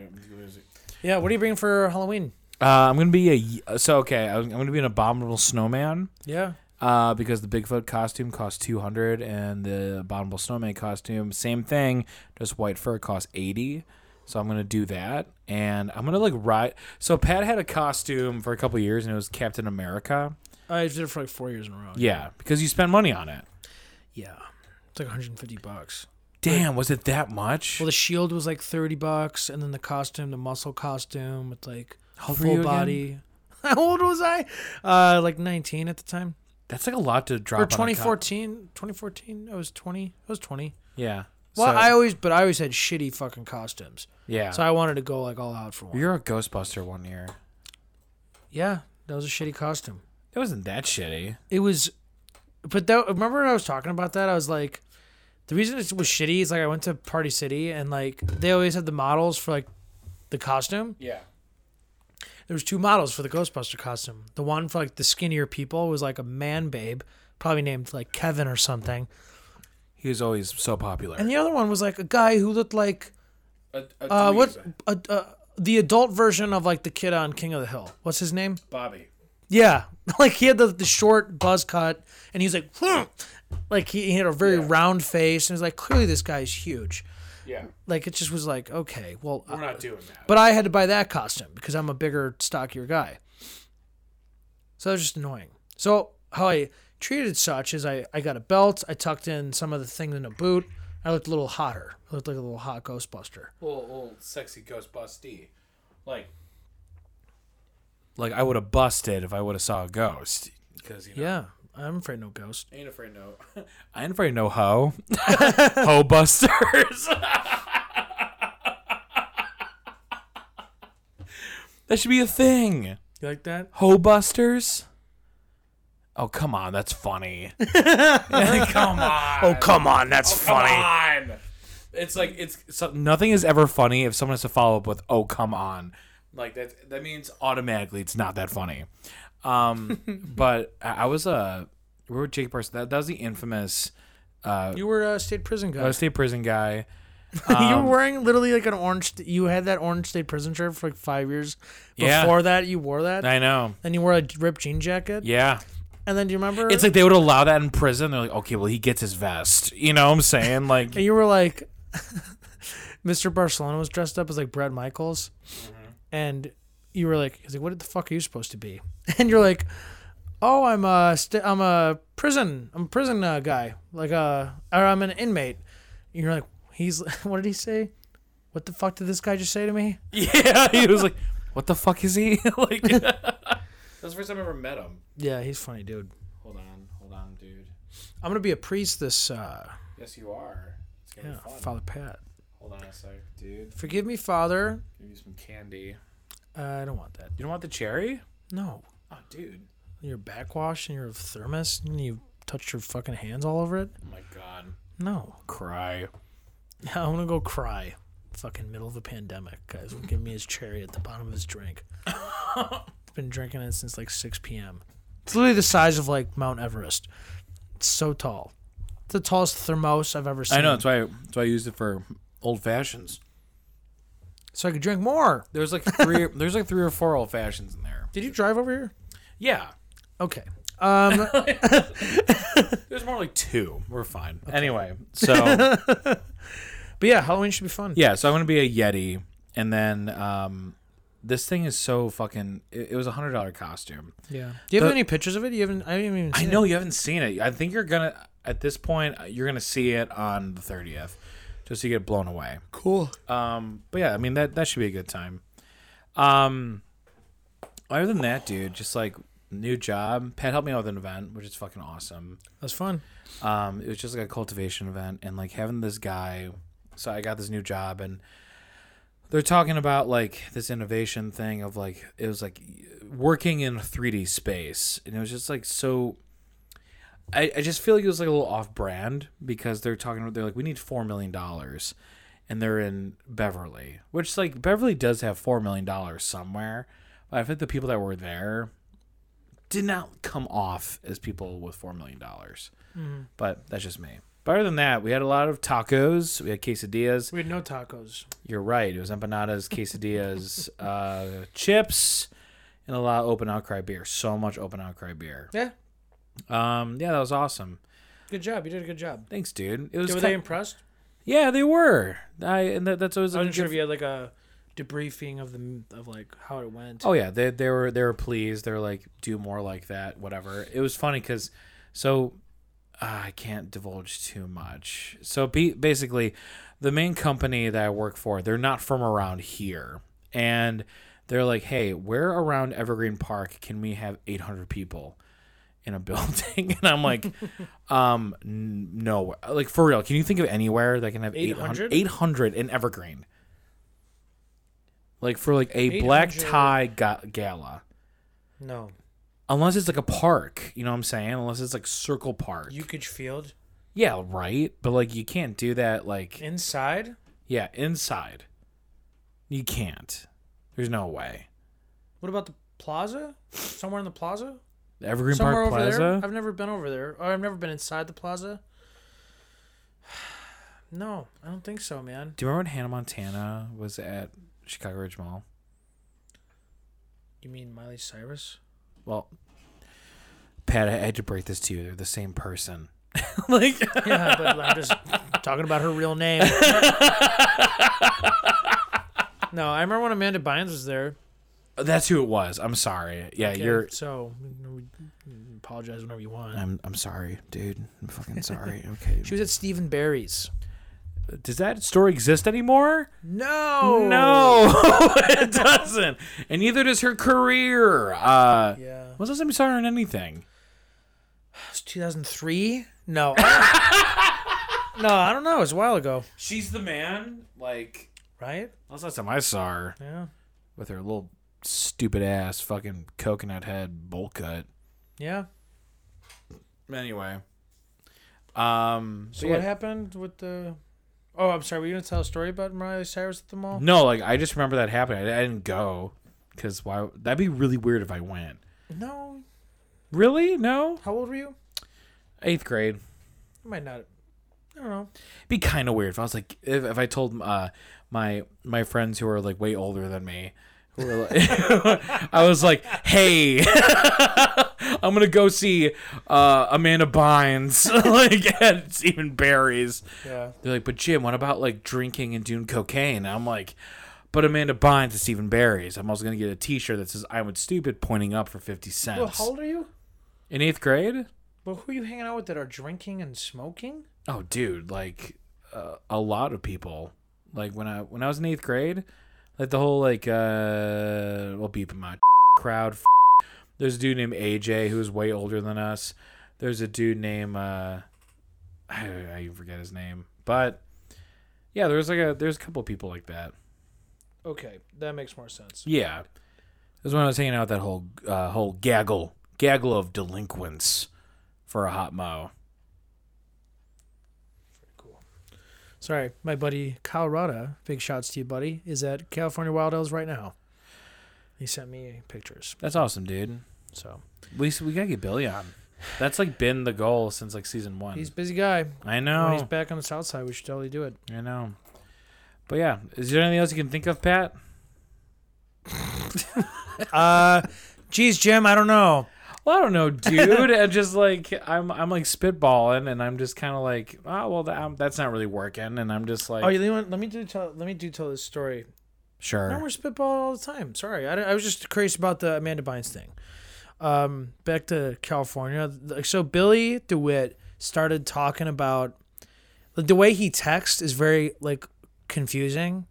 [SPEAKER 1] Yeah. What are you bringing for Halloween?
[SPEAKER 5] Uh, I'm gonna be a uh, so okay. I'm I'm gonna be an abominable snowman.
[SPEAKER 1] Yeah.
[SPEAKER 5] uh, because the Bigfoot costume cost 200 and the Abominable Snowman costume, same thing, just white fur cost 80. So I'm gonna do that, and I'm gonna like ride. So Pat had a costume for a couple years, and it was Captain America.
[SPEAKER 1] I did it for like four years in a row.
[SPEAKER 5] Yeah, because you spent money on it.
[SPEAKER 1] Yeah. It's like 150 bucks.
[SPEAKER 5] Damn, was it that much?
[SPEAKER 1] Well, the shield was like 30 bucks, and then the costume, the muscle costume with like
[SPEAKER 5] How old were you
[SPEAKER 1] full
[SPEAKER 5] again?
[SPEAKER 1] body. How old was I? Uh, like 19 at the time.
[SPEAKER 5] That's like a lot to drop.
[SPEAKER 1] or
[SPEAKER 5] on a co-
[SPEAKER 1] 2014. 2014. I was 20. I was 20.
[SPEAKER 5] yeah.
[SPEAKER 1] Well,
[SPEAKER 5] So-
[SPEAKER 1] I always, but I always had shitty fucking costumes.
[SPEAKER 5] yeah.
[SPEAKER 1] So I wanted to go like all out for one.
[SPEAKER 5] You're a Ghostbuster one year.
[SPEAKER 1] Yeah, that was a shitty costume.
[SPEAKER 5] It wasn't that shitty.
[SPEAKER 1] It was, but that, remember when I was talking about that? I was like, the reason it was shitty is like I went to Party City and like they always had the models for like the costume.
[SPEAKER 5] Yeah.
[SPEAKER 1] there was two models for the Ghostbuster costume. The one for like the skinnier people was like a man babe, probably named like Kevin or something,
[SPEAKER 5] He was always so popular.
[SPEAKER 1] and the other one was like a guy who looked like uh, what uh, uh, the adult version of like the kid on King of the Hill. What's his name?
[SPEAKER 5] Bobby.
[SPEAKER 1] Yeah, like he had the, the short buzz cut, and he was like, "Hmm." like he, he had a very round face, and it was like clearly this guy's huge.
[SPEAKER 5] Yeah,
[SPEAKER 1] Like it just was like okay, well,
[SPEAKER 5] we're not doing that.
[SPEAKER 1] But I had to buy that costume because I'm a bigger, stockier guy. So that was just annoying. So how I treated such is I, I got a belt, I tucked in some of the things in a boot. I looked a little hotter. I looked like a little hot Ghostbuster.
[SPEAKER 5] little, little sexy ghost busty. Like, like I would have busted if I would have saw a ghost. Because you know,
[SPEAKER 1] Yeah, I'm afraid no ghost.
[SPEAKER 5] I ain't afraid no. I ain't afraid no hoe. hoe busters. that should be a thing.
[SPEAKER 1] You like that?
[SPEAKER 5] Hoe busters. Oh come on, that's funny. come on.
[SPEAKER 1] Oh come on, that's funny.
[SPEAKER 5] Come on. It's like it's so, nothing is ever funny if someone has to follow up with "Oh, come on." Like that that means automatically it's not that funny. Um, but I, I was uh, we were Jake Parson. That, that was the infamous uh,
[SPEAKER 1] You were a state prison guy.
[SPEAKER 5] Ohio state prison guy.
[SPEAKER 1] you were wearing literally like an orange. You had that orange state prison shirt for like five years.
[SPEAKER 5] Yeah.
[SPEAKER 1] Before that, you wore that.
[SPEAKER 5] I know.
[SPEAKER 1] Then you wore a ripped jean jacket.
[SPEAKER 5] Yeah,
[SPEAKER 1] And then do you remember?
[SPEAKER 5] it's like they would allow that in prison. They're like, okay, well, he gets his vest. You know what I'm saying? Like,
[SPEAKER 1] And you were like, Mr. Barcelona was dressed up as like Brad Michaels, and you were like, he's like, what the fuck are you supposed to be? And you're like, oh, I'm a st- I'm a prison, I'm a prison uh, guy, like uh, or I'm an inmate. And you're like, he's what did he say? What the fuck did this guy just say to me?
[SPEAKER 5] yeah, he was like, what the fuck is he? like, that's the first time I ever met him.
[SPEAKER 1] Yeah, he's funny, dude.
[SPEAKER 5] Hold on, hold on, dude.
[SPEAKER 1] I'm gonna be a priest this uh,
[SPEAKER 5] Yes, you are. It's gonna
[SPEAKER 1] yeah, Father Pat.
[SPEAKER 5] Hold on a sec, dude.
[SPEAKER 1] Forgive me, Father.
[SPEAKER 5] Give you some candy.
[SPEAKER 1] Uh, I don't want that.
[SPEAKER 5] You don't want the cherry?
[SPEAKER 1] No,
[SPEAKER 5] Oh, dude.
[SPEAKER 1] your backwash and your thermos, and you touched your fucking hands all over it.
[SPEAKER 5] Oh my god.
[SPEAKER 1] No.
[SPEAKER 5] Cry.
[SPEAKER 1] Yeah, I'm gonna go cry. Fucking middle of a pandemic, guys. Will give me his cherry at the bottom of his drink. Been drinking it since like 6 p.m. It's literally the size of like Mount Everest. It's so tall. It's the tallest thermos I've ever seen.
[SPEAKER 5] I know. That's why. That's why I used it for old fashions.
[SPEAKER 1] So I could drink more.
[SPEAKER 5] There's like three. there's like three or four old fashions in there.
[SPEAKER 1] Did you drive over here?
[SPEAKER 5] Yeah.
[SPEAKER 1] Okay. Um,
[SPEAKER 5] There's more like two. We're fine. Anyway, so
[SPEAKER 1] but yeah, Halloween should be fun.
[SPEAKER 5] yeah, so I'm gonna be a yeti, and then um, this thing is so fucking. It, it was a hundred dollar costume.
[SPEAKER 1] Yeah. Do you have
[SPEAKER 5] The-
[SPEAKER 1] any pictures of it? You haven't. I haven't even.
[SPEAKER 5] I
[SPEAKER 1] seen
[SPEAKER 5] know you haven't seen it. I think you're gonna at this point uh, you're gonna see it on the thirtieth, just to get blown away.
[SPEAKER 1] Cool.
[SPEAKER 5] Um, but yeah, I mean that that should be a good time. Um, other than that, dude, just like new job. Pat helped me out with an event, which is fucking awesome.
[SPEAKER 1] That's fun.
[SPEAKER 5] um, it was just like a cultivation event and like having this guy so i got this new job and they're talking about like this innovation thing of like it was like working in a 3d space and it was just like so i, I just feel like it was like a little off brand because they're talking about they're like we need four million dollars and they're in beverly which like beverly does have four million dollars somewhere but i think the people that were there did not come off as people with four million dollars but that's just me. But other than that, we had a lot of tacos. We had quesadillas.
[SPEAKER 1] We had no tacos.
[SPEAKER 5] You're right. It was empanadas, quesadillas, uh, chips, and a lot of open outcry beer. So much open outcry beer.
[SPEAKER 1] Yeah.
[SPEAKER 5] Um, yeah, that was awesome.
[SPEAKER 1] Good job. You did a good job.
[SPEAKER 5] Thanks, dude. It was.
[SPEAKER 1] were
[SPEAKER 5] ki-
[SPEAKER 1] they impressed?
[SPEAKER 5] yeah, they were. I and that, that's always.
[SPEAKER 1] I
[SPEAKER 5] a
[SPEAKER 1] wasn't sure
[SPEAKER 5] good-
[SPEAKER 1] if you had like a debriefing of the of like how it went.
[SPEAKER 5] Oh yeah, they they were they were pleased. They were like, do more like that, whatever. It was funny because, so, uh, I can't divulge too much. So be, basically, the main company that I work for, they're not from around here, and they're like, hey, where around Evergreen Park can we have 800 people? in a building and i'm like um n- no like for real can you think of anywhere that can have
[SPEAKER 1] 800?
[SPEAKER 5] 800 800 in evergreen like for like a black
[SPEAKER 1] 800.
[SPEAKER 5] tie ga- gala
[SPEAKER 1] No,
[SPEAKER 5] unless it's like a park you know what i'm saying unless it's like circle park
[SPEAKER 1] Ukage Field
[SPEAKER 5] yeah right but like you can't do that like
[SPEAKER 1] inside.
[SPEAKER 5] yeah inside you can't there's no way
[SPEAKER 1] What about the plaza? Somewhere in the plaza?
[SPEAKER 5] The evergreen
[SPEAKER 1] Somewhere
[SPEAKER 5] park
[SPEAKER 1] over there?
[SPEAKER 5] plaza
[SPEAKER 1] I've never been over there. Or I've never been inside the plaza. No, I don't think so, man.
[SPEAKER 5] do you remember when hannah montana was at chicago ridge mall
[SPEAKER 1] You mean Miley Cyrus?
[SPEAKER 5] well pat i had to break this to you they're the same person like
[SPEAKER 1] Yeah, but I'm just talking about her real name. no, I remember when Amanda Bynes was there.
[SPEAKER 5] Uh, that's who it was i'm sorry yeah
[SPEAKER 1] Okay,
[SPEAKER 5] you're
[SPEAKER 1] so you know, apologize whenever you want.
[SPEAKER 5] I'm, I'm sorry dude i'm fucking sorry okay
[SPEAKER 1] She was at Stephen Barry's.
[SPEAKER 5] does that store exist anymore
[SPEAKER 1] No,
[SPEAKER 5] no it doesn't and neither does her career uh
[SPEAKER 1] Yeah,
[SPEAKER 5] when's the last time you saw her in anything
[SPEAKER 1] it's 2003. No, no, I don't know. It was a while ago,
[SPEAKER 5] she's the man like
[SPEAKER 1] right?
[SPEAKER 5] that's the last time i saw her
[SPEAKER 1] Yeah,
[SPEAKER 5] with her little stupid ass fucking coconut head bowl cut
[SPEAKER 1] yeah.
[SPEAKER 5] anyway um
[SPEAKER 1] So what happened with the? Oh, I'm sorry. Were you gonna tell a story about Miley Cyrus at the mall?
[SPEAKER 5] No, like I just remember that happening. I, I didn't go because why? That'd be really weird if I went.
[SPEAKER 1] No.
[SPEAKER 5] Really? No.
[SPEAKER 1] How old were you?
[SPEAKER 5] Eighth grade.
[SPEAKER 1] You might not. I don't know.
[SPEAKER 5] Be kind of weird if I was like if, if I told uh my my friends who are like way older than me. Who were like, I was like, hey, I'm gonna go see uh, Amanda Bynes like at Stephen Barry's.
[SPEAKER 1] Yeah.
[SPEAKER 5] They're like, but Jim, what about like drinking and doing cocaine? I'm like, but Amanda Bynes and Stephen Barry's. I'm also gonna get a T-shirt that says "I would stupid" pointing up for fifty
[SPEAKER 1] Well,
[SPEAKER 5] cents.
[SPEAKER 1] how old are you?
[SPEAKER 5] In eighth grade?
[SPEAKER 1] But who are you hanging out with that are drinking and smoking?
[SPEAKER 5] Oh, dude, like uh, a lot of people. Like when I when I was in eighth grade, like the whole like uh, well, beep my crowd. There's a dude named AJ who's way older than us. There's a dude named uh, I, I even forget his name, but yeah, there was like a there's a couple people like that.
[SPEAKER 1] Okay, that makes more sense.
[SPEAKER 5] Yeah, that's when I was hanging out with that whole uh, whole gaggle gaggle of delinquents for a hot mo.
[SPEAKER 1] Sorry, my buddy Kyle Rada, big shouts to you, buddy, is at California Wild Elves right now. He sent me pictures.
[SPEAKER 5] That's awesome, dude.
[SPEAKER 1] So
[SPEAKER 5] We we gotta get Billy on. That's like been the goal since like season one.
[SPEAKER 1] he's a busy guy.
[SPEAKER 5] I
[SPEAKER 1] When he's
[SPEAKER 5] know,
[SPEAKER 1] back on the south side, we should totally do it.
[SPEAKER 5] I know. But yeah, is there anything else you can think of, Pat?
[SPEAKER 1] Uh Geez, Jim, I don't know.
[SPEAKER 5] Well, I don't know, dude. and just like I'm, I'm like spitballing, and I'm just kind of like, oh well, that, um, that's not really working. And I'm just like,
[SPEAKER 1] Oh, you know what? Let me do tell. Let me do tell this story.
[SPEAKER 5] sure.
[SPEAKER 1] No, we're spitballing all the time. Sorry, I, I was just curious about the Amanda Bynes thing. Um, back to California. Like, So Billy DeWitt started talking about like, the way he texts is very like confusing.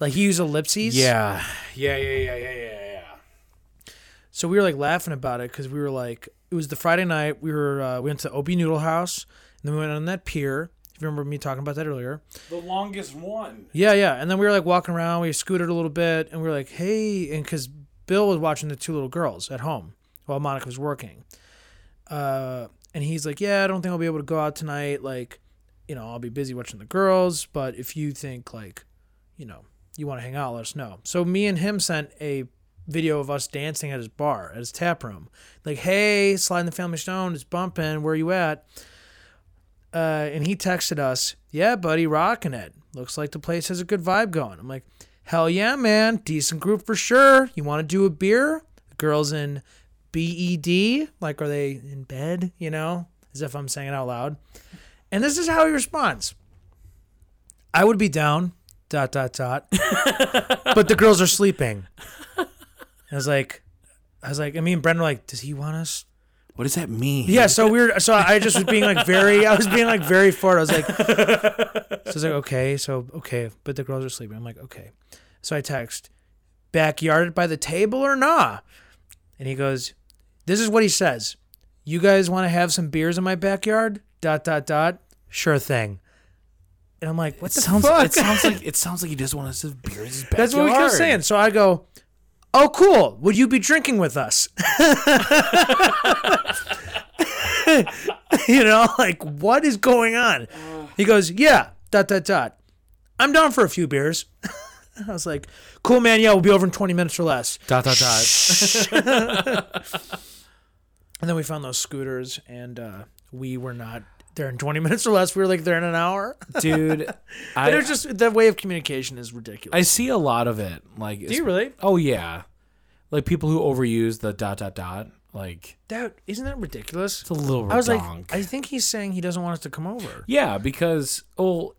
[SPEAKER 1] Like he used ellipses.
[SPEAKER 5] yeah, yeah, yeah, yeah, yeah, yeah, yeah.
[SPEAKER 1] So we were like laughing about it because we were like, it was the Friday night. We were uh, we went to Opie Noodle House and then we went on that pier. If you remember me talking about that earlier.
[SPEAKER 5] The longest one.
[SPEAKER 1] Yeah, yeah. And then we were like walking around, we scooted a little bit, and we were like, hey, and because Bill was watching the two little girls at home while Monica was working. Uh, and he's like, yeah, I don't think I'll be able to go out tonight. Like, you know, I'll be busy watching the girls, but if you think, like, you know, you want to hang out, let us know. So me and him sent a video of us dancing at his bar, at his tap room. Like, hey, sliding the family stone, it's bumping, where you at? uh, and he texted us, "Yeah, buddy, rocking it. Looks like the place has a good vibe going." I'm like, "Hell yeah, man! Decent group for sure. You want to do a beer? The girls in bed, like, are they in bed? You know, as if I'm saying it out loud." And this is how he responds: "I would be down, dot dot dot, but the girls are sleeping." I was like, I was like, I mean, Brendan, like, does he want us
[SPEAKER 3] What does that mean?
[SPEAKER 1] yeah, so we were. So I just was being like very. I was being like very forward. I was like, so I was like, okay, so okay, but the girls are sleeping. I'm like, okay. So I text, backyarded by the table or nah? And he goes, this is what he says. You guys want to have some beers in my backyard? Dot dot dot. Sure thing. And I'm like, what the
[SPEAKER 3] sounds,
[SPEAKER 1] fuck?
[SPEAKER 3] It sounds like it sounds like he just wants to beer in his backyard.
[SPEAKER 1] That's what we kept saying. So I go, "Oh, cool. Would you be drinking with us?" you know, like what is going on? He goes, "Yeah, dot dot dot. I'm down for a few beers." I was like, "Cool, man. Yeah, we'll be over in 20 minutes or less."
[SPEAKER 5] Dot dot dot.
[SPEAKER 1] And then we found those scooters, and uh, we were not there in 20 minutes or less. We were like there in an hour.
[SPEAKER 5] Dude, I
[SPEAKER 1] There's just the way of communication is ridiculous.
[SPEAKER 5] I see a lot of it. Like,
[SPEAKER 1] Do you really?
[SPEAKER 5] Oh yeah, like people who overuse the dot dot dot. Like
[SPEAKER 1] That isn't that ridiculous?
[SPEAKER 5] it's a little.
[SPEAKER 1] I was like,
[SPEAKER 5] redonk.
[SPEAKER 1] I think he's saying he doesn't want us to come over.
[SPEAKER 5] Yeah, because oh,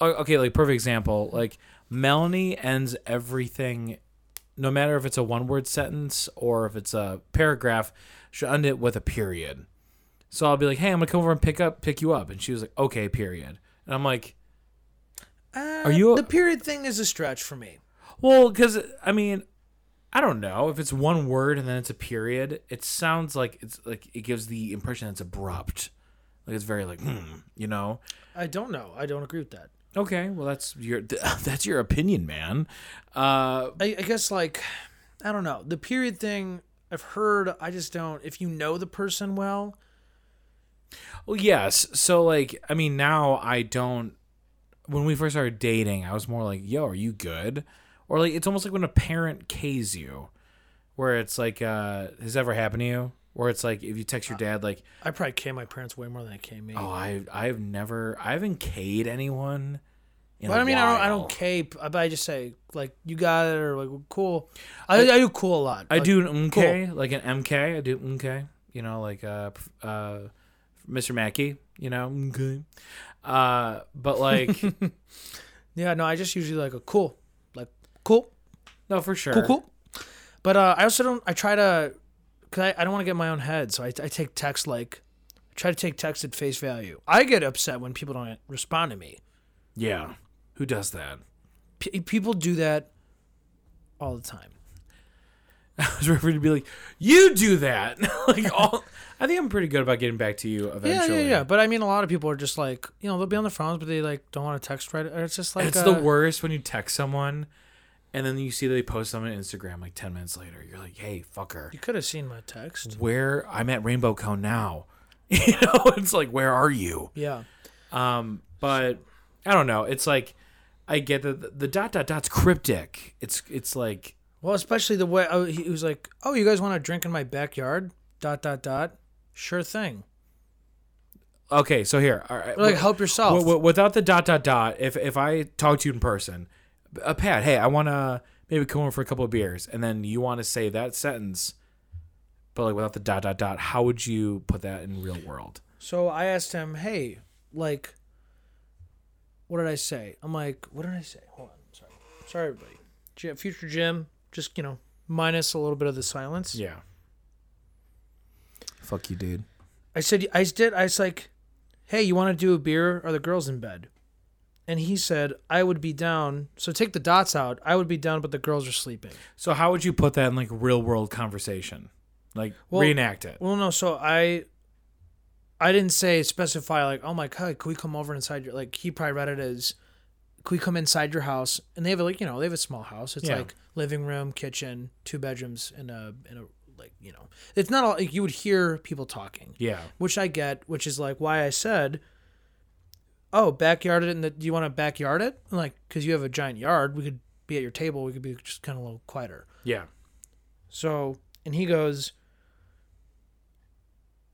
[SPEAKER 5] o- okay, like perfect example. Like Melanie ends everything, no matter if it's a one-word sentence or if it's a paragraph, she'll end it with a period. So I'll be like, "Hey, I'm gonna come over and pick up, pick you up," and she was like, "Okay, period." And I'm like,
[SPEAKER 1] Are
[SPEAKER 5] you-
[SPEAKER 1] Uh, the period thing is a stretch for me?
[SPEAKER 5] "Well, because I mean, I don't know if it's one word and then it's a period. It sounds like it's like it gives the impression that it's abrupt, like it's very like, hmm, you know."
[SPEAKER 1] I don't know. I don't agree with that.
[SPEAKER 5] Okay, well that's your that's your opinion, man. Uh,
[SPEAKER 1] I, I guess like I don't know. The period thing I've heard. I just don't. If you know the person well,
[SPEAKER 5] well, yes. So like, I mean, now I don't. When we first started dating, I was more like, "Yo, are you good?" Or like, it's almost like when a parent K's you, where it's like, uh, "Has that ever happened to you?" Where it's like, if you text your dad, like,
[SPEAKER 1] I probably came my parents way more than I came me.
[SPEAKER 5] "Oh, I I've never I haven't K'd anyone." In
[SPEAKER 1] but
[SPEAKER 5] a
[SPEAKER 1] I mean, I don't. I
[SPEAKER 5] while."
[SPEAKER 1] don't cape. I, but I just say like you got it or like well, cool. I, I, do cool a lot.
[SPEAKER 5] I
[SPEAKER 1] Like,
[SPEAKER 5] do an MK, like an MK. I do MK, you know, like uh, p- uh, Mr. Mackey, you know, MK. Uh, but like,
[SPEAKER 1] Yeah. No. I just usually like a cool. Like cool.
[SPEAKER 5] no, for sure.
[SPEAKER 1] Cool. Cool. But uh, I also don't. I try to. Cause I, I don't want to get in my own head, so I, I take text like. I try to take text at face value. I get upset when people don't respond to me.
[SPEAKER 5] Yeah. Who does that?
[SPEAKER 1] P- people do that all the time.
[SPEAKER 5] I was ready to be like, you do that. like all. I think I'm pretty good about getting back to you eventually.
[SPEAKER 1] Yeah, yeah, yeah. But I mean, a lot of people are just like, you know, they'll be on the phones, but they like don't want to text right. Or it's just like
[SPEAKER 5] It's
[SPEAKER 1] uh,
[SPEAKER 5] the worst when you text someone, and then you see they post something on Instagram like ten minutes later. You're like, hey, fucker.
[SPEAKER 1] You could have seen my text.
[SPEAKER 5] Where I'm at Rainbow Cone now, you know, it's like, where are you?
[SPEAKER 1] Yeah,
[SPEAKER 5] Um, but I don't know. It's like I get that the, the dot dot dot's cryptic. It's it's like
[SPEAKER 1] well, especially the way oh, he was like, "Oh, you guys want to drink in my backyard?" Dot dot dot. Sure thing.
[SPEAKER 5] okay. So here, all right,
[SPEAKER 1] Or, like,
[SPEAKER 5] wi-
[SPEAKER 1] help yourself.
[SPEAKER 5] wi- wi- without the dot dot dot, if if I talk to you in person, uh, Pat, hey, I want to maybe come over for a couple of beers, and then you want to say that sentence. but like without the dot dot dot, how would you put that in real world?
[SPEAKER 1] So I asked him, "Hey, like, what did I say?" I'm like, "What did I say?" Hold on, sorry, sorry, everybody. Jim, future Jim, just you know, minus a little bit of the silence.
[SPEAKER 5] Yeah. Fuck you, dude.
[SPEAKER 1] I said, I did. I was like, "Hey, you want to do a beer? Are the girls in bed?" And he said, "I would be down." So take the dots out. I would be down, but the girls are sleeping.
[SPEAKER 5] So how would you put that in like real world conversation? Like
[SPEAKER 1] Well-
[SPEAKER 5] reenact it.
[SPEAKER 1] Well, no. So I, I didn't say specify like, oh my god, can we come over inside your like? He probably read it as, can we come inside your house? And they have a, like you know they have a small house. It's
[SPEAKER 5] Yeah.
[SPEAKER 1] like living room, kitchen, two bedrooms, and a and a like you know it's not all like, you would hear people talking,
[SPEAKER 5] Yeah.
[SPEAKER 1] which I get, which is like why I said. Oh, backyard it, and the, do you want to backyard it? I'm like, because you have a giant yard, we could be at your table. We could be just kind of a little quieter.
[SPEAKER 5] Yeah.
[SPEAKER 1] So, and he goes,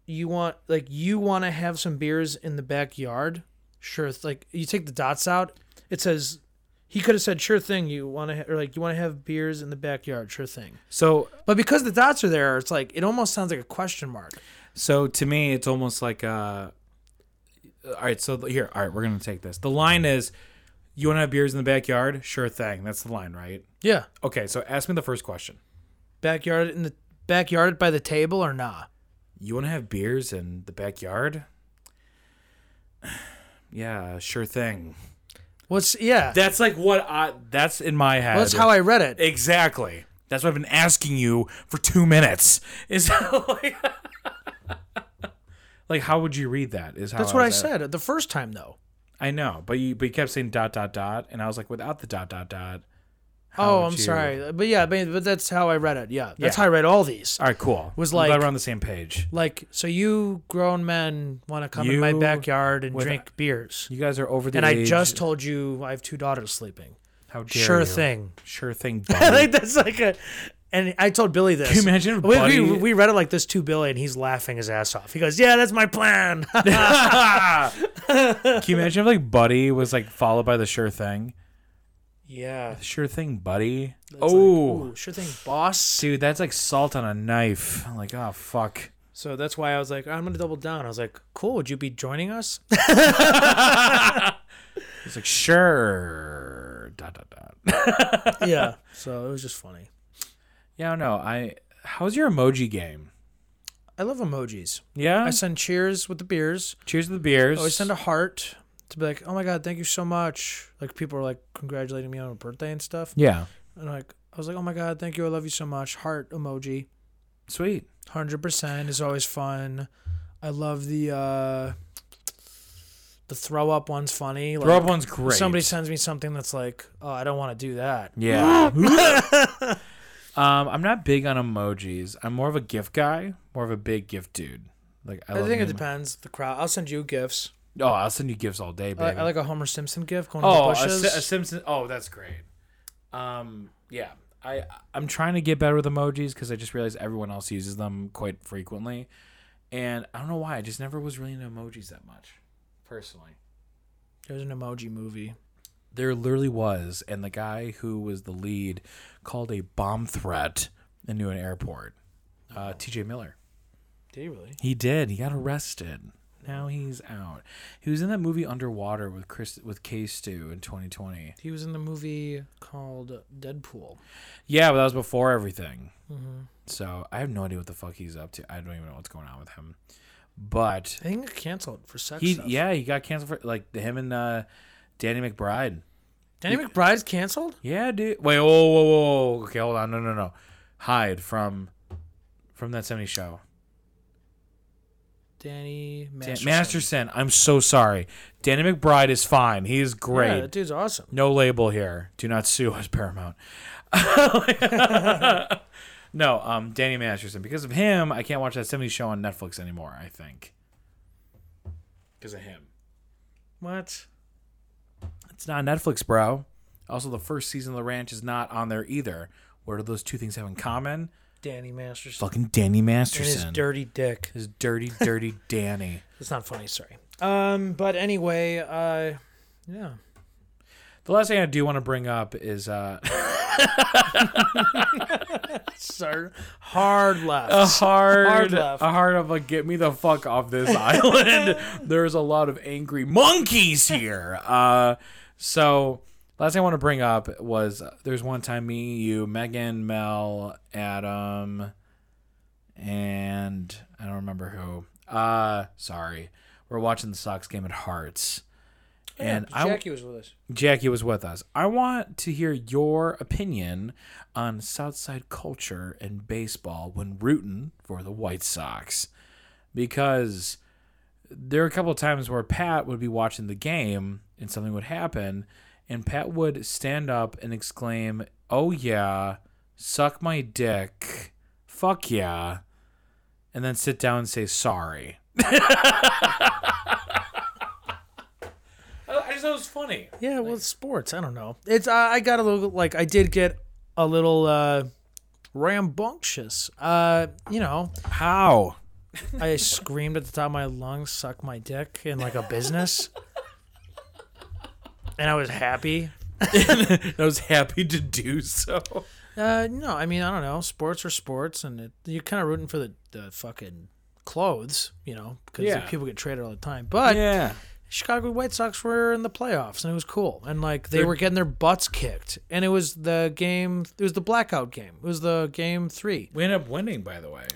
[SPEAKER 1] "You want like you want to have some beers in the backyard? Sure. th- Like you take the dots out. It says he could have said, "Sure thing. You want to ha- or like you want to have beers in the backyard? Sure thing."
[SPEAKER 5] So
[SPEAKER 1] But because the dots are there, it's like it almost sounds like a question mark.
[SPEAKER 5] So to me, it's almost like, uh, all right. So here, all right, we're gonna take this. The line is, "You want to have beers in the backyard? Sure thing." That's the line, right?
[SPEAKER 1] Yeah,
[SPEAKER 5] Okay. So ask me the first question.
[SPEAKER 1] backyard in the backyard by the table or nah?
[SPEAKER 5] You want to have beers in the backyard? Yeah, sure thing.
[SPEAKER 1] What's yeah?
[SPEAKER 5] That's like what I. That's in my head.
[SPEAKER 1] that's how I read it.
[SPEAKER 5] Exactly. That's what I've been asking you for two minutes. Is like, like how would you read that? Is how
[SPEAKER 1] That's what I
[SPEAKER 5] was-
[SPEAKER 1] said the first time though.
[SPEAKER 5] I know, but you but you kept saying dot dot dot, and I was like, without the dot dot dot. how
[SPEAKER 1] Oh,
[SPEAKER 5] would
[SPEAKER 1] I'm
[SPEAKER 5] you-
[SPEAKER 1] sorry, but yeah, I mean, but that's how I read it. Yeah, that's
[SPEAKER 5] Yeah.
[SPEAKER 1] how I read all these.
[SPEAKER 5] All right, cool.
[SPEAKER 1] Was
[SPEAKER 5] I'm glad
[SPEAKER 1] like-
[SPEAKER 5] we're on the same page.
[SPEAKER 1] Like, so you grown men want to come in my
[SPEAKER 5] You
[SPEAKER 1] backyard and
[SPEAKER 5] with-
[SPEAKER 1] drink beers.
[SPEAKER 5] You guys are over the
[SPEAKER 1] And I
[SPEAKER 5] age-
[SPEAKER 1] just told you I have two daughters sleeping.
[SPEAKER 5] how dare
[SPEAKER 1] Sure
[SPEAKER 5] you.
[SPEAKER 1] thing.
[SPEAKER 5] sure thing.
[SPEAKER 1] I
[SPEAKER 5] buddy.
[SPEAKER 1] think that's like a. And I told Billy this.
[SPEAKER 5] Can you imagine if
[SPEAKER 1] We,
[SPEAKER 5] Buddy-
[SPEAKER 1] we, we read it like this to Billy, and he's laughing his ass off. He goes, "Yeah, that's my plan."
[SPEAKER 5] Can you imagine if like Buddy was like followed by the sure thing?
[SPEAKER 1] yeah.
[SPEAKER 5] Sure thing, Buddy.
[SPEAKER 1] It's
[SPEAKER 5] oh,
[SPEAKER 1] like, ooh, sure thing, boss.
[SPEAKER 5] dude, that's like salt on a knife. I'm like, oh fuck.
[SPEAKER 1] So that's why I was like, I'm gonna double down. I was like, cool. Would you be joining us?
[SPEAKER 5] It's like sure dot dot dot.
[SPEAKER 1] yeah. So it was just funny.
[SPEAKER 5] Yeah, no. I. How's your emoji game?
[SPEAKER 1] I love emojis.
[SPEAKER 5] Yeah.
[SPEAKER 1] I send cheers with the beers.
[SPEAKER 5] Cheers to the beers.
[SPEAKER 1] I always Oh, send a heart to be like, oh my god, thank you so much. Like people are like congratulating me on my birthday and stuff.
[SPEAKER 5] yeah.
[SPEAKER 1] And like I was like, oh my god, thank you, I love you so much. Heart emoji,
[SPEAKER 5] Sweet.
[SPEAKER 1] hundred percent is always fun. I love the uh the throw up one's funny. Like,
[SPEAKER 5] Throw up one's great.
[SPEAKER 1] Somebody sends me something that's like, oh, I don't want to do that.
[SPEAKER 5] Yeah. um, I'm not big on emojis. I'm more of a gift guy, more of a big gift dude. Like I,
[SPEAKER 1] I,
[SPEAKER 5] love
[SPEAKER 1] think it
[SPEAKER 5] me-
[SPEAKER 1] depends the crowd. I'll send you gifts.
[SPEAKER 5] Oh, I'll send you gifts all day,
[SPEAKER 1] I,
[SPEAKER 5] baby.
[SPEAKER 1] I like a Homer Simpson gift going
[SPEAKER 5] oh,
[SPEAKER 1] to
[SPEAKER 5] a,
[SPEAKER 1] the bushes.
[SPEAKER 5] Si- a Simpson. Oh, that's great. Um, yeah. I I'm trying to get better with emojis because I just realized everyone else uses them quite frequently, and I don't know why. I just never was really into emojis that much, personally.
[SPEAKER 1] There's an emoji movie.
[SPEAKER 5] There literally was, and the guy who was the lead called a bomb threat into an airport. Uh, T.J. Miller.
[SPEAKER 1] Did you really?
[SPEAKER 5] He did. He got arrested. Now he's out. He was in that movie Underwater with Chris with K Stu in 2020.
[SPEAKER 1] He was in the movie called Deadpool.
[SPEAKER 5] Yeah, but that was before everything. So I have no idea what the fuck he's up to. I don't even know what's going on with him. But
[SPEAKER 1] I think it canceled for sex
[SPEAKER 5] he,
[SPEAKER 1] stuff.
[SPEAKER 5] yeah, he got canceled for like him and uh, Danny McBride.
[SPEAKER 1] Danny McBride's canceled?
[SPEAKER 5] Yeah, dude. Wait, whoa, whoa, whoa. whoa. Okay, hold on. No, no, no. Hide from from that '70s show.
[SPEAKER 1] Danny
[SPEAKER 5] Dan-
[SPEAKER 1] Masterson.
[SPEAKER 5] Masterson. I'm so sorry. Danny McBride is fine. He is great.
[SPEAKER 1] Yeah, that dude's awesome.
[SPEAKER 5] No label here. Do not sue us, Paramount. no, um, Danny Masterson. Because of him, I can't watch that 70s show on Netflix anymore, I think. Because of him.
[SPEAKER 1] What?
[SPEAKER 5] It's not on Netflix, bro. Also, the first season of The Ranch is not on there either. What do those two things have in common?
[SPEAKER 1] Danny Masterson.
[SPEAKER 5] Fucking Danny
[SPEAKER 1] And his
[SPEAKER 5] Masterson.
[SPEAKER 1] dirty dick.
[SPEAKER 5] His dirty, dirty Danny.
[SPEAKER 1] It's not funny, sorry. Um, but anyway, uh, yeah.
[SPEAKER 5] The last thing I do want to bring up is uh
[SPEAKER 1] Sir, hard left.
[SPEAKER 5] a hard,
[SPEAKER 1] Hard left.
[SPEAKER 5] a hard of like, get me the fuck off this island. There's a lot of angry monkeys here. Uh, so last thing I want to bring up was uh, there's one time me, you, Megan, Mel, Adam, and I don't remember who. Uh, sorry, we're watching the Sox game at Hearts, and I
[SPEAKER 1] Jackie was with us.
[SPEAKER 5] Jackie was with us. I want to hear your opinion on Southside culture and baseball when rooting for the White Sox. Because there are a couple of times where Pat would be watching the game and something would happen, and Pat would stand up and exclaim, Oh, yeah, suck my dick, fuck yeah, and then sit down and say sorry. Oh, I just thought it was funny.
[SPEAKER 1] Yeah, well, it's sports. I don't know. It's uh, I, I got a little like I did get a little uh rambunctious. Uh, you know,
[SPEAKER 5] How?
[SPEAKER 1] I screamed at the top of my lungs, "Suck my dick!" in like a business, and I was happy.
[SPEAKER 5] I was happy to do so.
[SPEAKER 1] Uh, no, I mean I don't know. Sports are sports, and it, you're kind of rooting for the the fucking clothes, you know, because
[SPEAKER 5] Yeah.
[SPEAKER 1] people get traded all the time. But
[SPEAKER 5] yeah.
[SPEAKER 1] Chicago White Sox were in the playoffs and it was cool. And like they
[SPEAKER 5] They're-
[SPEAKER 1] were getting their butts kicked. And it was the game it was the blackout game. It was the game three.
[SPEAKER 5] We ended up winning, by the way.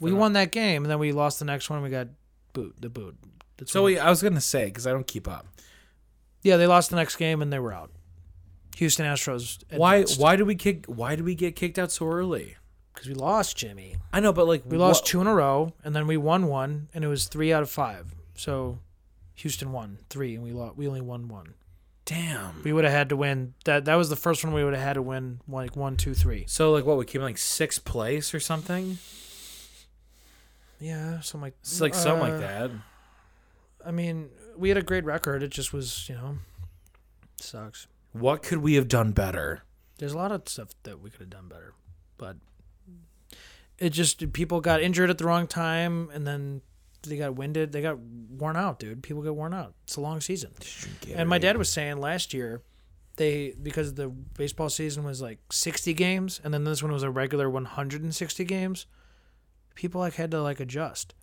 [SPEAKER 1] We won that game and then we lost the next one and we got boot the boot. That's
[SPEAKER 5] So
[SPEAKER 1] when-
[SPEAKER 5] we, I was going to say, because I don't keep up.
[SPEAKER 1] Yeah, they lost the next game and they were out. Houston Astros
[SPEAKER 5] Why Why did we kick? Why did we get kicked out so early?
[SPEAKER 1] because we lost Jimmy.
[SPEAKER 5] I know, but like
[SPEAKER 1] We lost two in a row and then we won one and it was three out of five. So Houston won three and we lost we only won one.
[SPEAKER 5] Damn.
[SPEAKER 1] We would have had to win that that was the first one we would have had to win like one, two, three.
[SPEAKER 5] So like what? We came in like sixth place or something.
[SPEAKER 1] Yeah, something like
[SPEAKER 5] It's like something
[SPEAKER 1] uh,
[SPEAKER 5] like that.
[SPEAKER 1] I mean, we had a great record. It just was, you know, sucks.
[SPEAKER 5] What could we have done better?
[SPEAKER 1] There's a lot of stuff that we could have done better, but it just people got injured at the wrong time, and then they got winded. They got worn out, dude. People get worn out. It's a long season. And my dad was saying last year, they because the baseball season was like 60 games, and then this one was a regular 160 games. People like had to like adjust.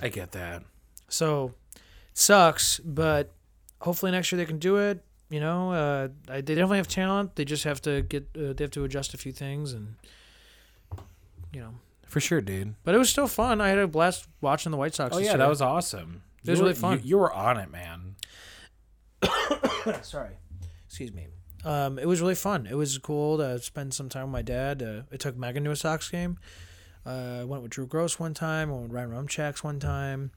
[SPEAKER 5] I get that.
[SPEAKER 1] So it sucks, but hopefully next year they can do it. You know, uh, I- they definitely have talent. They just have to get uh, they have to adjust a few things and you know.
[SPEAKER 5] For sure, dude.
[SPEAKER 1] But it was still fun. I had a blast watching the White Sox.
[SPEAKER 5] Oh
[SPEAKER 1] this
[SPEAKER 5] yeah,
[SPEAKER 1] year.
[SPEAKER 5] that was awesome.
[SPEAKER 1] It was
[SPEAKER 5] You were-
[SPEAKER 1] really fun.
[SPEAKER 5] You, you were on it, man.
[SPEAKER 1] sorry. Excuse me. Um, it was really fun. It was cool to spend some time with my dad. Uh, I took Megan to a Sox game. Uh, I went with Drew Gross one time. I went with Ryan Rumchacks one time.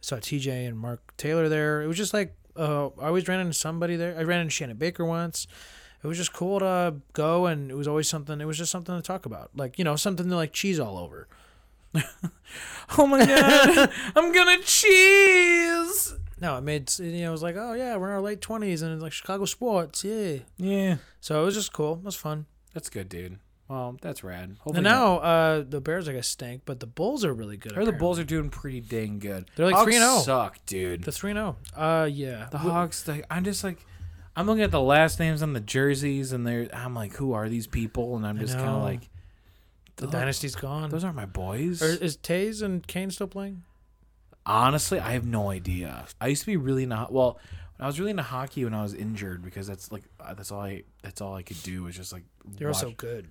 [SPEAKER 1] saw TJ and Mark Taylor there. It was just like uh, I always ran into somebody there. I ran into Shannon Baker once. It was just cool to go, and it was always something. It was just something to talk about, like you know, something to like cheese all over.
[SPEAKER 5] Oh my god, I'm gonna cheese.
[SPEAKER 1] No, it made you know, it was like, oh yeah, we're in our late twenties, and it's like Chicago sports, yeah.
[SPEAKER 5] Yeah,
[SPEAKER 1] So it was just cool. It was fun.
[SPEAKER 5] that's good, dude. Well, that's rad.
[SPEAKER 1] And now uh, the Bears, I guess, stink, but the Bulls are really good.
[SPEAKER 5] Or the
[SPEAKER 1] apparently.
[SPEAKER 5] Bulls are doing pretty dang good.
[SPEAKER 1] They're like
[SPEAKER 5] Hawks
[SPEAKER 1] 3-0.
[SPEAKER 5] Suck, dude.
[SPEAKER 1] The three zero. Uh, yeah.
[SPEAKER 5] oh. The
[SPEAKER 1] Wh-
[SPEAKER 5] Hawks. Like, I'm just like, I'm looking at the last names on the jerseys, and they're. I'm like, who are these people? And I'm just kind
[SPEAKER 1] know.
[SPEAKER 5] of like,
[SPEAKER 1] the
[SPEAKER 5] "Ugh,
[SPEAKER 1] dynasty's gone.
[SPEAKER 5] Those aren't my boys.
[SPEAKER 1] Or is Tays and Kane still playing?
[SPEAKER 5] Honestly, I have no idea. I used to be really not well. I was really into hockey when I was injured because that's like uh, that's all I that's all I could do was just like.
[SPEAKER 1] They're
[SPEAKER 5] watch.
[SPEAKER 1] also good.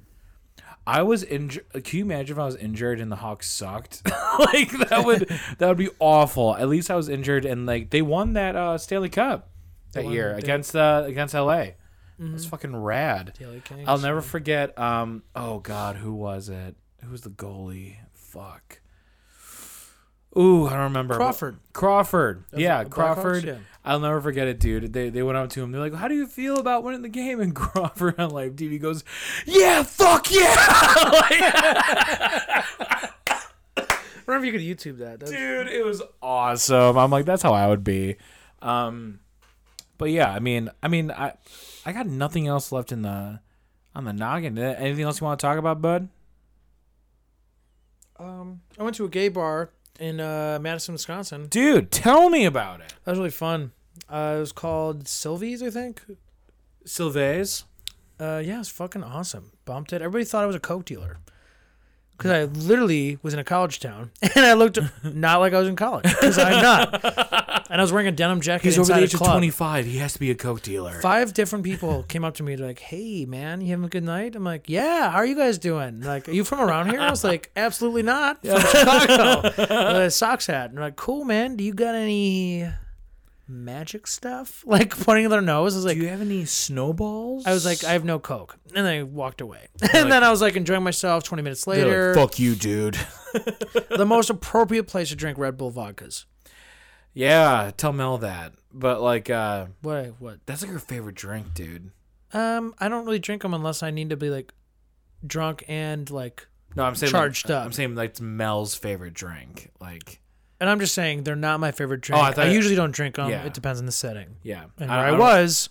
[SPEAKER 5] I was injured. Can you imagine if I was injured and the Hawks sucked? like that would that would be awful. At least I was injured and like they won that uh, Stanley Cup that
[SPEAKER 1] won-
[SPEAKER 5] year
[SPEAKER 1] they-
[SPEAKER 5] against uh, against LA. That's fucking rad.
[SPEAKER 1] The LA Kings.
[SPEAKER 5] I'll never forget. Um. Oh God, who was it? Who was the goalie? Fuck. Ooh, I don't remember.
[SPEAKER 1] Crawford.
[SPEAKER 5] Crawford. yeah,
[SPEAKER 1] the Blackhawks?
[SPEAKER 5] Crawford.
[SPEAKER 1] Yeah.
[SPEAKER 5] I'll never forget it, dude. They, they went up to him. They're like, "How do you feel about winning the game?" And Crawford on live TV goes, "Yeah, fuck yeah!" Like,
[SPEAKER 1] Remember, you could YouTube that. That's,
[SPEAKER 5] dude, it was awesome. I'm like, that's how I would be. Um, but yeah, I mean, I mean, I I got nothing else left in the on the noggin. Uh, Anything else you want to talk about, bud?
[SPEAKER 1] um, I went to a gay bar in uh, Madison, Wisconsin.
[SPEAKER 5] Dude, tell me about it.
[SPEAKER 1] That was really fun. Uh, it was called Sylvie's, I think.
[SPEAKER 5] Sylvain's.
[SPEAKER 1] Uh, yeah, it's fucking awesome. bumped it. Everybody thought I was a coke dealer because I literally was in a college town and I looked not like I was in college because I'm not. And I was wearing a denim jacket.
[SPEAKER 5] He's over
[SPEAKER 1] inside
[SPEAKER 5] the
[SPEAKER 1] a
[SPEAKER 5] age of
[SPEAKER 1] club.
[SPEAKER 5] 25. He has to be a coke dealer.
[SPEAKER 1] Five different people came up to me like, "Hey, man, you having a good night?" I'm like, "Yeah, how are you guys doing?" Like, "Are you from around here?" I was like, "Absolutely not, from Chicago." With a socks hat, and they're like, "Cool, man. Do you got any magic stuff?" Like pointing at their nose. I was like,
[SPEAKER 5] Do you have any snowballs?
[SPEAKER 1] I was like, I have no coke, and I walked away. and then I was like enjoying myself. Twenty minutes later,
[SPEAKER 5] They're like, fuck you, dude.
[SPEAKER 1] the most appropriate place to drink Red Bull vodkas.
[SPEAKER 5] yeah, tell Mel that. But like, uh,
[SPEAKER 1] What? What?
[SPEAKER 5] that's like her favorite drink, dude.
[SPEAKER 1] Um, I don't really drink them unless I need to be like drunk and like.
[SPEAKER 5] No, I'm saying
[SPEAKER 1] Charged up.
[SPEAKER 5] I'm saying like it's Mel's favorite drink. Like,
[SPEAKER 1] And I'm just saying they're not my favorite drink.
[SPEAKER 5] Oh,
[SPEAKER 1] I,
[SPEAKER 5] I thought-
[SPEAKER 1] usually don't drink them.
[SPEAKER 5] Yeah.
[SPEAKER 1] It depends on the setting.
[SPEAKER 5] yeah,
[SPEAKER 1] And where I,
[SPEAKER 5] don't-
[SPEAKER 1] was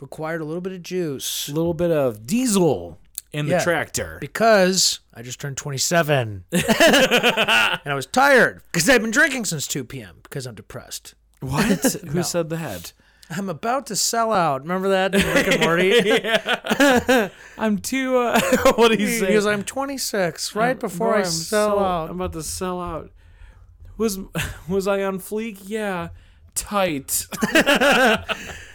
[SPEAKER 1] required a little bit of juice
[SPEAKER 5] little bit of diesel in
[SPEAKER 1] Yeah.
[SPEAKER 5] the tractor.
[SPEAKER 1] because I just turned 27 and I was tired because I've been drinking since 2 p.m. because I'm depressed.
[SPEAKER 5] What? Who said that?
[SPEAKER 1] I'm about to sell out. Remember that in Rick and Morty?
[SPEAKER 5] I'm too. Uh, what do you say?
[SPEAKER 1] Because I'm 26, right before I sell out.
[SPEAKER 5] I'm about to sell out. Was was I on fleek? Yeah, tight.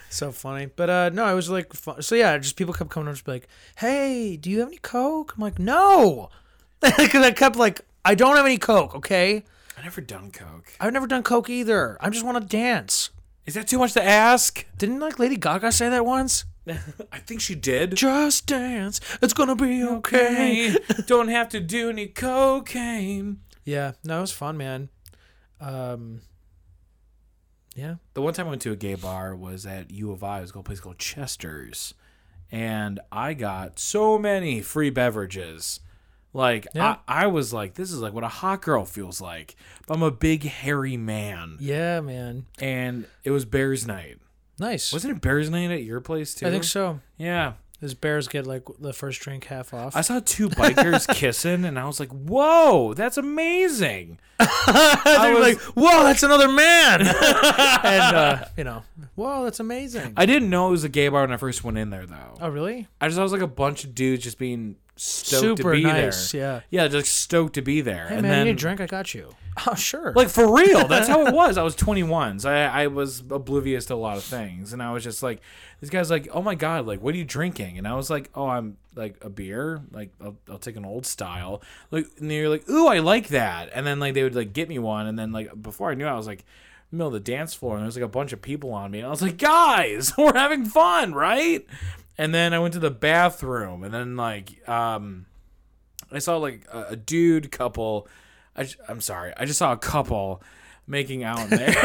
[SPEAKER 1] So funny. But uh no, I was like, fu- so yeah, just people kept coming up to be like, hey, do you have any Coke? I'm like, no. Because I kept like, I don't have any Coke, okay?
[SPEAKER 5] I never done coke.
[SPEAKER 1] I've never done Coke either. I just want to dance.
[SPEAKER 5] Is that too much to ask?
[SPEAKER 1] Didn't like Lady Gaga say that once?
[SPEAKER 5] I think she did.
[SPEAKER 1] Just dance. It's going to be okay.
[SPEAKER 5] Don't have to do any cocaine.
[SPEAKER 1] Yeah, no, it was fun, man. Um, yeah.
[SPEAKER 5] The one time I went to a gay bar was at U of I. It was called a place called Chester's, and I got so many free beverages. Like
[SPEAKER 1] Yeah.
[SPEAKER 5] I, I was like, this is like what a hot girl feels like. I'm a big hairy man,
[SPEAKER 1] Yeah, man.
[SPEAKER 5] and it was Bears Night.
[SPEAKER 1] Nice.
[SPEAKER 5] Wasn't it Bears Night at your place too?
[SPEAKER 1] I think so.
[SPEAKER 5] Yeah,
[SPEAKER 1] His bears get like the first drink half off.
[SPEAKER 5] I saw two bikers kissing, and I was like, "Whoa, that's amazing!"
[SPEAKER 1] I
[SPEAKER 5] was-
[SPEAKER 1] like, whoa, that's another man. and, uh, you know, whoa, that's amazing.
[SPEAKER 5] I didn't know it was a gay bar when I first went in there, though.
[SPEAKER 1] oh, really?
[SPEAKER 5] I just thought it was like a bunch of dudes just being stoked
[SPEAKER 1] Super
[SPEAKER 5] to be
[SPEAKER 1] nice.
[SPEAKER 5] there.
[SPEAKER 1] Yeah.
[SPEAKER 5] Yeah, just stoked to be there.
[SPEAKER 1] Hey,
[SPEAKER 5] and
[SPEAKER 1] man,
[SPEAKER 5] then,
[SPEAKER 1] you need a drink? I got you. Oh, sure.
[SPEAKER 5] like for real, that's how it was. I was 21, so I, I was oblivious to a lot of things, and I was just like, this guy's like, "Oh my god, like, what are you drinking?" And I was like, "Oh, I'm like a beer, like I'll, I'll take an old style." Like, and they're like, "Ooh, I like that," and then like they would like get me one, and then like before I knew, it, I was like. in the Middle of the dance floor, and there was like a bunch of people on me, and I was like, "Guys, we're having fun, right?" And then I went to the bathroom, and then like, um, I saw like a, a dude couple. I, j- I'm sorry. I just saw a couple making out in there.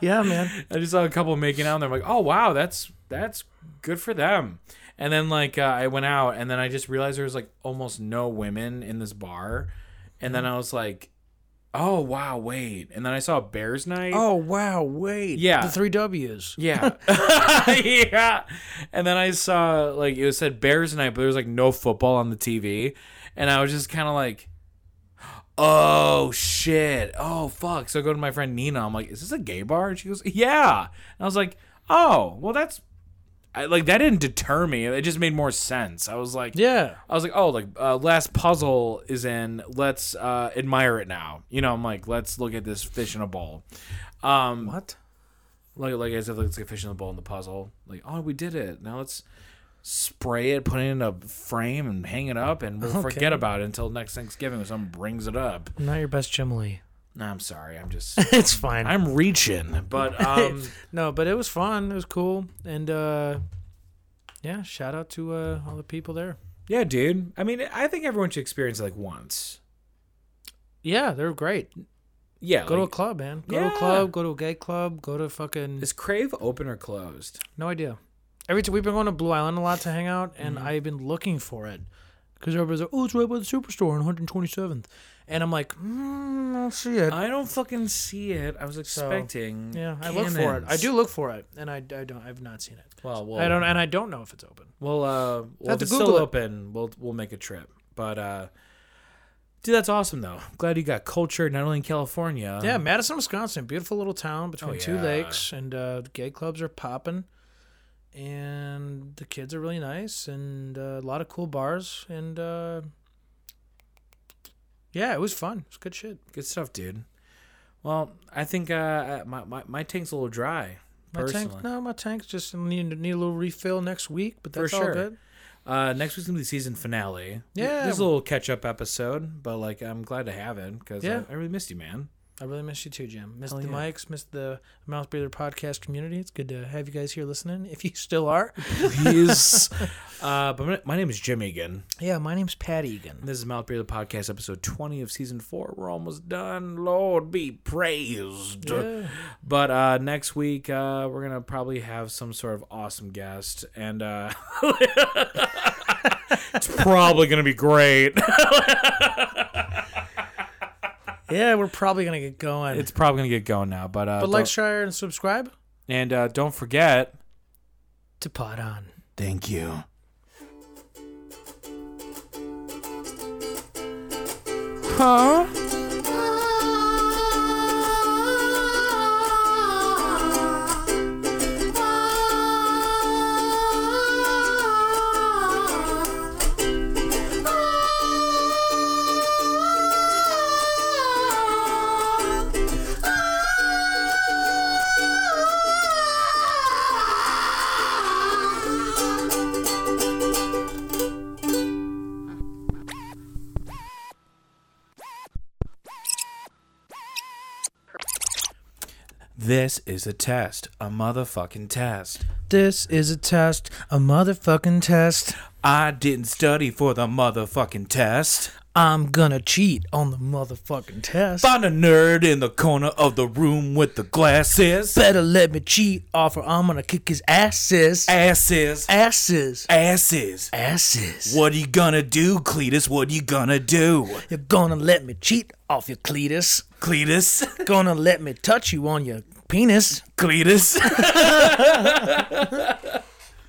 [SPEAKER 1] yeah, man.
[SPEAKER 5] I just saw a couple making out in there. I'm like, oh wow, that's that's good for them. And then like uh, I went out, and then I just realized there was like almost no women in this bar. And then I was like, oh wow, wait. And then I saw Bears Night.
[SPEAKER 1] Oh, wow. Wait.
[SPEAKER 5] Yeah.
[SPEAKER 1] The three W's.
[SPEAKER 5] Yeah. yeah. And then I saw like it said Bears night, but there was like no football on the TV. And I was just kind of like, oh shit. Oh fuck. So I go to my friend Nina. I'm like, is this a gay bar? And she goes, yeah. And I was like, oh, well, that's I, like, that didn't deter me. It just made more sense. I was like,
[SPEAKER 1] Yeah.
[SPEAKER 5] I was like, oh, like uh, last puzzle is in. Let's uh, admire it now. You know, I'm like, let's look at this fish in a bowl. Um,
[SPEAKER 1] What?
[SPEAKER 5] like like as if it's like a fish in the bowl in the puzzle. Like, oh, we did it. Now let's spray it, put it in a frame, and hang it up, and we'll forget about it until next Thanksgiving when someone brings it up.
[SPEAKER 1] I'm not your best Jim Lee.
[SPEAKER 5] No, I'm sorry. I'm just
[SPEAKER 1] it's fine.
[SPEAKER 5] I'm reaching, but um,
[SPEAKER 1] no, but it was fun. It was cool. And, uh, yeah, shout out to uh, all the people there.
[SPEAKER 5] yeah, dude. I mean, I think everyone should experience it like once.
[SPEAKER 1] Yeah, they're great.
[SPEAKER 5] Yeah,
[SPEAKER 1] Go to a
[SPEAKER 5] like,
[SPEAKER 1] club, man. Go to a
[SPEAKER 5] Yeah.
[SPEAKER 1] club. Go to a gay club. Go to fucking.
[SPEAKER 5] is Crave open or closed?
[SPEAKER 1] No idea. Every time we've been going to Blue Island a lot to hang out, and
[SPEAKER 5] Mm-hmm.
[SPEAKER 1] I've been looking for it because everybody's like, "Oh, it's right by the superstore on 127th," and I'm like, mm, "I don't see it."
[SPEAKER 5] I don't fucking see it. I was expecting.
[SPEAKER 1] yeah, I look for it. I do look for it, and I, I don't. I've not seen it.
[SPEAKER 5] Well, well,
[SPEAKER 1] I don't, and I don't know if it's open.
[SPEAKER 5] We'll uh, well,
[SPEAKER 1] have
[SPEAKER 5] if
[SPEAKER 1] to
[SPEAKER 5] it's
[SPEAKER 1] Google
[SPEAKER 5] still
[SPEAKER 1] it.
[SPEAKER 5] open. We'll we'll make a trip. But uh, dude, that's awesome though. I'm glad you got culture not only in California.
[SPEAKER 1] yeah, Madison, Wisconsin, beautiful little town between
[SPEAKER 5] Oh,
[SPEAKER 1] two
[SPEAKER 5] yeah.
[SPEAKER 1] lakes, and uh, gay clubs are popping. and the kids are really nice, and uh, a lot of cool bars, and uh, yeah, it was fun. It's good shit.
[SPEAKER 5] Good stuff, dude. Well, I think uh, my, my my tank's a little dry.
[SPEAKER 1] My
[SPEAKER 5] Personally,
[SPEAKER 1] tank, no, my tank's just need need a little refill next week, but
[SPEAKER 5] For
[SPEAKER 1] that's all
[SPEAKER 5] sure.
[SPEAKER 1] good.
[SPEAKER 5] uh, next week's gonna be the season finale.
[SPEAKER 1] Yeah.
[SPEAKER 5] this is a little catch up episode, but like I'm glad to have it because
[SPEAKER 1] Yeah.
[SPEAKER 5] I, I really missed you, man.
[SPEAKER 1] I really miss you too, Jim. Missed
[SPEAKER 5] Hell
[SPEAKER 1] the
[SPEAKER 5] yeah.
[SPEAKER 1] mics, missed the Mouth Breather podcast community. It's good to have you guys here listening, if you still are.
[SPEAKER 5] Please. uh, but my, my name is Jimmy again.
[SPEAKER 1] Yeah, my name's Pat Egan.
[SPEAKER 5] This is Mouth Beer the Podcast, episode 20 of season four. We're almost done. Lord be praised.
[SPEAKER 1] Yeah.
[SPEAKER 5] But uh, next week, uh, we're going to probably have some sort of awesome guest. And uh, it's probably going to be great.
[SPEAKER 1] Yeah, we're probably gonna get going.
[SPEAKER 5] It's probably going to get going now. But, uh,
[SPEAKER 1] but like,
[SPEAKER 5] don't-
[SPEAKER 1] share, and subscribe
[SPEAKER 5] and uh, don't forget.
[SPEAKER 1] to Pod On.
[SPEAKER 5] Thank you. Huh? This is a test, a motherfucking test.
[SPEAKER 1] This is a test, a motherfucking test.
[SPEAKER 5] I didn't study for the motherfucking test.
[SPEAKER 1] I'm gonna cheat on the motherfucking test.
[SPEAKER 5] Find a nerd in the corner of the room with the glasses.
[SPEAKER 1] Better let me cheat, off or I'm gonna kick his asses.
[SPEAKER 5] Asses.
[SPEAKER 1] Asses.
[SPEAKER 5] Asses.
[SPEAKER 1] Asses.
[SPEAKER 5] What you gonna do, Cletus? What you gonna do?
[SPEAKER 1] You're gonna let me cheat off your Cletus.
[SPEAKER 5] Cletus?
[SPEAKER 1] Gonna let me touch you on your penis.
[SPEAKER 5] Cletus?